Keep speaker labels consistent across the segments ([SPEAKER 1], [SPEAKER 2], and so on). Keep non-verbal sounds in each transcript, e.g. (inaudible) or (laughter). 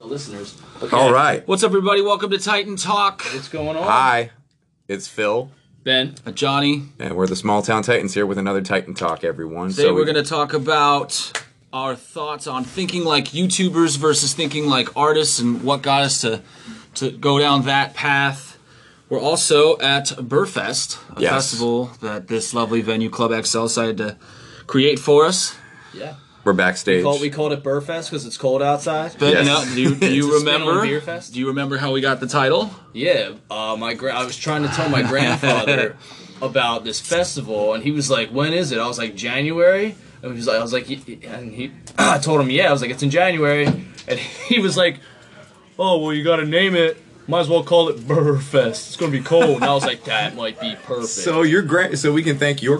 [SPEAKER 1] listeners.
[SPEAKER 2] All right.
[SPEAKER 3] What's up, everybody? Welcome to Titan Talk.
[SPEAKER 1] What's going on?
[SPEAKER 2] Hi, it's Phil,
[SPEAKER 1] Ben.
[SPEAKER 3] Uh, Johnny,
[SPEAKER 2] and we're the Small Town Titans here with another Titan Talk, everyone.
[SPEAKER 3] today we're going to talk about our thoughts on thinking like YouTubers versus thinking like artists and what got us to, to go down that path. We're also at Burfest, a
[SPEAKER 2] Yes.
[SPEAKER 3] festival that this lovely venue, Club XL, decided to create for us.
[SPEAKER 1] Yeah.
[SPEAKER 2] we're backstage.
[SPEAKER 1] Called, we called it Burfest because it's cold outside.
[SPEAKER 3] But,
[SPEAKER 2] Yes.
[SPEAKER 3] you know, do you,
[SPEAKER 2] (laughs)
[SPEAKER 3] do you
[SPEAKER 1] a spin on
[SPEAKER 3] remember?
[SPEAKER 1] Beer Fest?
[SPEAKER 3] Do you remember how we got the title?
[SPEAKER 1] Yeah. Uh, my gra- I was trying to tell my
[SPEAKER 2] (laughs)
[SPEAKER 1] grandfather about this festival, and he was like, "When is it?" I was like, "January." And he was like, "I was like," y- y- and he, (clears throat) I told him, "Yeah." I was like, "It's in January," and (laughs) he was like, "Oh well, you got to name it." Might as well call it Burfest. It's gonna be cold. And I was like, that might be perfect.
[SPEAKER 2] so your gra- so we can thank your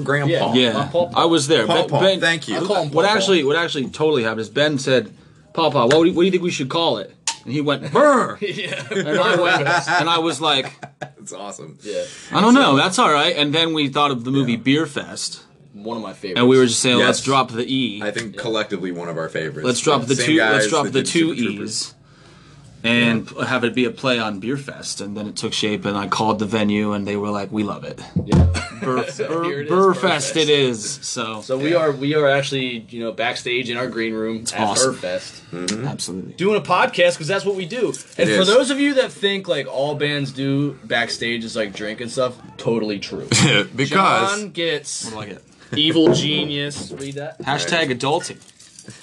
[SPEAKER 1] Yeah.
[SPEAKER 2] grandpa.
[SPEAKER 3] Yeah,
[SPEAKER 1] Paw Paw.
[SPEAKER 3] I was there.
[SPEAKER 2] Paw
[SPEAKER 3] Ben-
[SPEAKER 2] Paw,
[SPEAKER 3] Ben-
[SPEAKER 2] thank you.
[SPEAKER 3] I
[SPEAKER 2] Call
[SPEAKER 3] call
[SPEAKER 2] him
[SPEAKER 3] what actually, what actually totally happened is Ben said, "Papa, what do you, what do you think we should call it?" And he went, "Burr,"
[SPEAKER 1] (laughs)
[SPEAKER 2] (laughs)
[SPEAKER 1] yeah.
[SPEAKER 3] and I went, and I was like,
[SPEAKER 2] That's awesome.
[SPEAKER 1] yeah.
[SPEAKER 3] "I don't know, that's all right." And then we thought of the movie Beer Fest,
[SPEAKER 1] One of my favorites.
[SPEAKER 3] and we were just saying, "Let's
[SPEAKER 2] Yes.
[SPEAKER 3] drop the e,
[SPEAKER 2] I think collectively one of our favorites.
[SPEAKER 3] let's drop the
[SPEAKER 2] Same
[SPEAKER 3] two, let's
[SPEAKER 2] guys
[SPEAKER 3] drop
[SPEAKER 2] that
[SPEAKER 3] the
[SPEAKER 2] did
[SPEAKER 3] two
[SPEAKER 2] Super Troopers.
[SPEAKER 3] e's." And have it be a play on Beer Fest, and then it took shape. And I called the venue, and they were like, "We love it, Burr,
[SPEAKER 2] (laughs)
[SPEAKER 1] here
[SPEAKER 3] Burr,
[SPEAKER 1] it is,
[SPEAKER 3] Burr
[SPEAKER 1] Burr
[SPEAKER 3] Fest,
[SPEAKER 1] Fest.
[SPEAKER 3] it is." So,
[SPEAKER 1] So we are we are actually you know backstage in our green room at
[SPEAKER 3] awesome.
[SPEAKER 1] Burfest
[SPEAKER 2] mm-hmm.
[SPEAKER 3] absolutely.
[SPEAKER 1] doing a podcast because that's what we do. And
[SPEAKER 2] Hmm. It
[SPEAKER 1] for
[SPEAKER 2] is.
[SPEAKER 1] those of you that think like all bands do backstage is like drink and stuff, totally
[SPEAKER 2] (laughs)
[SPEAKER 1] true.
[SPEAKER 2] because
[SPEAKER 1] John gets
[SPEAKER 3] I like it.
[SPEAKER 1] evil genius. Read that.
[SPEAKER 3] Hashtag adulting.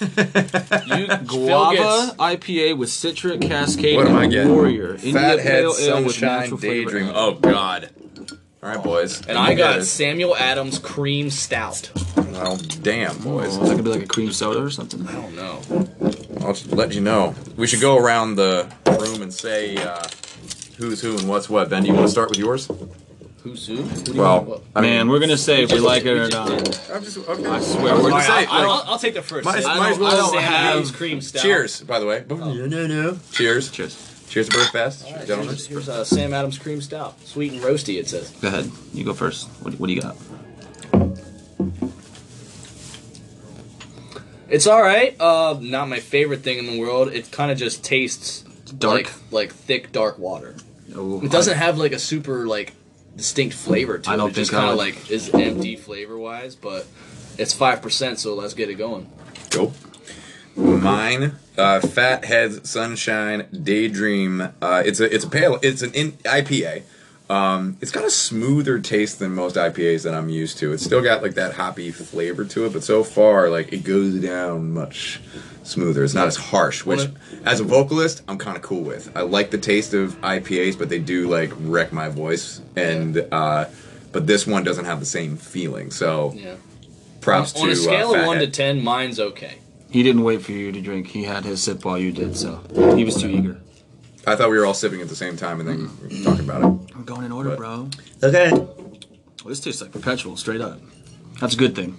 [SPEAKER 2] (laughs)
[SPEAKER 1] You
[SPEAKER 3] Guava IPA with citric, cascade,
[SPEAKER 2] What am I
[SPEAKER 3] and
[SPEAKER 2] getting?
[SPEAKER 3] warrior.
[SPEAKER 2] Fathead
[SPEAKER 3] Pale Ale with
[SPEAKER 2] sunshine,
[SPEAKER 3] natural flavor.
[SPEAKER 2] daydream. Oh God! All right, boys.
[SPEAKER 1] and I got
[SPEAKER 2] Yes.
[SPEAKER 1] Samuel Adams cream stout.
[SPEAKER 2] Oh damn, boys!
[SPEAKER 3] Is that gonna be like a cream soda or something?
[SPEAKER 1] Oh no.
[SPEAKER 2] I'll just let you know. We should go around the room and say uh, who's who and what's what. Ben, do you want to start with yours?
[SPEAKER 1] Who's who? Who do you
[SPEAKER 2] Well,
[SPEAKER 1] want?
[SPEAKER 2] I mean,
[SPEAKER 3] Man, we're gonna say if we like it or
[SPEAKER 1] just
[SPEAKER 3] (laughs) not.
[SPEAKER 2] I'm just, I'm
[SPEAKER 3] I swear, we're
[SPEAKER 2] gonna
[SPEAKER 3] just.
[SPEAKER 2] say,
[SPEAKER 1] I'll, I'll,
[SPEAKER 2] like,
[SPEAKER 1] I'll take the first.
[SPEAKER 2] Might-
[SPEAKER 1] sip.
[SPEAKER 3] I don't, I
[SPEAKER 2] Samuel
[SPEAKER 3] don't
[SPEAKER 1] Sam Adams
[SPEAKER 3] have.
[SPEAKER 1] cream stout.
[SPEAKER 2] cheers, by the way. No, no, no. Cheers. Cheers.
[SPEAKER 3] Cheers.
[SPEAKER 2] Cheers to Burfest,
[SPEAKER 1] All right,
[SPEAKER 2] gentlemen.
[SPEAKER 1] Here's, here's uh, Sam Adams cream stout, sweet and roasty. It says.
[SPEAKER 3] Go ahead. You go first. What, what do you got?
[SPEAKER 1] It's all right. Uh, not my favorite thing in the world. It kind of just tastes
[SPEAKER 3] Dark. Oh,
[SPEAKER 1] like, like thick dark water.
[SPEAKER 3] No,
[SPEAKER 1] It doesn't have like a super like distinct flavor to it.
[SPEAKER 3] I don't
[SPEAKER 1] it just
[SPEAKER 3] think I
[SPEAKER 1] kind of
[SPEAKER 3] would-
[SPEAKER 1] like is empty flavor wise, but it's five percent. So let's get it going.
[SPEAKER 2] Go. Mine, uh, Fat Heads Sunshine Daydream. Uh, it's a it's a pale. It's an in, IPA. Um, it's got a smoother taste than most IPAs that I'm used to. It's still got like that hoppy flavor to it, but so far like it goes down much smoother. It's not as harsh, which as a vocalist I'm kind of cool with. I like the taste of IPAs, but they do like wreck my voice. And uh, but this one doesn't have the same feeling. So
[SPEAKER 1] Yeah.
[SPEAKER 2] props
[SPEAKER 1] On
[SPEAKER 2] to
[SPEAKER 1] a scale
[SPEAKER 2] uh, Fat
[SPEAKER 1] of one
[SPEAKER 2] Head.
[SPEAKER 1] to ten, mine's okay.
[SPEAKER 3] He didn't wait for you to drink. He had his sip while you did, so he was too eager.
[SPEAKER 2] I thought we were all sipping at the same time and then talking about it.
[SPEAKER 3] I'm going in order,
[SPEAKER 2] But-
[SPEAKER 3] bro.
[SPEAKER 2] Okay.
[SPEAKER 3] Well, this tastes like perpetual, straight up. That's a good thing.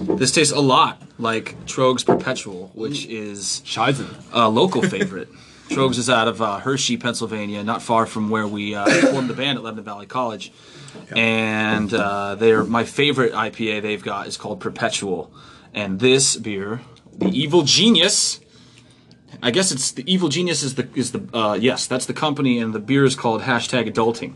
[SPEAKER 3] This tastes a lot like Trogues Perpetual, which is a local favorite. Trogues is out of uh, Hershey, Pennsylvania, not far from where we uh, (coughs) formed the band at Lebanon Valley College. And uh, they're my favorite IPA they've got is called Perpetual, and this beer, the Evil Genius. I guess it's the Evil Genius is the is the uh, yes that's the company, and the beer is called hashtag Adulting.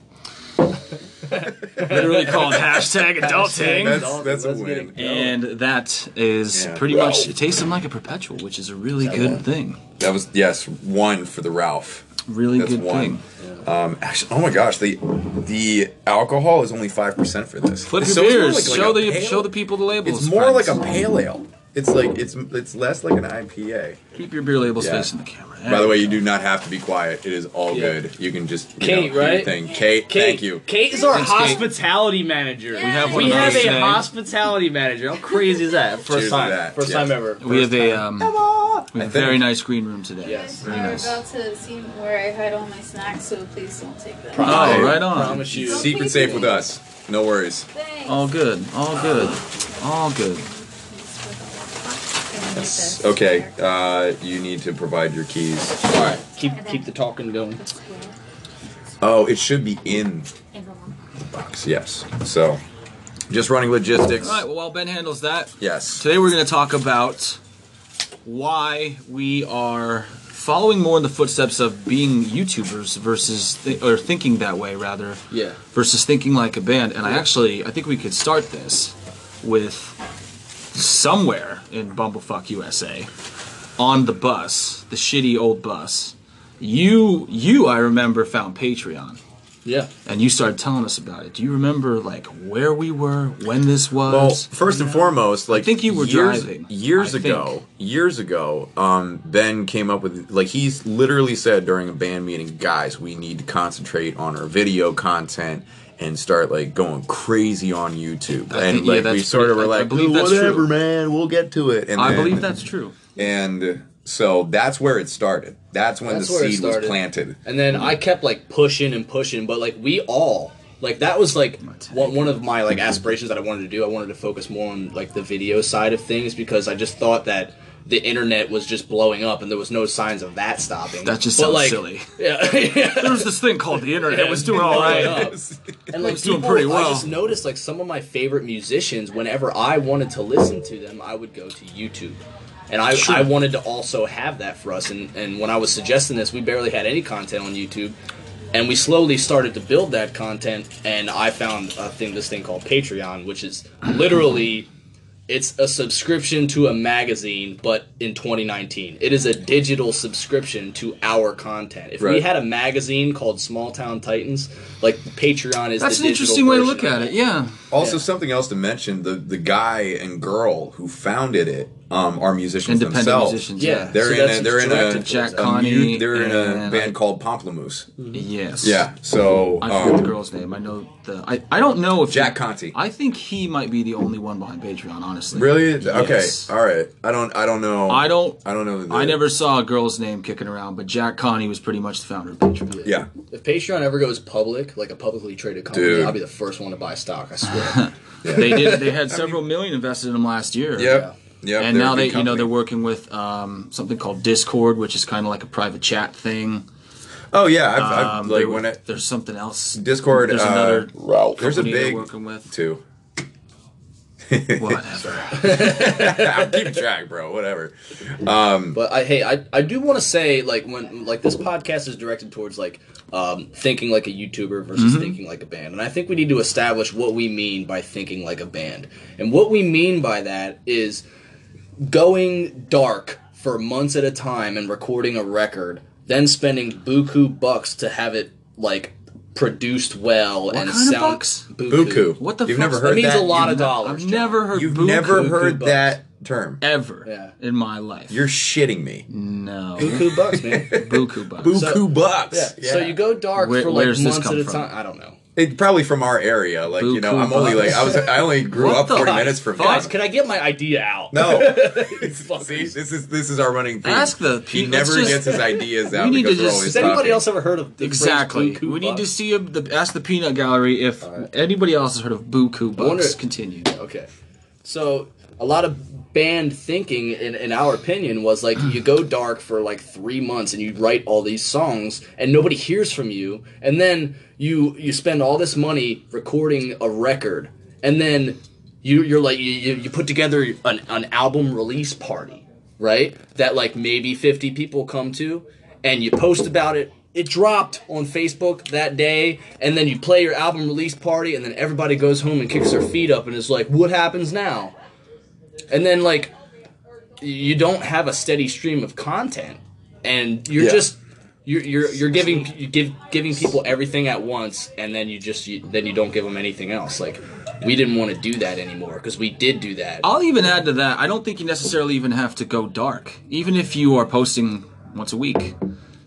[SPEAKER 3] Literally called hashtag Adulting.
[SPEAKER 2] That's, that's a
[SPEAKER 1] Let's get it.
[SPEAKER 2] win.
[SPEAKER 3] And that is
[SPEAKER 2] Yeah.
[SPEAKER 3] pretty much it tastes them like a perpetual, which is a really good thing.
[SPEAKER 2] That was yes, one for the Ralph.
[SPEAKER 3] Really
[SPEAKER 2] That's
[SPEAKER 3] good
[SPEAKER 2] one.
[SPEAKER 3] thing.
[SPEAKER 2] Um, actually, oh my gosh, the the alcohol is only five percent for this.
[SPEAKER 3] Flip
[SPEAKER 2] It's
[SPEAKER 3] your
[SPEAKER 2] so- it's more
[SPEAKER 3] beers.
[SPEAKER 2] like- like
[SPEAKER 3] show
[SPEAKER 2] a
[SPEAKER 3] the
[SPEAKER 2] pale-
[SPEAKER 3] show the people the labels.
[SPEAKER 2] It's more like
[SPEAKER 3] friends.
[SPEAKER 2] a pale ale. It's like it's it's less like an IPA.
[SPEAKER 3] keep your beer labels
[SPEAKER 2] Yeah.
[SPEAKER 3] facing the camera.
[SPEAKER 2] By the way, you do not have to be quiet. It is all good. You can just you
[SPEAKER 1] Kate,
[SPEAKER 2] know, do your
[SPEAKER 1] right?
[SPEAKER 2] Thing. Kate, thank you.
[SPEAKER 1] Kate is our
[SPEAKER 3] Thanks, Kate.
[SPEAKER 1] hospitality manager. We
[SPEAKER 3] have one
[SPEAKER 1] we
[SPEAKER 3] of
[SPEAKER 1] have
[SPEAKER 3] those
[SPEAKER 1] a
[SPEAKER 3] things.
[SPEAKER 1] hospitality manager. How crazy is
[SPEAKER 2] (laughs)
[SPEAKER 1] that? First
[SPEAKER 2] Cheers to
[SPEAKER 1] time.
[SPEAKER 2] that,
[SPEAKER 1] First
[SPEAKER 2] yeah.
[SPEAKER 1] time ever.
[SPEAKER 3] we have a um,
[SPEAKER 2] uh,
[SPEAKER 3] we have a very
[SPEAKER 2] think-
[SPEAKER 3] nice green room today.
[SPEAKER 1] Yes.
[SPEAKER 3] Very
[SPEAKER 4] We're
[SPEAKER 3] nice.
[SPEAKER 4] about to see where I hide all my snacks, so please don't take them.
[SPEAKER 1] Promise.
[SPEAKER 3] Oh,
[SPEAKER 2] Hey,
[SPEAKER 3] right on.
[SPEAKER 1] Promise you.
[SPEAKER 2] Secret safe with us. No worries.
[SPEAKER 4] Thanks.
[SPEAKER 3] All good. All good. All good.
[SPEAKER 4] Yes.
[SPEAKER 2] Okay, uh, you need to provide your keys.
[SPEAKER 1] All right. Keep keep the talking going.
[SPEAKER 2] Oh, it should be in the box. Yes. So, just running logistics.
[SPEAKER 3] All right. Well, while Ben handles that,
[SPEAKER 2] Yes.
[SPEAKER 3] today we're going to talk about why we are following more in the footsteps of being YouTubers versus th- or thinking that way rather
[SPEAKER 1] Yeah.
[SPEAKER 3] versus thinking like a band. And I actually I think we could start this with somewhere in Bumblefuck USA on the bus, the shitty old bus. You you I remember found Patreon
[SPEAKER 1] Yeah.
[SPEAKER 3] and you started telling us about it. Do you remember like where we were, when this
[SPEAKER 2] Well,
[SPEAKER 3] was?
[SPEAKER 2] first and foremost, like
[SPEAKER 3] think you were
[SPEAKER 2] years,
[SPEAKER 3] driving,
[SPEAKER 2] years
[SPEAKER 3] I
[SPEAKER 2] ago.
[SPEAKER 3] think.
[SPEAKER 2] Years ago, um, Ben came up with like he's literally said during a band meeting, guys, we need to concentrate on our video content and start like going crazy on YouTube.
[SPEAKER 3] I
[SPEAKER 2] and
[SPEAKER 3] think- yeah,
[SPEAKER 2] like we
[SPEAKER 3] that's
[SPEAKER 2] sort of
[SPEAKER 3] pretty-
[SPEAKER 2] were
[SPEAKER 3] I- I
[SPEAKER 2] like,
[SPEAKER 3] believe that's
[SPEAKER 2] whatever,
[SPEAKER 3] true.
[SPEAKER 2] man, we'll get to it. And
[SPEAKER 3] I
[SPEAKER 2] then-
[SPEAKER 3] believe that's true.
[SPEAKER 2] And so that's where it started. That's when
[SPEAKER 1] That's
[SPEAKER 2] the
[SPEAKER 1] where it
[SPEAKER 2] seed was
[SPEAKER 1] started.
[SPEAKER 2] planted.
[SPEAKER 1] And then I kept like pushing and pushing, but like we all like that was like one, one of my like aspirations that I wanted to do. I wanted to focus more on like the video side of things because I just thought that the internet was just blowing up and there was no signs of that stopping.
[SPEAKER 3] That just
[SPEAKER 1] But,
[SPEAKER 3] sounds
[SPEAKER 1] like,
[SPEAKER 3] silly.
[SPEAKER 1] Yeah, (laughs) yeah.
[SPEAKER 3] There was this thing called the internet. it was doing all
[SPEAKER 1] blowing
[SPEAKER 3] right.
[SPEAKER 1] up. (laughs) And
[SPEAKER 3] (laughs)
[SPEAKER 1] like
[SPEAKER 3] was doing
[SPEAKER 1] people,
[SPEAKER 3] pretty well.
[SPEAKER 1] I just noticed like some of my favorite musicians. Whenever I wanted to listen to them, I would go to YouTube, and I,
[SPEAKER 3] Sure.
[SPEAKER 1] I wanted to also have that for us. And and when I was suggesting this, we barely had any content on YouTube, and we slowly started to build that content. And I found a thing, this thing called Patreon, which is literally. It's a subscription to a magazine, but in 2019, it is a digital subscription to our content. If we
[SPEAKER 2] Right.
[SPEAKER 1] had a magazine called Small Town Titans, like Patreon is
[SPEAKER 3] That's
[SPEAKER 1] the digital
[SPEAKER 3] an interesting way to
[SPEAKER 1] version
[SPEAKER 3] look at
[SPEAKER 1] of
[SPEAKER 3] it. Yeah.
[SPEAKER 2] Also,
[SPEAKER 1] Yeah.
[SPEAKER 2] something else to mention: the the guy and girl who founded it um, are musicians
[SPEAKER 3] Independent
[SPEAKER 2] themselves.
[SPEAKER 3] musicians.
[SPEAKER 1] Yeah,
[SPEAKER 3] Yeah.
[SPEAKER 2] They're
[SPEAKER 1] So
[SPEAKER 2] in
[SPEAKER 1] that's
[SPEAKER 2] a, they're in a,
[SPEAKER 1] directed
[SPEAKER 3] Jack
[SPEAKER 2] a
[SPEAKER 3] Connie
[SPEAKER 2] mu- they're in a
[SPEAKER 3] and-
[SPEAKER 2] band called Pomplamoose.
[SPEAKER 3] Yes.
[SPEAKER 2] Yeah, so
[SPEAKER 3] I forget
[SPEAKER 2] um,
[SPEAKER 3] the girl's name. I know the. I, I don't know if
[SPEAKER 2] Jack Conti.
[SPEAKER 3] I think he might be the only one behind Patreon. Honestly.
[SPEAKER 2] really
[SPEAKER 3] Yes.
[SPEAKER 2] okay, all right. I don't I don't know.
[SPEAKER 3] I don't.
[SPEAKER 2] I don't know. the-
[SPEAKER 3] I never saw a girl's name kicking around, but Jack Connie was pretty much the founder of Patreon.
[SPEAKER 2] Yeah,
[SPEAKER 1] If Patreon ever goes public, like a publicly traded company,
[SPEAKER 2] Dude.
[SPEAKER 1] I'll be the first one to buy stock. I swear.
[SPEAKER 3] They did.
[SPEAKER 2] (laughs)
[SPEAKER 3] They had several million invested in them last year.
[SPEAKER 2] yep, yep.
[SPEAKER 3] And
[SPEAKER 2] they're a
[SPEAKER 3] now
[SPEAKER 2] good
[SPEAKER 3] they, you know,
[SPEAKER 2] company.
[SPEAKER 3] they're working with um, something called Discord, which is kind of like a private chat thing.
[SPEAKER 2] oh yeah, I've, I've
[SPEAKER 3] Um, they
[SPEAKER 2] like
[SPEAKER 3] were-
[SPEAKER 2] when it
[SPEAKER 3] there's something else.
[SPEAKER 2] Discord.
[SPEAKER 3] There's
[SPEAKER 2] uh,
[SPEAKER 3] another.
[SPEAKER 2] There's a
[SPEAKER 3] company they're
[SPEAKER 2] big
[SPEAKER 3] working
[SPEAKER 2] (laughs)
[SPEAKER 3] with.
[SPEAKER 2] two.
[SPEAKER 3] Whatever.
[SPEAKER 2] (laughs) I'm keeping track, bro. Whatever.
[SPEAKER 1] but I, hey, I, I do want to say like when like this podcast is directed towards like um, thinking like a YouTuber versus
[SPEAKER 3] Mm-hmm.
[SPEAKER 1] thinking like a band, and I think we need to establish what we mean by thinking like a band, and what we mean by that is going dark for months at a time and recording a record, then spending buku bucks to have it like produced well and
[SPEAKER 3] kind of
[SPEAKER 1] sound
[SPEAKER 3] bucks?
[SPEAKER 2] Buku.
[SPEAKER 3] What the
[SPEAKER 2] You've
[SPEAKER 3] fuck's-
[SPEAKER 2] never
[SPEAKER 1] That
[SPEAKER 2] heard
[SPEAKER 1] means a lot
[SPEAKER 2] You've
[SPEAKER 1] of dollars.
[SPEAKER 3] I've
[SPEAKER 1] John.
[SPEAKER 3] never heard.
[SPEAKER 2] You've
[SPEAKER 3] Buku
[SPEAKER 2] never heard
[SPEAKER 1] bucks.
[SPEAKER 2] that term.
[SPEAKER 3] ever
[SPEAKER 1] Yeah.
[SPEAKER 3] in my life.
[SPEAKER 2] You're shitting me.
[SPEAKER 3] (laughs) no
[SPEAKER 1] Buku bucks, man.
[SPEAKER 3] (laughs) buku bucks.
[SPEAKER 2] Buku
[SPEAKER 1] So-
[SPEAKER 2] bucks. Yeah.
[SPEAKER 1] So you go dark
[SPEAKER 3] Where-
[SPEAKER 1] for like
[SPEAKER 3] where's this
[SPEAKER 1] months
[SPEAKER 3] come
[SPEAKER 1] at a
[SPEAKER 3] from?
[SPEAKER 1] time. I don't know.
[SPEAKER 2] It, probably from our area. Like you know,
[SPEAKER 3] Buku
[SPEAKER 2] I'm only like
[SPEAKER 3] bucks.
[SPEAKER 2] I was. I only grew
[SPEAKER 3] What
[SPEAKER 2] up
[SPEAKER 3] the
[SPEAKER 2] 40
[SPEAKER 3] fuck?
[SPEAKER 2] minutes from.
[SPEAKER 1] Guys,
[SPEAKER 2] Canada.
[SPEAKER 1] can I get my idea out? (laughs)
[SPEAKER 2] No.
[SPEAKER 3] (laughs)
[SPEAKER 1] Fuckers.
[SPEAKER 2] See, this is this is our running theme.
[SPEAKER 3] Ask the
[SPEAKER 2] he
[SPEAKER 3] people-
[SPEAKER 2] never
[SPEAKER 3] let's just-
[SPEAKER 2] gets his ideas out
[SPEAKER 3] (laughs) We need to
[SPEAKER 2] because we're
[SPEAKER 3] just-
[SPEAKER 2] always
[SPEAKER 1] Has anybody
[SPEAKER 2] talking.
[SPEAKER 1] else ever heard of the phrase
[SPEAKER 3] Exactly.
[SPEAKER 1] Buku
[SPEAKER 3] We need to
[SPEAKER 1] bucks?
[SPEAKER 3] see a, the ask the peanut gallery if anybody else has heard of buku bucks.
[SPEAKER 1] wonder-
[SPEAKER 3] Continue.
[SPEAKER 1] Okay. So a lot of band thinking, in, in our opinion, was like you go dark for like three months and you write all these songs and nobody hears from you, and then you you spend all this money recording a record, and then you you're like you, you, you put together an, an album release party, right? That like maybe fifty people come to, and you post about it. It dropped on Facebook that day, and then you play your album release party, and then everybody goes home and kicks their feet up and is like, "What happens now?" And then like, you don't have a steady stream of content, and you're
[SPEAKER 2] Yeah.
[SPEAKER 1] just you're you're you're giving you give giving people everything at once, and then you just you, then you don't give them anything else. Like, we didn't want to do that anymore because we did do that.
[SPEAKER 3] I'll even add to that. I don't think you necessarily even have to go dark. Even if you are posting once a week,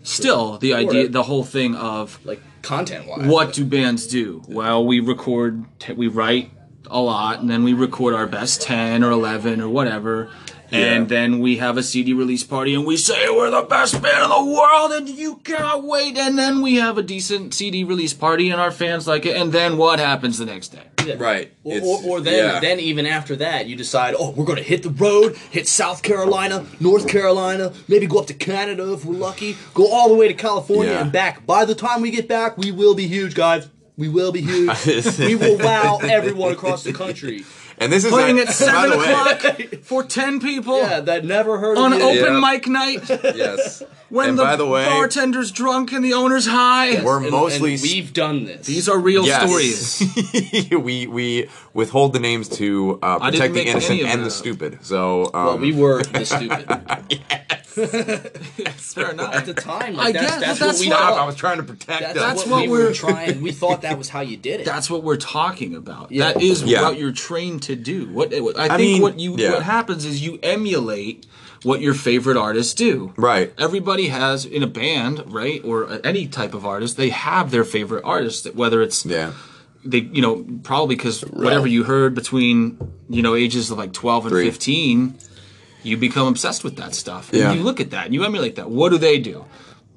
[SPEAKER 3] still the idea, the whole thing of
[SPEAKER 1] like content wise,
[SPEAKER 3] what do bands do? Well, we record, t- we write a lot, and then we record our best 10 or 11 or whatever. And
[SPEAKER 2] Yeah.
[SPEAKER 3] then we have a CD release party and we say we're the best band in the world and you cannot wait. And then we have a decent CD release party and our fans like it. And then what happens the next day?
[SPEAKER 2] Right.
[SPEAKER 1] Or,
[SPEAKER 2] It's-
[SPEAKER 1] or, or then,
[SPEAKER 2] yeah.
[SPEAKER 1] then even after that, you decide, oh, we're going to hit the road, hit South Carolina, North Carolina, maybe go up to Canada if we're lucky, go all the way to California
[SPEAKER 2] Yeah.
[SPEAKER 1] and back. By the time we get back,
[SPEAKER 3] (laughs)
[SPEAKER 1] we will be huge, guys. We will be huge. we will wow everyone across the country.
[SPEAKER 2] And this is
[SPEAKER 3] Playing
[SPEAKER 2] not-
[SPEAKER 3] at
[SPEAKER 2] by
[SPEAKER 3] seven
[SPEAKER 2] the way,
[SPEAKER 3] o'clock for ten people
[SPEAKER 1] Yeah, that never heard
[SPEAKER 3] Oh. on
[SPEAKER 1] of
[SPEAKER 3] open
[SPEAKER 1] you.
[SPEAKER 2] Yeah.
[SPEAKER 3] mic night
[SPEAKER 2] (laughs) Yes.
[SPEAKER 3] when
[SPEAKER 2] and
[SPEAKER 3] the,
[SPEAKER 2] by the way,
[SPEAKER 3] bartender's drunk and the owner's high.
[SPEAKER 2] We're
[SPEAKER 1] And- and
[SPEAKER 2] mostly s-
[SPEAKER 1] we've done this.
[SPEAKER 3] These are real
[SPEAKER 2] Yes. (laughs)
[SPEAKER 3] stories.
[SPEAKER 2] we we withhold the names to uh,
[SPEAKER 3] I didn't
[SPEAKER 2] protect the
[SPEAKER 3] make any
[SPEAKER 2] innocent
[SPEAKER 3] of
[SPEAKER 2] and
[SPEAKER 3] that
[SPEAKER 2] the
[SPEAKER 3] up.
[SPEAKER 2] stupid. So um,
[SPEAKER 1] Well, we were
[SPEAKER 3] (laughs)
[SPEAKER 1] the stupid at
[SPEAKER 3] Fair enough.
[SPEAKER 1] the time.
[SPEAKER 3] I
[SPEAKER 1] Like, that's,
[SPEAKER 3] guess,
[SPEAKER 1] that's,
[SPEAKER 3] but that's
[SPEAKER 1] what we
[SPEAKER 3] what-
[SPEAKER 2] Stop, I
[SPEAKER 1] thought.
[SPEAKER 2] was trying to protect
[SPEAKER 1] That's,
[SPEAKER 2] them.
[SPEAKER 3] That's
[SPEAKER 1] what,
[SPEAKER 3] what
[SPEAKER 1] we
[SPEAKER 3] we're-
[SPEAKER 1] were trying. We thought that was how you did it.
[SPEAKER 3] That's what we're talking about.
[SPEAKER 1] Yeah.
[SPEAKER 3] That is
[SPEAKER 2] Yeah.
[SPEAKER 3] what you're trained to do. What, what- I think
[SPEAKER 2] mean,
[SPEAKER 3] what you
[SPEAKER 2] yeah.
[SPEAKER 3] what happens is you emulate what your favorite artists do.
[SPEAKER 2] Right.
[SPEAKER 3] Everybody has in a band, right, or a- any type of artist, they have their favorite artist. that- Whether it's
[SPEAKER 2] Yeah.
[SPEAKER 3] they, you know, probably because whatever you heard between you know ages of like 12 and
[SPEAKER 2] Three.
[SPEAKER 3] 15, you become obsessed with that stuff. And
[SPEAKER 2] Yeah.
[SPEAKER 3] you look at that and you emulate that. What do they do?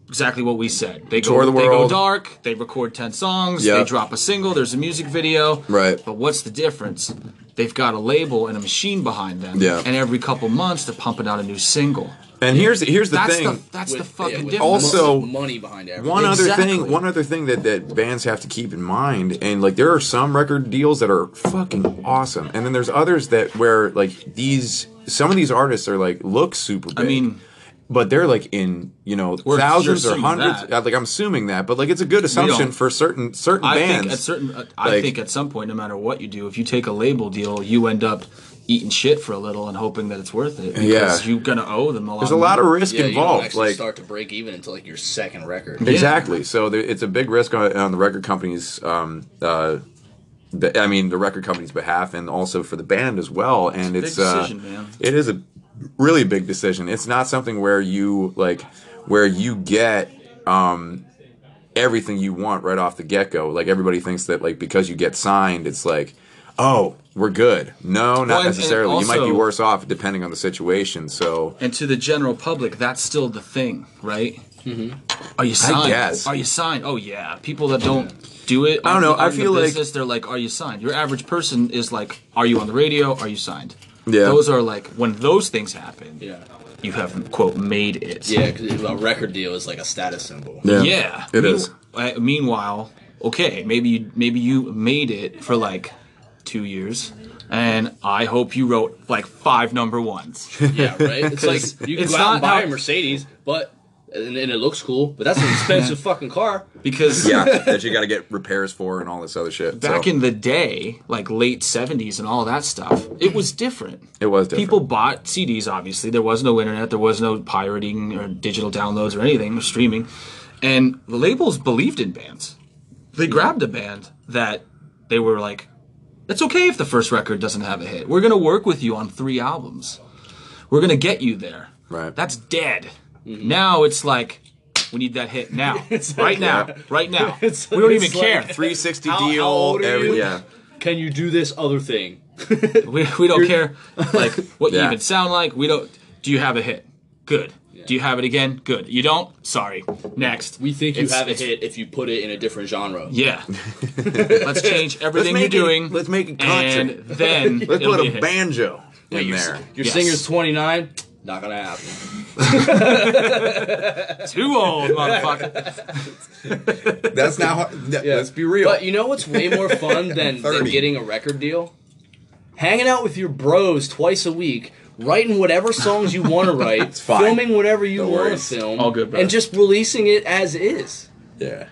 [SPEAKER 3] exactly what we said. They
[SPEAKER 2] Tour
[SPEAKER 3] go,
[SPEAKER 2] the
[SPEAKER 3] they go
[SPEAKER 2] world.
[SPEAKER 3] dark. They record ten songs. They
[SPEAKER 2] Yep.
[SPEAKER 3] drop a single. There's a music video.
[SPEAKER 2] Right.
[SPEAKER 3] But what's the difference? They've got a label and a machine behind them.
[SPEAKER 2] Yeah.
[SPEAKER 3] And every couple months they're pumping out a new single.
[SPEAKER 2] And here's here's the
[SPEAKER 3] that's
[SPEAKER 2] thing.
[SPEAKER 3] the that's the
[SPEAKER 1] With-
[SPEAKER 3] fucking
[SPEAKER 1] yeah, with
[SPEAKER 3] difference.
[SPEAKER 2] Also-
[SPEAKER 1] mo- money behind everything.
[SPEAKER 2] one other
[SPEAKER 3] Exactly.
[SPEAKER 2] thing, one other thing that, that bands have to keep in mind, and like there are some record deals that are fucking awesome, and then there's others that where like these some of these artists are like look super. Big,
[SPEAKER 3] I mean-
[SPEAKER 2] but they're like in you know
[SPEAKER 3] We're-
[SPEAKER 2] thousands
[SPEAKER 3] you're
[SPEAKER 2] or
[SPEAKER 3] assuming
[SPEAKER 2] hundreds.
[SPEAKER 3] that.
[SPEAKER 2] Like I'm assuming that, but like it's a good assumption for certain certain
[SPEAKER 3] I
[SPEAKER 2] bands.
[SPEAKER 3] think at certain uh, I
[SPEAKER 2] like-
[SPEAKER 3] think at some point, no matter what you do, if you take a label deal, you end up eating shit for a little and hoping that it's worth it because
[SPEAKER 2] Yeah.
[SPEAKER 3] you're gonna owe them a lot.
[SPEAKER 2] there's a lot of risk
[SPEAKER 1] yeah, You don't
[SPEAKER 2] involved.
[SPEAKER 1] actually
[SPEAKER 2] Like
[SPEAKER 1] start to break even until like your second record.
[SPEAKER 2] Exactly. So there, it's a big risk on, on the record company's, um, uh, be- I mean, the record company's behalf, and also for the band as well. And
[SPEAKER 3] It's
[SPEAKER 2] it's,
[SPEAKER 3] a big
[SPEAKER 2] uh,
[SPEAKER 3] decision, man.
[SPEAKER 2] it is a really big decision. It's not something where you like where you get um, everything you want right off the get go. Like everybody thinks that like because you get signed, it's like. Oh, we're good. No, not
[SPEAKER 3] Well, and- and
[SPEAKER 2] necessarily. you might be
[SPEAKER 3] also-
[SPEAKER 2] worse off depending on the situation. So
[SPEAKER 3] And to the general public, that's still the thing, right? Mm-hmm. Are you signed?
[SPEAKER 2] guess.
[SPEAKER 3] Are you signed? Oh yeah, people that don't do it.
[SPEAKER 2] I don't know,
[SPEAKER 3] aren't
[SPEAKER 2] I
[SPEAKER 3] in the
[SPEAKER 2] feel like-
[SPEAKER 3] business, they're like, "Are you signed?" Your average person is like, "Are you on the radio? Are you signed?"
[SPEAKER 2] Yeah.
[SPEAKER 3] Those are like when those things happen.
[SPEAKER 1] Yeah.
[SPEAKER 3] You have quote made it.
[SPEAKER 1] Yeah, 'cause a record deal is like a status symbol.
[SPEAKER 3] Yeah.
[SPEAKER 2] it
[SPEAKER 3] Mean-
[SPEAKER 2] is.
[SPEAKER 3] uh, meanwhile, okay, maybe you, maybe you made it for like two years, and I hope you wrote like five number ones.
[SPEAKER 2] (laughs)
[SPEAKER 1] Yeah, right. It's
[SPEAKER 3] (laughs)
[SPEAKER 1] like you can
[SPEAKER 3] it's
[SPEAKER 1] go out and
[SPEAKER 3] not
[SPEAKER 1] buy a
[SPEAKER 3] how-
[SPEAKER 1] Mercedes, but and, and it looks cool, but that's an
[SPEAKER 3] (laughs)
[SPEAKER 1] expensive fucking car.
[SPEAKER 3] Because (laughs)
[SPEAKER 2] yeah, that you got to get repairs for and all this other shit.
[SPEAKER 3] back
[SPEAKER 2] so.
[SPEAKER 3] in the day, like late seventies and all that stuff, it was different.
[SPEAKER 2] It was different.
[SPEAKER 3] People bought CDs. Obviously, there was no internet, there was no pirating or digital downloads or anything or streaming, and the labels believed in bands. They grabbed a band that they were like, "It's okay if the first record doesn't have a hit. We're gonna work with you on three albums. We're gonna get you there."
[SPEAKER 2] Right. Mm-hmm.
[SPEAKER 3] That's dead. Now it's like. We need that hit
[SPEAKER 2] (laughs)
[SPEAKER 3] now, right now, right now.
[SPEAKER 1] It's-
[SPEAKER 3] we don't
[SPEAKER 1] it's
[SPEAKER 3] even
[SPEAKER 1] like-
[SPEAKER 3] care.
[SPEAKER 2] 360
[SPEAKER 1] How- how
[SPEAKER 2] deal.
[SPEAKER 1] old are
[SPEAKER 2] every-
[SPEAKER 1] you?
[SPEAKER 2] Yeah.
[SPEAKER 1] Can you do this other thing?
[SPEAKER 3] We, we don't care
[SPEAKER 2] (laughs)
[SPEAKER 3] like what you
[SPEAKER 2] Yeah.
[SPEAKER 3] even sound like. We don't. Do you have a hit? Good. Do you have it again? Good. You don't? Sorry. Next.
[SPEAKER 1] We think you
[SPEAKER 3] It's-
[SPEAKER 1] have a
[SPEAKER 3] it's-
[SPEAKER 1] hit if you put it in a different genre.
[SPEAKER 2] (laughs)
[SPEAKER 3] Yeah. let's change everything
[SPEAKER 2] make
[SPEAKER 3] you're
[SPEAKER 2] it-
[SPEAKER 3] doing.
[SPEAKER 2] let's make it (laughs)
[SPEAKER 3] and
[SPEAKER 2] country.
[SPEAKER 3] then
[SPEAKER 2] Let's
[SPEAKER 3] it'll
[SPEAKER 2] put
[SPEAKER 3] be
[SPEAKER 2] a
[SPEAKER 3] hit.
[SPEAKER 2] banjo in
[SPEAKER 1] your
[SPEAKER 2] there.
[SPEAKER 1] your
[SPEAKER 3] Yes.
[SPEAKER 1] singer's twenty nine. Not gonna happen.
[SPEAKER 3] Too
[SPEAKER 2] (laughs)
[SPEAKER 3] old, motherfucker.
[SPEAKER 2] That's not. How, th- Let's be real.
[SPEAKER 1] But you know what's way more fun than, than
[SPEAKER 2] 30.
[SPEAKER 1] getting a record deal? Hanging out with your bros twice a week, writing whatever songs you want to write,
[SPEAKER 2] fine.
[SPEAKER 1] filming whatever you
[SPEAKER 2] No
[SPEAKER 1] want to
[SPEAKER 2] worries.
[SPEAKER 1] film,
[SPEAKER 3] All good, brother.
[SPEAKER 1] and just releasing it as is.
[SPEAKER 2] yeah.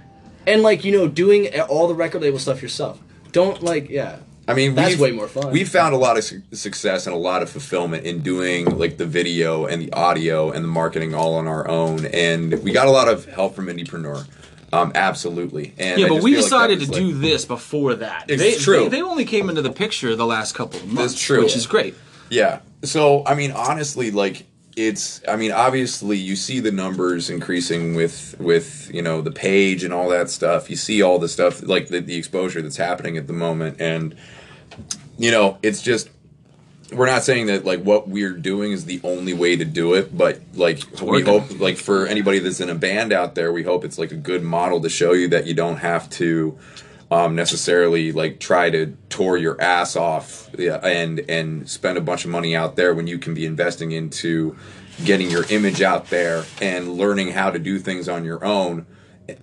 [SPEAKER 1] And like you know, doing all the record label stuff yourself. Don't like yeah.
[SPEAKER 2] I mean,
[SPEAKER 1] That's
[SPEAKER 2] we've-
[SPEAKER 1] way more fun.
[SPEAKER 2] We found a lot of su- success and a lot of fulfillment in doing like the video and the audio and the marketing all on our own, and we got a lot of help from Indiepreneur. Um, absolutely. And
[SPEAKER 3] Yeah,
[SPEAKER 2] I
[SPEAKER 3] but
[SPEAKER 2] just
[SPEAKER 3] we
[SPEAKER 2] feel like that
[SPEAKER 3] decided
[SPEAKER 2] was,
[SPEAKER 3] to
[SPEAKER 2] like-
[SPEAKER 3] do this before that.
[SPEAKER 2] It's
[SPEAKER 3] they,
[SPEAKER 2] true.
[SPEAKER 3] They, they only came into the picture the last couple of months,
[SPEAKER 2] true.
[SPEAKER 3] which is great.
[SPEAKER 2] Yeah. So I mean, honestly, like it's. I mean, obviously, you see the numbers increasing with with you know the page and all that stuff. You see all the stuff like the, the exposure that's happening at the moment, and you know, it's just. We're not saying that like what we're doing is the only way to do it, but like we
[SPEAKER 3] working.
[SPEAKER 2] hope like for anybody that's in a band out there, we hope it's like a good model to show you that you don't have to um, necessarily like try to tour your ass off yeah, and and spend a bunch of money out there when you can be investing into getting your image out there and learning how to do things on your own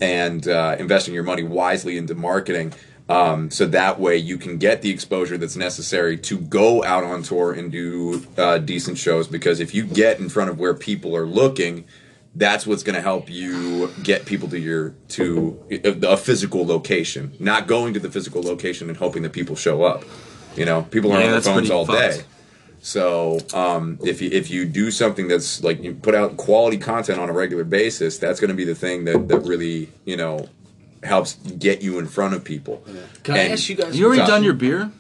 [SPEAKER 2] and uh, investing your money wisely into marketing. Um, so that way you can get the exposure that's necessary to go out on tour and do uh, decent shows. Because if you get in front of where people are looking, that's what's going to help you get people to your to a, a physical location. Not going to the physical location and hoping that people show up. You know, people are
[SPEAKER 3] Yeah,
[SPEAKER 2] on their
[SPEAKER 3] that's
[SPEAKER 2] phones
[SPEAKER 3] pretty
[SPEAKER 2] all
[SPEAKER 3] fucked.
[SPEAKER 2] day. So um, if you if you do something that's like you put out quality content on a regular basis, that's going to be the thing that that really you know helps get you in front of people.
[SPEAKER 1] Can I
[SPEAKER 2] And-
[SPEAKER 1] ask you guys?
[SPEAKER 3] You already
[SPEAKER 2] Stop.
[SPEAKER 3] done your beer?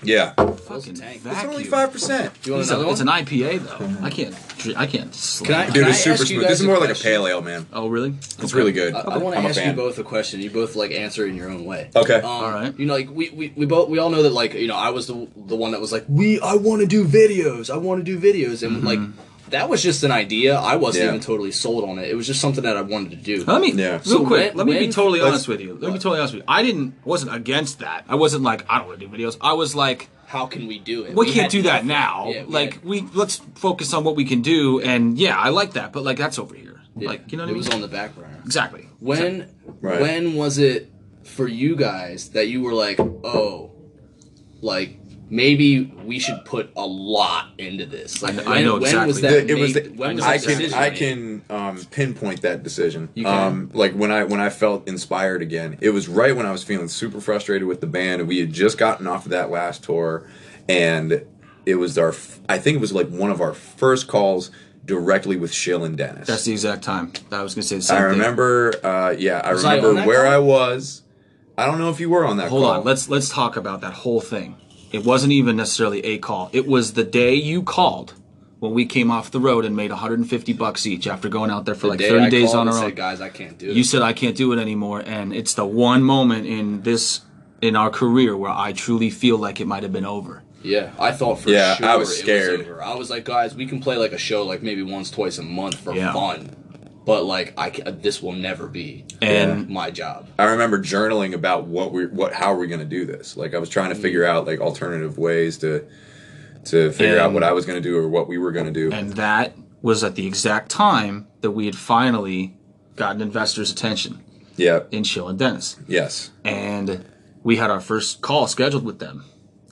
[SPEAKER 2] Yeah,
[SPEAKER 3] Fucking
[SPEAKER 1] tank.
[SPEAKER 3] vacuum.
[SPEAKER 2] it's only five percent.
[SPEAKER 1] Do you want
[SPEAKER 3] It's, a-
[SPEAKER 1] another
[SPEAKER 3] it's
[SPEAKER 1] one?
[SPEAKER 3] an IPA though. I can't. dr- I can't. Sleep.
[SPEAKER 1] Can I-
[SPEAKER 2] Dude, it's
[SPEAKER 1] ask
[SPEAKER 2] super
[SPEAKER 1] you
[SPEAKER 2] smooth.
[SPEAKER 1] guys
[SPEAKER 2] This is
[SPEAKER 1] a
[SPEAKER 2] more like a
[SPEAKER 1] question?
[SPEAKER 2] pale ale, man.
[SPEAKER 3] Oh really?
[SPEAKER 2] It's
[SPEAKER 3] Okay.
[SPEAKER 2] really good.
[SPEAKER 1] I, I want to
[SPEAKER 2] I'm a
[SPEAKER 1] ask
[SPEAKER 2] fan.
[SPEAKER 1] you both a question. You both like answer in your own way.
[SPEAKER 2] Okay.
[SPEAKER 1] Um,
[SPEAKER 2] All
[SPEAKER 3] right.
[SPEAKER 1] You know, like we, we, we both we all know that like you know I was the the one that was like we I want to do videos. I want to do videos, and like
[SPEAKER 3] Mm-hmm.
[SPEAKER 1] that was just an idea. I wasn't
[SPEAKER 2] Yeah.
[SPEAKER 1] even totally sold on it. It was just something that I wanted to do.
[SPEAKER 3] Let me
[SPEAKER 2] Yeah.
[SPEAKER 3] real
[SPEAKER 1] So
[SPEAKER 3] quick.
[SPEAKER 1] when-
[SPEAKER 3] let me be
[SPEAKER 1] when-
[SPEAKER 3] totally
[SPEAKER 2] let's-
[SPEAKER 3] honest with you. Let me be totally honest with you. I didn't wasn't against that. I wasn't like I don't want to do videos. I was like
[SPEAKER 1] How can we do it?
[SPEAKER 3] we,
[SPEAKER 1] had
[SPEAKER 3] can't do
[SPEAKER 1] nothing.
[SPEAKER 3] that now.
[SPEAKER 1] Yeah, we
[SPEAKER 3] like
[SPEAKER 1] had-
[SPEAKER 3] we let's focus on what we can do. And yeah, I like that. But like that's over here.
[SPEAKER 1] yeah,
[SPEAKER 3] Like you know what
[SPEAKER 1] it
[SPEAKER 3] I mean?
[SPEAKER 1] was on the back burner.
[SPEAKER 3] exactly.
[SPEAKER 1] When
[SPEAKER 2] Right.
[SPEAKER 1] when was it for you guys that you were like, oh, like maybe we should put a lot into this? Like,
[SPEAKER 3] I
[SPEAKER 1] when,
[SPEAKER 3] know
[SPEAKER 1] When was
[SPEAKER 3] exactly.
[SPEAKER 1] that?
[SPEAKER 2] The- it was.
[SPEAKER 1] made-
[SPEAKER 2] the-
[SPEAKER 1] when was
[SPEAKER 2] I
[SPEAKER 1] that
[SPEAKER 2] can.
[SPEAKER 1] decision
[SPEAKER 2] I
[SPEAKER 1] made?
[SPEAKER 2] can um, pinpoint that decision.
[SPEAKER 1] You can?
[SPEAKER 2] Um, like when I when I felt inspired again, it was right when I was feeling super frustrated with the band, and we had just gotten off of that last tour, and it was our. f- I think it was like one of our first calls directly with Shill and Dennis.
[SPEAKER 3] That's the exact time. I was gonna say the same
[SPEAKER 2] I
[SPEAKER 3] thing.
[SPEAKER 2] remember. Uh, yeah, I
[SPEAKER 1] Was I
[SPEAKER 2] remember
[SPEAKER 1] on that
[SPEAKER 2] where
[SPEAKER 1] call?
[SPEAKER 2] I was. I don't know if you were on that.
[SPEAKER 3] Hold
[SPEAKER 2] call.
[SPEAKER 3] on. Let's let's talk about that whole thing. It wasn't even necessarily a call. It was the day you called when we came off the road and made 150 bucks each after going out there
[SPEAKER 1] The
[SPEAKER 3] for like
[SPEAKER 1] day
[SPEAKER 3] 30
[SPEAKER 1] I
[SPEAKER 3] days
[SPEAKER 1] called
[SPEAKER 3] on
[SPEAKER 1] and
[SPEAKER 3] our
[SPEAKER 1] said,
[SPEAKER 3] own.
[SPEAKER 1] Guys, I can't do
[SPEAKER 3] you
[SPEAKER 1] it.
[SPEAKER 3] said I can't do it anymore, and it's the one moment in this in our career where I truly feel like it might have been over.
[SPEAKER 1] Yeah, I thought for
[SPEAKER 2] Yeah,
[SPEAKER 1] sure.
[SPEAKER 2] I was
[SPEAKER 1] it
[SPEAKER 2] scared.
[SPEAKER 1] over. I was like, guys, we can play like a show like maybe once, twice a month for
[SPEAKER 3] Yeah.
[SPEAKER 1] fun, but like I ca- this will never be
[SPEAKER 3] And-
[SPEAKER 1] my job.
[SPEAKER 2] I remember journaling about what we what how we're going to do this. Like I was trying to
[SPEAKER 3] Mm.
[SPEAKER 2] figure out like alternative ways to to figure out
[SPEAKER 3] And-
[SPEAKER 2] what I was going to do or what we were going to do.
[SPEAKER 3] And that was at the exact time that we had finally gotten investors' attention
[SPEAKER 2] yeah.
[SPEAKER 3] in Shill and Dennis.
[SPEAKER 2] Yes.
[SPEAKER 3] and we had our first call scheduled with them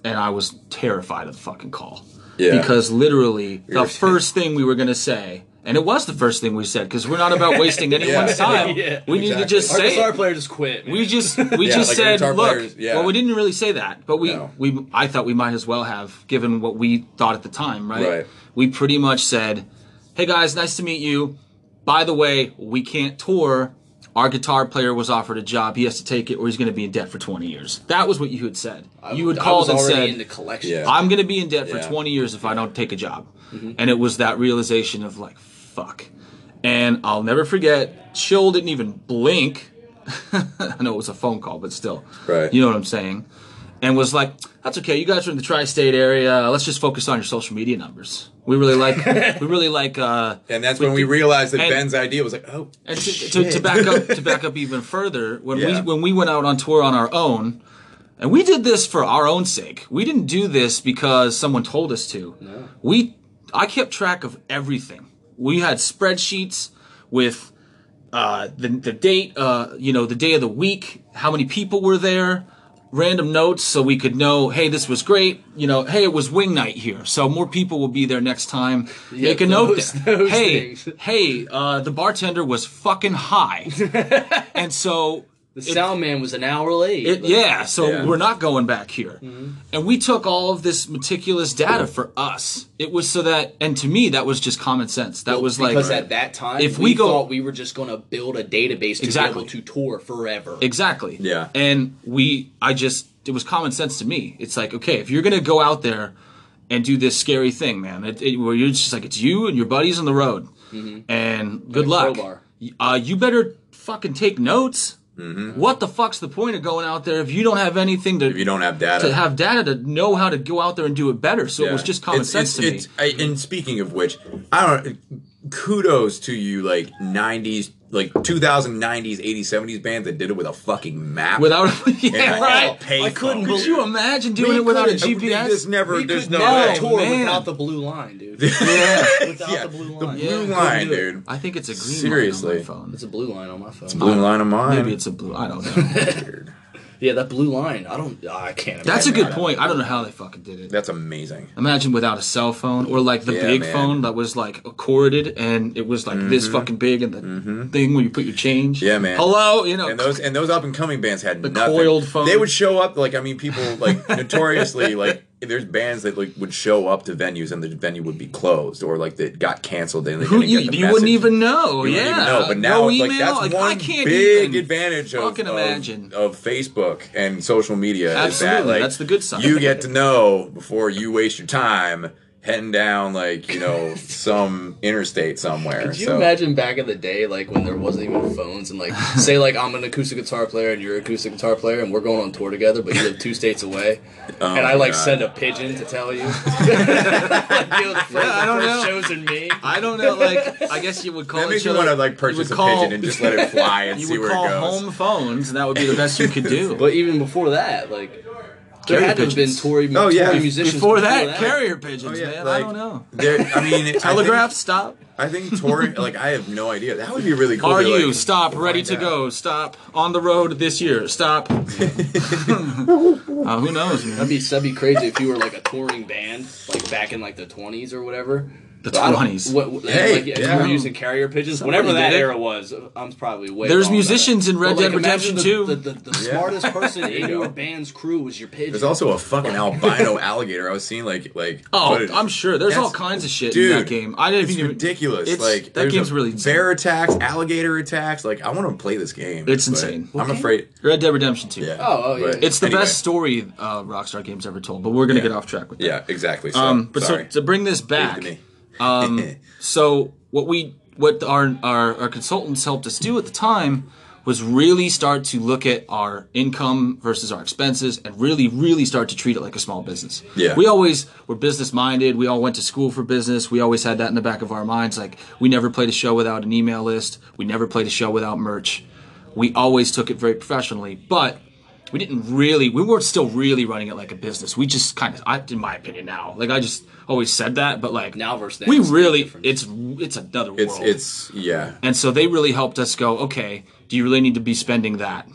[SPEAKER 3] and i was terrified of the fucking call
[SPEAKER 2] Yeah.
[SPEAKER 3] because literally the
[SPEAKER 2] were-
[SPEAKER 3] first thing we were going to say and it was the first thing we said because we're not about
[SPEAKER 2] (laughs)
[SPEAKER 3] wasting anyone's time
[SPEAKER 1] (laughs) Yeah,
[SPEAKER 3] we need to
[SPEAKER 2] exactly.
[SPEAKER 3] just
[SPEAKER 1] Our
[SPEAKER 3] say
[SPEAKER 1] guitar
[SPEAKER 3] it.
[SPEAKER 1] player just quit.
[SPEAKER 3] we
[SPEAKER 2] (laughs)
[SPEAKER 3] just we
[SPEAKER 2] Yeah, like
[SPEAKER 3] just
[SPEAKER 2] our
[SPEAKER 3] said
[SPEAKER 2] guitar
[SPEAKER 3] look
[SPEAKER 2] players, yeah.
[SPEAKER 3] well we didn't really say that but we
[SPEAKER 2] No.
[SPEAKER 3] we i thought we might as well have given what we thought at the time right,
[SPEAKER 2] Right.
[SPEAKER 3] we pretty much said hey guys nice to meet you by the way we can't tour our guitar player was offered a job he has to take it or he's going to be in debt for 20 years that was what you had said you had
[SPEAKER 1] I was
[SPEAKER 3] called and
[SPEAKER 1] already
[SPEAKER 3] said
[SPEAKER 1] into collection.
[SPEAKER 2] Yeah.
[SPEAKER 3] i'm going to be in debt for
[SPEAKER 2] Yeah. Mm-hmm.
[SPEAKER 3] 20 years if i don't take a job and it was that realization of like fuck and i'll never forget chill didn't even blink (laughs) I know it was a phone call, but still.
[SPEAKER 2] Right.
[SPEAKER 3] You know what I'm saying? And was like, that's okay. You guys are in the tri-state area. Let's just focus on your social media numbers. We really like,
[SPEAKER 2] (laughs)
[SPEAKER 3] we really like, uh,
[SPEAKER 2] And that's when we realized that
[SPEAKER 3] and-
[SPEAKER 2] Ben's idea was like, oh,
[SPEAKER 3] and to, to, to back up, to back up even further, when
[SPEAKER 2] Yeah.
[SPEAKER 3] we, when we went out on tour on our own, and we did this for our own sake. We didn't do this because someone told us to. No. We, I kept track of everything. We had spreadsheets with uh, the, the date, uh, you know, the day of the week, how many people were there, random notes so we could know, hey, this was great. You know, hey, it was wing night here. So more people will be there next time. Make a note
[SPEAKER 1] those- (laughs)
[SPEAKER 3] there.
[SPEAKER 1] those
[SPEAKER 3] hey,
[SPEAKER 1] things.
[SPEAKER 3] hey, uh, the bartender was
[SPEAKER 1] (laughs)
[SPEAKER 3] fucking high. and so
[SPEAKER 1] The sound man was an hour late.
[SPEAKER 3] it,
[SPEAKER 1] Like, Mm-hmm.
[SPEAKER 3] yeah, so
[SPEAKER 2] Yeah.
[SPEAKER 3] we're not going back here. And we took all of this meticulous data for us. It was so that, and to me, that was just common sense. That was like
[SPEAKER 1] because at that time
[SPEAKER 3] if
[SPEAKER 1] if
[SPEAKER 3] we
[SPEAKER 1] we,
[SPEAKER 3] go-
[SPEAKER 1] thought we were just going to build a database to
[SPEAKER 3] Exactly.
[SPEAKER 1] be able to tour forever.
[SPEAKER 3] Exactly.
[SPEAKER 2] Yeah.
[SPEAKER 3] And we, I just, it was common sense to me. It's like, okay, if you're gonna go out there and do this scary thing, man, it, it, where you're just like, it's you and your buddies on the road,
[SPEAKER 2] Mm-hmm.
[SPEAKER 3] and good
[SPEAKER 1] a
[SPEAKER 3] luck.
[SPEAKER 1] crowbar.
[SPEAKER 3] Y- Uh, you better fucking take notes. What the fuck's the point of going out there if you don't have anything to
[SPEAKER 2] Mm-hmm. if you don't have data.
[SPEAKER 3] to have data to know how to go out there and do it better? So
[SPEAKER 2] Yeah.
[SPEAKER 3] it was just common
[SPEAKER 2] It's-
[SPEAKER 3] sense
[SPEAKER 2] it's-
[SPEAKER 3] to me.
[SPEAKER 2] it's- I, and speaking of which, I don't. Kudos to you, like '90s, like 2090s, '80s, '70s bands that did it with a fucking map.
[SPEAKER 3] Without, (laughs) yeah,
[SPEAKER 2] Yeah,
[SPEAKER 3] right.
[SPEAKER 2] pay
[SPEAKER 1] I couldn't
[SPEAKER 2] phone.
[SPEAKER 1] believe-
[SPEAKER 3] Could you imagine doing
[SPEAKER 2] We
[SPEAKER 3] it without a
[SPEAKER 2] couldn't-
[SPEAKER 3] GPS?
[SPEAKER 2] There's never,
[SPEAKER 1] we
[SPEAKER 2] there's
[SPEAKER 1] could
[SPEAKER 2] no
[SPEAKER 1] never
[SPEAKER 2] way.
[SPEAKER 1] tour
[SPEAKER 3] man.
[SPEAKER 1] without the blue line, dude.
[SPEAKER 3] Yeah.
[SPEAKER 1] Without
[SPEAKER 2] (laughs) Yeah,
[SPEAKER 1] the blue line.
[SPEAKER 2] blue
[SPEAKER 3] Yeah.
[SPEAKER 2] line,
[SPEAKER 1] Couldn't do it.
[SPEAKER 2] dude.
[SPEAKER 3] I think it's a green
[SPEAKER 2] Seriously.
[SPEAKER 3] line on my phone.
[SPEAKER 1] It's a blue line on my phone.
[SPEAKER 2] Blue line of mine.
[SPEAKER 3] Maybe it's a blue. I don't know.
[SPEAKER 2] Weird.
[SPEAKER 1] Yeah, that blue line. I don't. I can't.
[SPEAKER 3] That's a
[SPEAKER 1] imagine
[SPEAKER 3] good
[SPEAKER 1] that.
[SPEAKER 3] point. I don't know how they fucking did it.
[SPEAKER 2] That's amazing.
[SPEAKER 3] Imagine without a cell phone or like the
[SPEAKER 2] Yeah,
[SPEAKER 3] big
[SPEAKER 2] man. Mm-hmm.
[SPEAKER 3] phone that was like corded and it was like this fucking big and the thing where you put your change.
[SPEAKER 2] Yeah, man.
[SPEAKER 3] Hello, you know.
[SPEAKER 2] And those and those up and coming bands had
[SPEAKER 3] The
[SPEAKER 2] nothing.
[SPEAKER 3] coiled phone.
[SPEAKER 2] They would show up like I mean people
[SPEAKER 3] (laughs)
[SPEAKER 2] like notoriously like there's bands that like would show up to venues and the venue would be closed or like that got canceled and they
[SPEAKER 3] who,
[SPEAKER 2] didn't
[SPEAKER 3] you
[SPEAKER 2] get the
[SPEAKER 3] you wouldn't
[SPEAKER 2] message.
[SPEAKER 3] even know.
[SPEAKER 2] You
[SPEAKER 3] yeah.
[SPEAKER 2] wouldn't even know. But now
[SPEAKER 3] no
[SPEAKER 2] it's like
[SPEAKER 3] email,
[SPEAKER 2] that's
[SPEAKER 3] like,
[SPEAKER 2] one
[SPEAKER 3] I can't
[SPEAKER 2] big
[SPEAKER 3] even
[SPEAKER 2] advantage of,
[SPEAKER 3] fucking
[SPEAKER 2] of-
[SPEAKER 3] imagine.
[SPEAKER 2] of Facebook and social media. is that,
[SPEAKER 3] Absolutely,
[SPEAKER 2] like,
[SPEAKER 3] that's the good side.
[SPEAKER 2] You get to know before you waste your time heading down like you know
[SPEAKER 3] (laughs)
[SPEAKER 2] some interstate somewhere.
[SPEAKER 1] Could you
[SPEAKER 2] so.
[SPEAKER 1] imagine back in the day, like when there wasn't even phones,
[SPEAKER 3] (laughs)
[SPEAKER 1] and like say, like I'm an acoustic guitar player and you're an acoustic guitar player, and we're going on tour together, but you live two states away,
[SPEAKER 2] Oh,
[SPEAKER 1] and I like
[SPEAKER 2] God.
[SPEAKER 1] send a pigeon to tell
[SPEAKER 3] (laughs)
[SPEAKER 1] you. (laughs) like, yo, the first,
[SPEAKER 3] I
[SPEAKER 1] the
[SPEAKER 3] don't
[SPEAKER 1] first
[SPEAKER 3] know.
[SPEAKER 1] shows in me.
[SPEAKER 3] I don't know.
[SPEAKER 2] (laughs)
[SPEAKER 3] Like, I guess you would call
[SPEAKER 2] That makes
[SPEAKER 3] each
[SPEAKER 2] me
[SPEAKER 3] other.
[SPEAKER 2] want to like
[SPEAKER 3] you
[SPEAKER 2] purchase
[SPEAKER 3] would
[SPEAKER 2] a
[SPEAKER 3] call-
[SPEAKER 2] pigeon and just let it fly and
[SPEAKER 3] (laughs) you
[SPEAKER 2] see
[SPEAKER 3] would
[SPEAKER 2] where
[SPEAKER 3] call
[SPEAKER 2] it goes.
[SPEAKER 3] home phones, and that would be the best
[SPEAKER 2] (laughs)
[SPEAKER 3] you could do.
[SPEAKER 1] But even before that, like there
[SPEAKER 3] Carrier
[SPEAKER 1] had to have been
[SPEAKER 3] pigeons.
[SPEAKER 1] Tory,
[SPEAKER 2] Oh, yeah.
[SPEAKER 1] Tory musicians
[SPEAKER 3] Before that, carrier pigeons, man. I
[SPEAKER 2] Oh, like,
[SPEAKER 3] don't know.
[SPEAKER 2] There, I mean,
[SPEAKER 3] Telegraph, stop.
[SPEAKER 2] I think, I think Tori. Like, I have no idea. That would be really cool.
[SPEAKER 3] Are
[SPEAKER 2] to,
[SPEAKER 3] you
[SPEAKER 2] like,
[SPEAKER 3] stop ready
[SPEAKER 2] find
[SPEAKER 3] to
[SPEAKER 2] out.
[SPEAKER 3] go? Stop on the road this
[SPEAKER 2] (laughs)
[SPEAKER 3] year. Stop. uh, who knows, man?
[SPEAKER 1] That'd be that'd be crazy if you were like a touring band, like back in like the twenties or whatever.
[SPEAKER 3] The
[SPEAKER 1] But I don't-
[SPEAKER 3] 20s.
[SPEAKER 1] What, what-
[SPEAKER 2] Hey,
[SPEAKER 1] like, if
[SPEAKER 2] yeah.
[SPEAKER 1] you were using carrier pigeons,
[SPEAKER 3] Somebody
[SPEAKER 1] whatever that
[SPEAKER 3] did it.
[SPEAKER 1] era was. I'm probably way.
[SPEAKER 3] There's
[SPEAKER 1] wrong about
[SPEAKER 3] musicians
[SPEAKER 1] it.
[SPEAKER 3] in Red
[SPEAKER 1] But, like,
[SPEAKER 3] Dead
[SPEAKER 1] imagine the-
[SPEAKER 3] Redemption 2.
[SPEAKER 1] The, the, the
[SPEAKER 2] Yeah.
[SPEAKER 1] smartest person in
[SPEAKER 2] you
[SPEAKER 1] your
[SPEAKER 2] go.
[SPEAKER 1] band's crew was your pigeon.
[SPEAKER 2] There's also a fucking albino (laughs) alligator. I was seeing like like.
[SPEAKER 3] Oh,
[SPEAKER 2] footage.
[SPEAKER 3] I'm sure. There's all
[SPEAKER 2] That's-
[SPEAKER 3] kinds of shit
[SPEAKER 2] Dude,
[SPEAKER 3] in that game. I didn't
[SPEAKER 2] It's
[SPEAKER 3] even
[SPEAKER 2] ridiculous.
[SPEAKER 3] it's-
[SPEAKER 2] like
[SPEAKER 3] that
[SPEAKER 2] there's
[SPEAKER 3] game's
[SPEAKER 2] a
[SPEAKER 3] really
[SPEAKER 2] bear attacks, alligator attacks. Like I want to play this game.
[SPEAKER 3] It's
[SPEAKER 2] but
[SPEAKER 3] insane.
[SPEAKER 2] I'm afraid.
[SPEAKER 3] Red Dead Redemption 2.
[SPEAKER 2] Yeah.
[SPEAKER 1] Oh, oh, yeah.
[SPEAKER 2] but
[SPEAKER 3] It's the
[SPEAKER 2] anyway.
[SPEAKER 3] best story uh, Rockstar Games ever told, but we're gonna
[SPEAKER 2] Yeah.
[SPEAKER 3] get off track with that.
[SPEAKER 2] Yeah, exactly. So,
[SPEAKER 3] Um, but
[SPEAKER 2] sorry.
[SPEAKER 3] so to bring this
[SPEAKER 2] Leave
[SPEAKER 3] back,
[SPEAKER 2] it to me.
[SPEAKER 3] um, so what we what our, our our consultants helped us do at the time was really start to look at our income versus our expenses and really really start to treat it like a small business.
[SPEAKER 2] Yeah.
[SPEAKER 3] We always were business minded. We all went to school for business. We always had that in the back of our minds like we never played a show without an email list. We never played a show without merch. We always took it very professionally, but we didn't really we weren't still really running it like a business we just kind of I, in my opinion now like i just always said that but like
[SPEAKER 1] Now versus then
[SPEAKER 3] we
[SPEAKER 1] is the
[SPEAKER 3] really
[SPEAKER 1] difference.
[SPEAKER 3] it's it's another
[SPEAKER 2] (laughs) it's
[SPEAKER 3] world
[SPEAKER 2] it's yeah.
[SPEAKER 3] and so they really helped us go okay do you really need to be spending that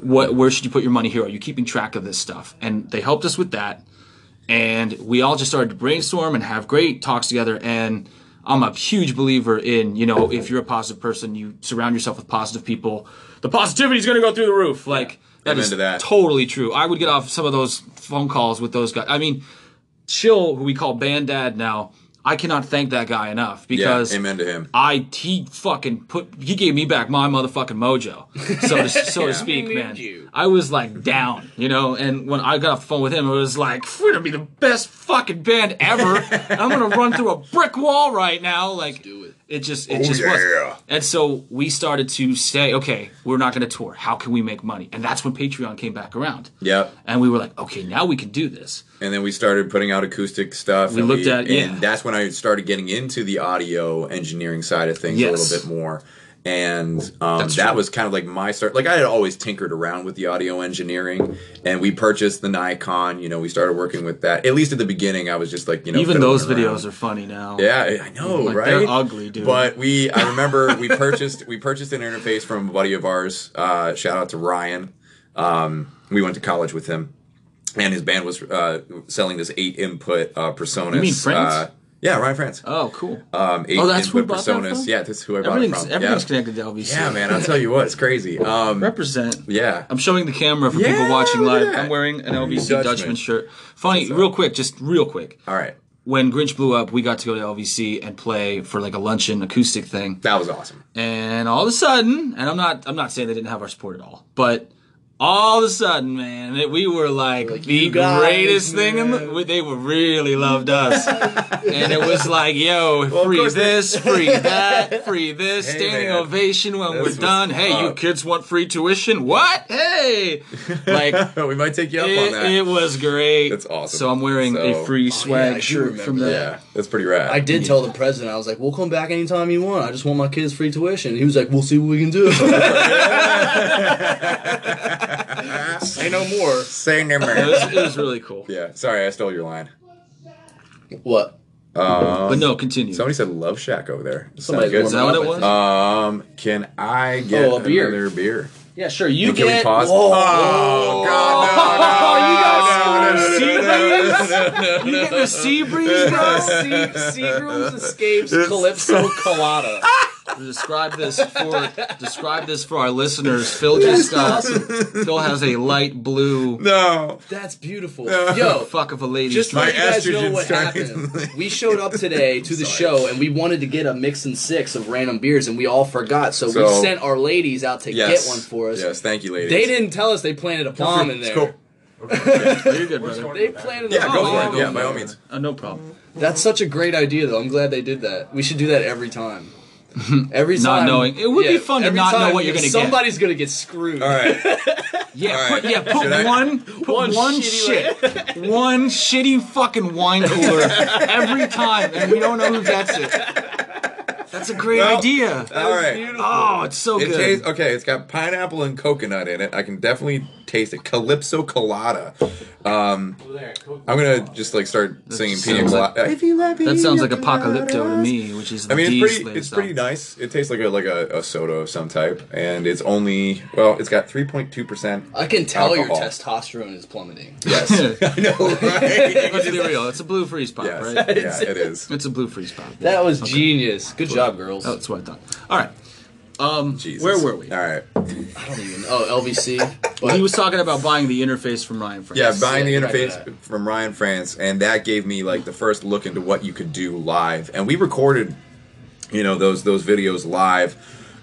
[SPEAKER 3] what where should you put your money here are you keeping track of this stuff and they helped us with that and we all just started to brainstorm and have great talks together and i'm a huge believer in you know if you're a positive person you surround yourself with positive people the positivity is going to go through the roof like that
[SPEAKER 2] I'm
[SPEAKER 3] is
[SPEAKER 2] into that.
[SPEAKER 3] totally true i would get off some of those phone calls with those guys i mean chill who we call bandad now i cannot thank that guy enough
[SPEAKER 2] Yeah.
[SPEAKER 3] because
[SPEAKER 2] Amen to him.
[SPEAKER 3] I he fucking put he gave me back my motherfucking mojo, so
[SPEAKER 1] (laughs)
[SPEAKER 3] to, so to speak,
[SPEAKER 1] He
[SPEAKER 3] man.
[SPEAKER 1] moved you.
[SPEAKER 3] I was like down, you know. And when I got off the phone with him, it was like we're gonna be the best fucking band ever. I'm gonna run through a brick wall right now. Like
[SPEAKER 1] do it.
[SPEAKER 3] just it
[SPEAKER 2] Oh,
[SPEAKER 3] just
[SPEAKER 2] yeah.
[SPEAKER 3] was. And so we started to say, okay, we're not gonna tour. How can we make money? And that's when Patreon came back around.
[SPEAKER 2] Yep.
[SPEAKER 3] And we were like, okay, now we can do this.
[SPEAKER 2] and then we started putting out acoustic stuff.
[SPEAKER 3] We
[SPEAKER 2] and
[SPEAKER 3] looked at-
[SPEAKER 2] and
[SPEAKER 3] yeah.
[SPEAKER 2] that's when I started getting into the audio engineering side of things
[SPEAKER 3] Yes.
[SPEAKER 2] a little bit more. And um,
[SPEAKER 3] That's
[SPEAKER 2] that
[SPEAKER 3] true.
[SPEAKER 2] was kind of like my start. Like I had always tinkered around with the audio engineering, and we purchased the Nikon. You know, we started working with that. At least at the beginning, I was just like, you know,
[SPEAKER 3] Even those
[SPEAKER 2] fiddling around.
[SPEAKER 3] videos are funny now.
[SPEAKER 2] Yeah, I- I know,
[SPEAKER 3] Like,
[SPEAKER 2] right?
[SPEAKER 3] they're ugly, dude.
[SPEAKER 2] But we,
[SPEAKER 3] (laughs)
[SPEAKER 2] I remember we purchased we purchased an interface from a buddy of ours. Uh, shout out to Ryan. Um, we went to college with him, and his band was uh, selling this eight input uh, Personas.
[SPEAKER 3] You mean France?
[SPEAKER 2] Uh, yeah, Ryan France.
[SPEAKER 3] Oh, cool.
[SPEAKER 2] Um, eight
[SPEAKER 3] Oh, that's who
[SPEAKER 2] input
[SPEAKER 3] bought that
[SPEAKER 2] Personas.
[SPEAKER 3] from?
[SPEAKER 2] Yeah, that's who I bought it
[SPEAKER 3] everything's
[SPEAKER 2] from.
[SPEAKER 3] everything's
[SPEAKER 2] yeah.
[SPEAKER 3] connected to LBC.
[SPEAKER 2] yeah, man. I'll tell you what, it's
[SPEAKER 3] (laughs)
[SPEAKER 2] crazy. Um,
[SPEAKER 3] Represent.
[SPEAKER 2] yeah.
[SPEAKER 3] I'm showing the camera for
[SPEAKER 2] Yeah,
[SPEAKER 3] people watching
[SPEAKER 2] look at
[SPEAKER 3] live.
[SPEAKER 2] that.
[SPEAKER 3] I'm wearing an LVC
[SPEAKER 2] Dutchman.
[SPEAKER 3] Dutchman, shirt. Funny, real quick, just real quick.
[SPEAKER 2] All right,
[SPEAKER 3] When Grinch blew up, we got to go to LVC and play for like a luncheon acoustic thing.
[SPEAKER 2] that was awesome.
[SPEAKER 3] And all of a sudden, and I'm not I'm not saying they didn't have our support at all, but all of a sudden, man, it, we were like, the
[SPEAKER 1] "You guys,
[SPEAKER 3] greatest thing in
[SPEAKER 1] man."
[SPEAKER 3] the. They were really loved
[SPEAKER 2] (laughs)
[SPEAKER 3] us, and it was like, yo,
[SPEAKER 2] of
[SPEAKER 3] free
[SPEAKER 2] course they- (laughs)
[SPEAKER 3] this, free that, free this,
[SPEAKER 2] Hey,
[SPEAKER 3] standing
[SPEAKER 2] man.
[SPEAKER 3] ovation when
[SPEAKER 2] This
[SPEAKER 3] we're done.
[SPEAKER 2] was
[SPEAKER 3] Hey, you
[SPEAKER 2] up.
[SPEAKER 3] kids want free tuition? What?
[SPEAKER 2] (laughs)
[SPEAKER 3] Hey, like
[SPEAKER 2] we might take you up on
[SPEAKER 3] it,
[SPEAKER 2] that.
[SPEAKER 3] it was great.
[SPEAKER 2] That's awesome.
[SPEAKER 3] So I'm wearing
[SPEAKER 2] So- Oh,
[SPEAKER 3] a free swag
[SPEAKER 1] I do
[SPEAKER 3] shirt from
[SPEAKER 1] remember
[SPEAKER 3] that.
[SPEAKER 2] yeah, that's pretty rad.
[SPEAKER 1] I did tell the president, I was like, "We'll come back anytime you want. I just want my kids free tuition." He was like, "We'll see what we can
[SPEAKER 2] (laughs)
[SPEAKER 1] do." (laughs) Say no more.
[SPEAKER 2] Say no more.
[SPEAKER 3] (laughs) It was, it was really cool.
[SPEAKER 2] (laughs) Yeah, sorry, I stole your line.
[SPEAKER 1] What?
[SPEAKER 2] Um,
[SPEAKER 3] But no, continue.
[SPEAKER 2] Somebody said Love Shack over there. Sounds
[SPEAKER 1] Somebody's
[SPEAKER 2] good.
[SPEAKER 3] Is that what it was?
[SPEAKER 2] Um, can I get
[SPEAKER 1] Oh, a beer.
[SPEAKER 2] another beer?
[SPEAKER 1] Yeah, sure. You
[SPEAKER 2] And
[SPEAKER 1] get.
[SPEAKER 2] can we pause?
[SPEAKER 1] Whoa. Oh,
[SPEAKER 2] Oh
[SPEAKER 3] (laughs)
[SPEAKER 2] God! No, no,
[SPEAKER 1] you guys
[SPEAKER 2] no, no, no, no, no, no,
[SPEAKER 1] You
[SPEAKER 2] no,
[SPEAKER 1] get the sea breeze, bro. Sea, seagrams escapes
[SPEAKER 2] (laughs)
[SPEAKER 1] Calypso Colada.
[SPEAKER 3] Describe this for describe this for our listeners. Phil just got Phil has a light blue
[SPEAKER 2] no.
[SPEAKER 1] That's beautiful.
[SPEAKER 2] Yeah.
[SPEAKER 1] Yo,
[SPEAKER 3] fuck of a lady.
[SPEAKER 1] just so
[SPEAKER 2] My
[SPEAKER 1] you guys know
[SPEAKER 2] estrogen's
[SPEAKER 1] what
[SPEAKER 2] starting- (laughs)
[SPEAKER 1] happened. We showed up today to the show and we wanted to get a mix and six of random beers and we all forgot. So, we
[SPEAKER 2] So-
[SPEAKER 1] sent our ladies out to get
[SPEAKER 2] Yes.
[SPEAKER 1] one for us.
[SPEAKER 2] Yes, thank you, ladies.
[SPEAKER 1] They didn't tell us they planted a bomb in
[SPEAKER 2] Let's
[SPEAKER 1] there.
[SPEAKER 2] go.
[SPEAKER 3] Oh, you're good,
[SPEAKER 2] (laughs)
[SPEAKER 3] brother.
[SPEAKER 1] They planted
[SPEAKER 2] Yeah,
[SPEAKER 1] a
[SPEAKER 2] go
[SPEAKER 1] bomb.
[SPEAKER 2] for it. Yeah, by all means.
[SPEAKER 3] Uh, no problem.
[SPEAKER 1] That's such a great idea, though. I'm glad they did that. We should do that every
[SPEAKER 3] (laughs)
[SPEAKER 1] time. Every
[SPEAKER 3] Not
[SPEAKER 1] time,
[SPEAKER 3] knowing- it would be fun to
[SPEAKER 1] every
[SPEAKER 3] not know
[SPEAKER 1] time
[SPEAKER 3] what you're gonna get.
[SPEAKER 1] Somebody's gonna get screwed.
[SPEAKER 2] All right.
[SPEAKER 3] Yeah,
[SPEAKER 2] All
[SPEAKER 3] put,
[SPEAKER 2] right.
[SPEAKER 3] yeah, put
[SPEAKER 2] Should I-
[SPEAKER 3] one, put one,
[SPEAKER 1] One
[SPEAKER 3] shit,
[SPEAKER 1] shitty
[SPEAKER 3] one shitty fucking wine cooler every time, and we don't know who gets it. That's a great
[SPEAKER 2] Well, uh,
[SPEAKER 3] idea.
[SPEAKER 2] All right.
[SPEAKER 1] Beautiful.
[SPEAKER 3] Oh, it's so
[SPEAKER 2] It
[SPEAKER 3] good.
[SPEAKER 2] tastes okay. It's got pineapple and coconut in it. I can definitely taste it. Calypso colada. Um, I'm gonna just like start singing pina
[SPEAKER 3] sounds like-
[SPEAKER 2] colada. you let me
[SPEAKER 3] that sounds like
[SPEAKER 2] your
[SPEAKER 3] Apocalypto to
[SPEAKER 2] coladas.
[SPEAKER 3] me, which is the
[SPEAKER 2] I mean,
[SPEAKER 3] D
[SPEAKER 2] it's pretty.
[SPEAKER 3] slave
[SPEAKER 2] It's
[SPEAKER 3] style.
[SPEAKER 2] pretty nice. It tastes like a like a, a soda of some type, and it's only well, it's got 3.2 percent.
[SPEAKER 1] I can tell
[SPEAKER 2] Alcohol.
[SPEAKER 1] your testosterone is plummeting.
[SPEAKER 2] Yes, (laughs)
[SPEAKER 3] (laughs)
[SPEAKER 2] I know, (laughs) right?
[SPEAKER 3] Let's be real. It's a blue freeze pop,
[SPEAKER 2] yes,
[SPEAKER 3] right?
[SPEAKER 2] yeah, it is.
[SPEAKER 3] It's a blue freeze pop.
[SPEAKER 1] (laughs) That was genius. Good job, girls.
[SPEAKER 3] Oh, that's what I thought. All right. Um,
[SPEAKER 2] Jesus.
[SPEAKER 3] where were we?
[SPEAKER 2] All right.
[SPEAKER 1] I don't even. Oh,
[SPEAKER 3] (laughs)
[SPEAKER 1] LVC.
[SPEAKER 3] He
[SPEAKER 1] But
[SPEAKER 3] was talking about buying the interface from Ryan Francis.
[SPEAKER 2] Yeah, buying the
[SPEAKER 1] yeah,
[SPEAKER 2] interface
[SPEAKER 1] right, right.
[SPEAKER 2] from Ryan France, and that gave me like the first look into what you could do live. And we recorded, you know, those those videos live,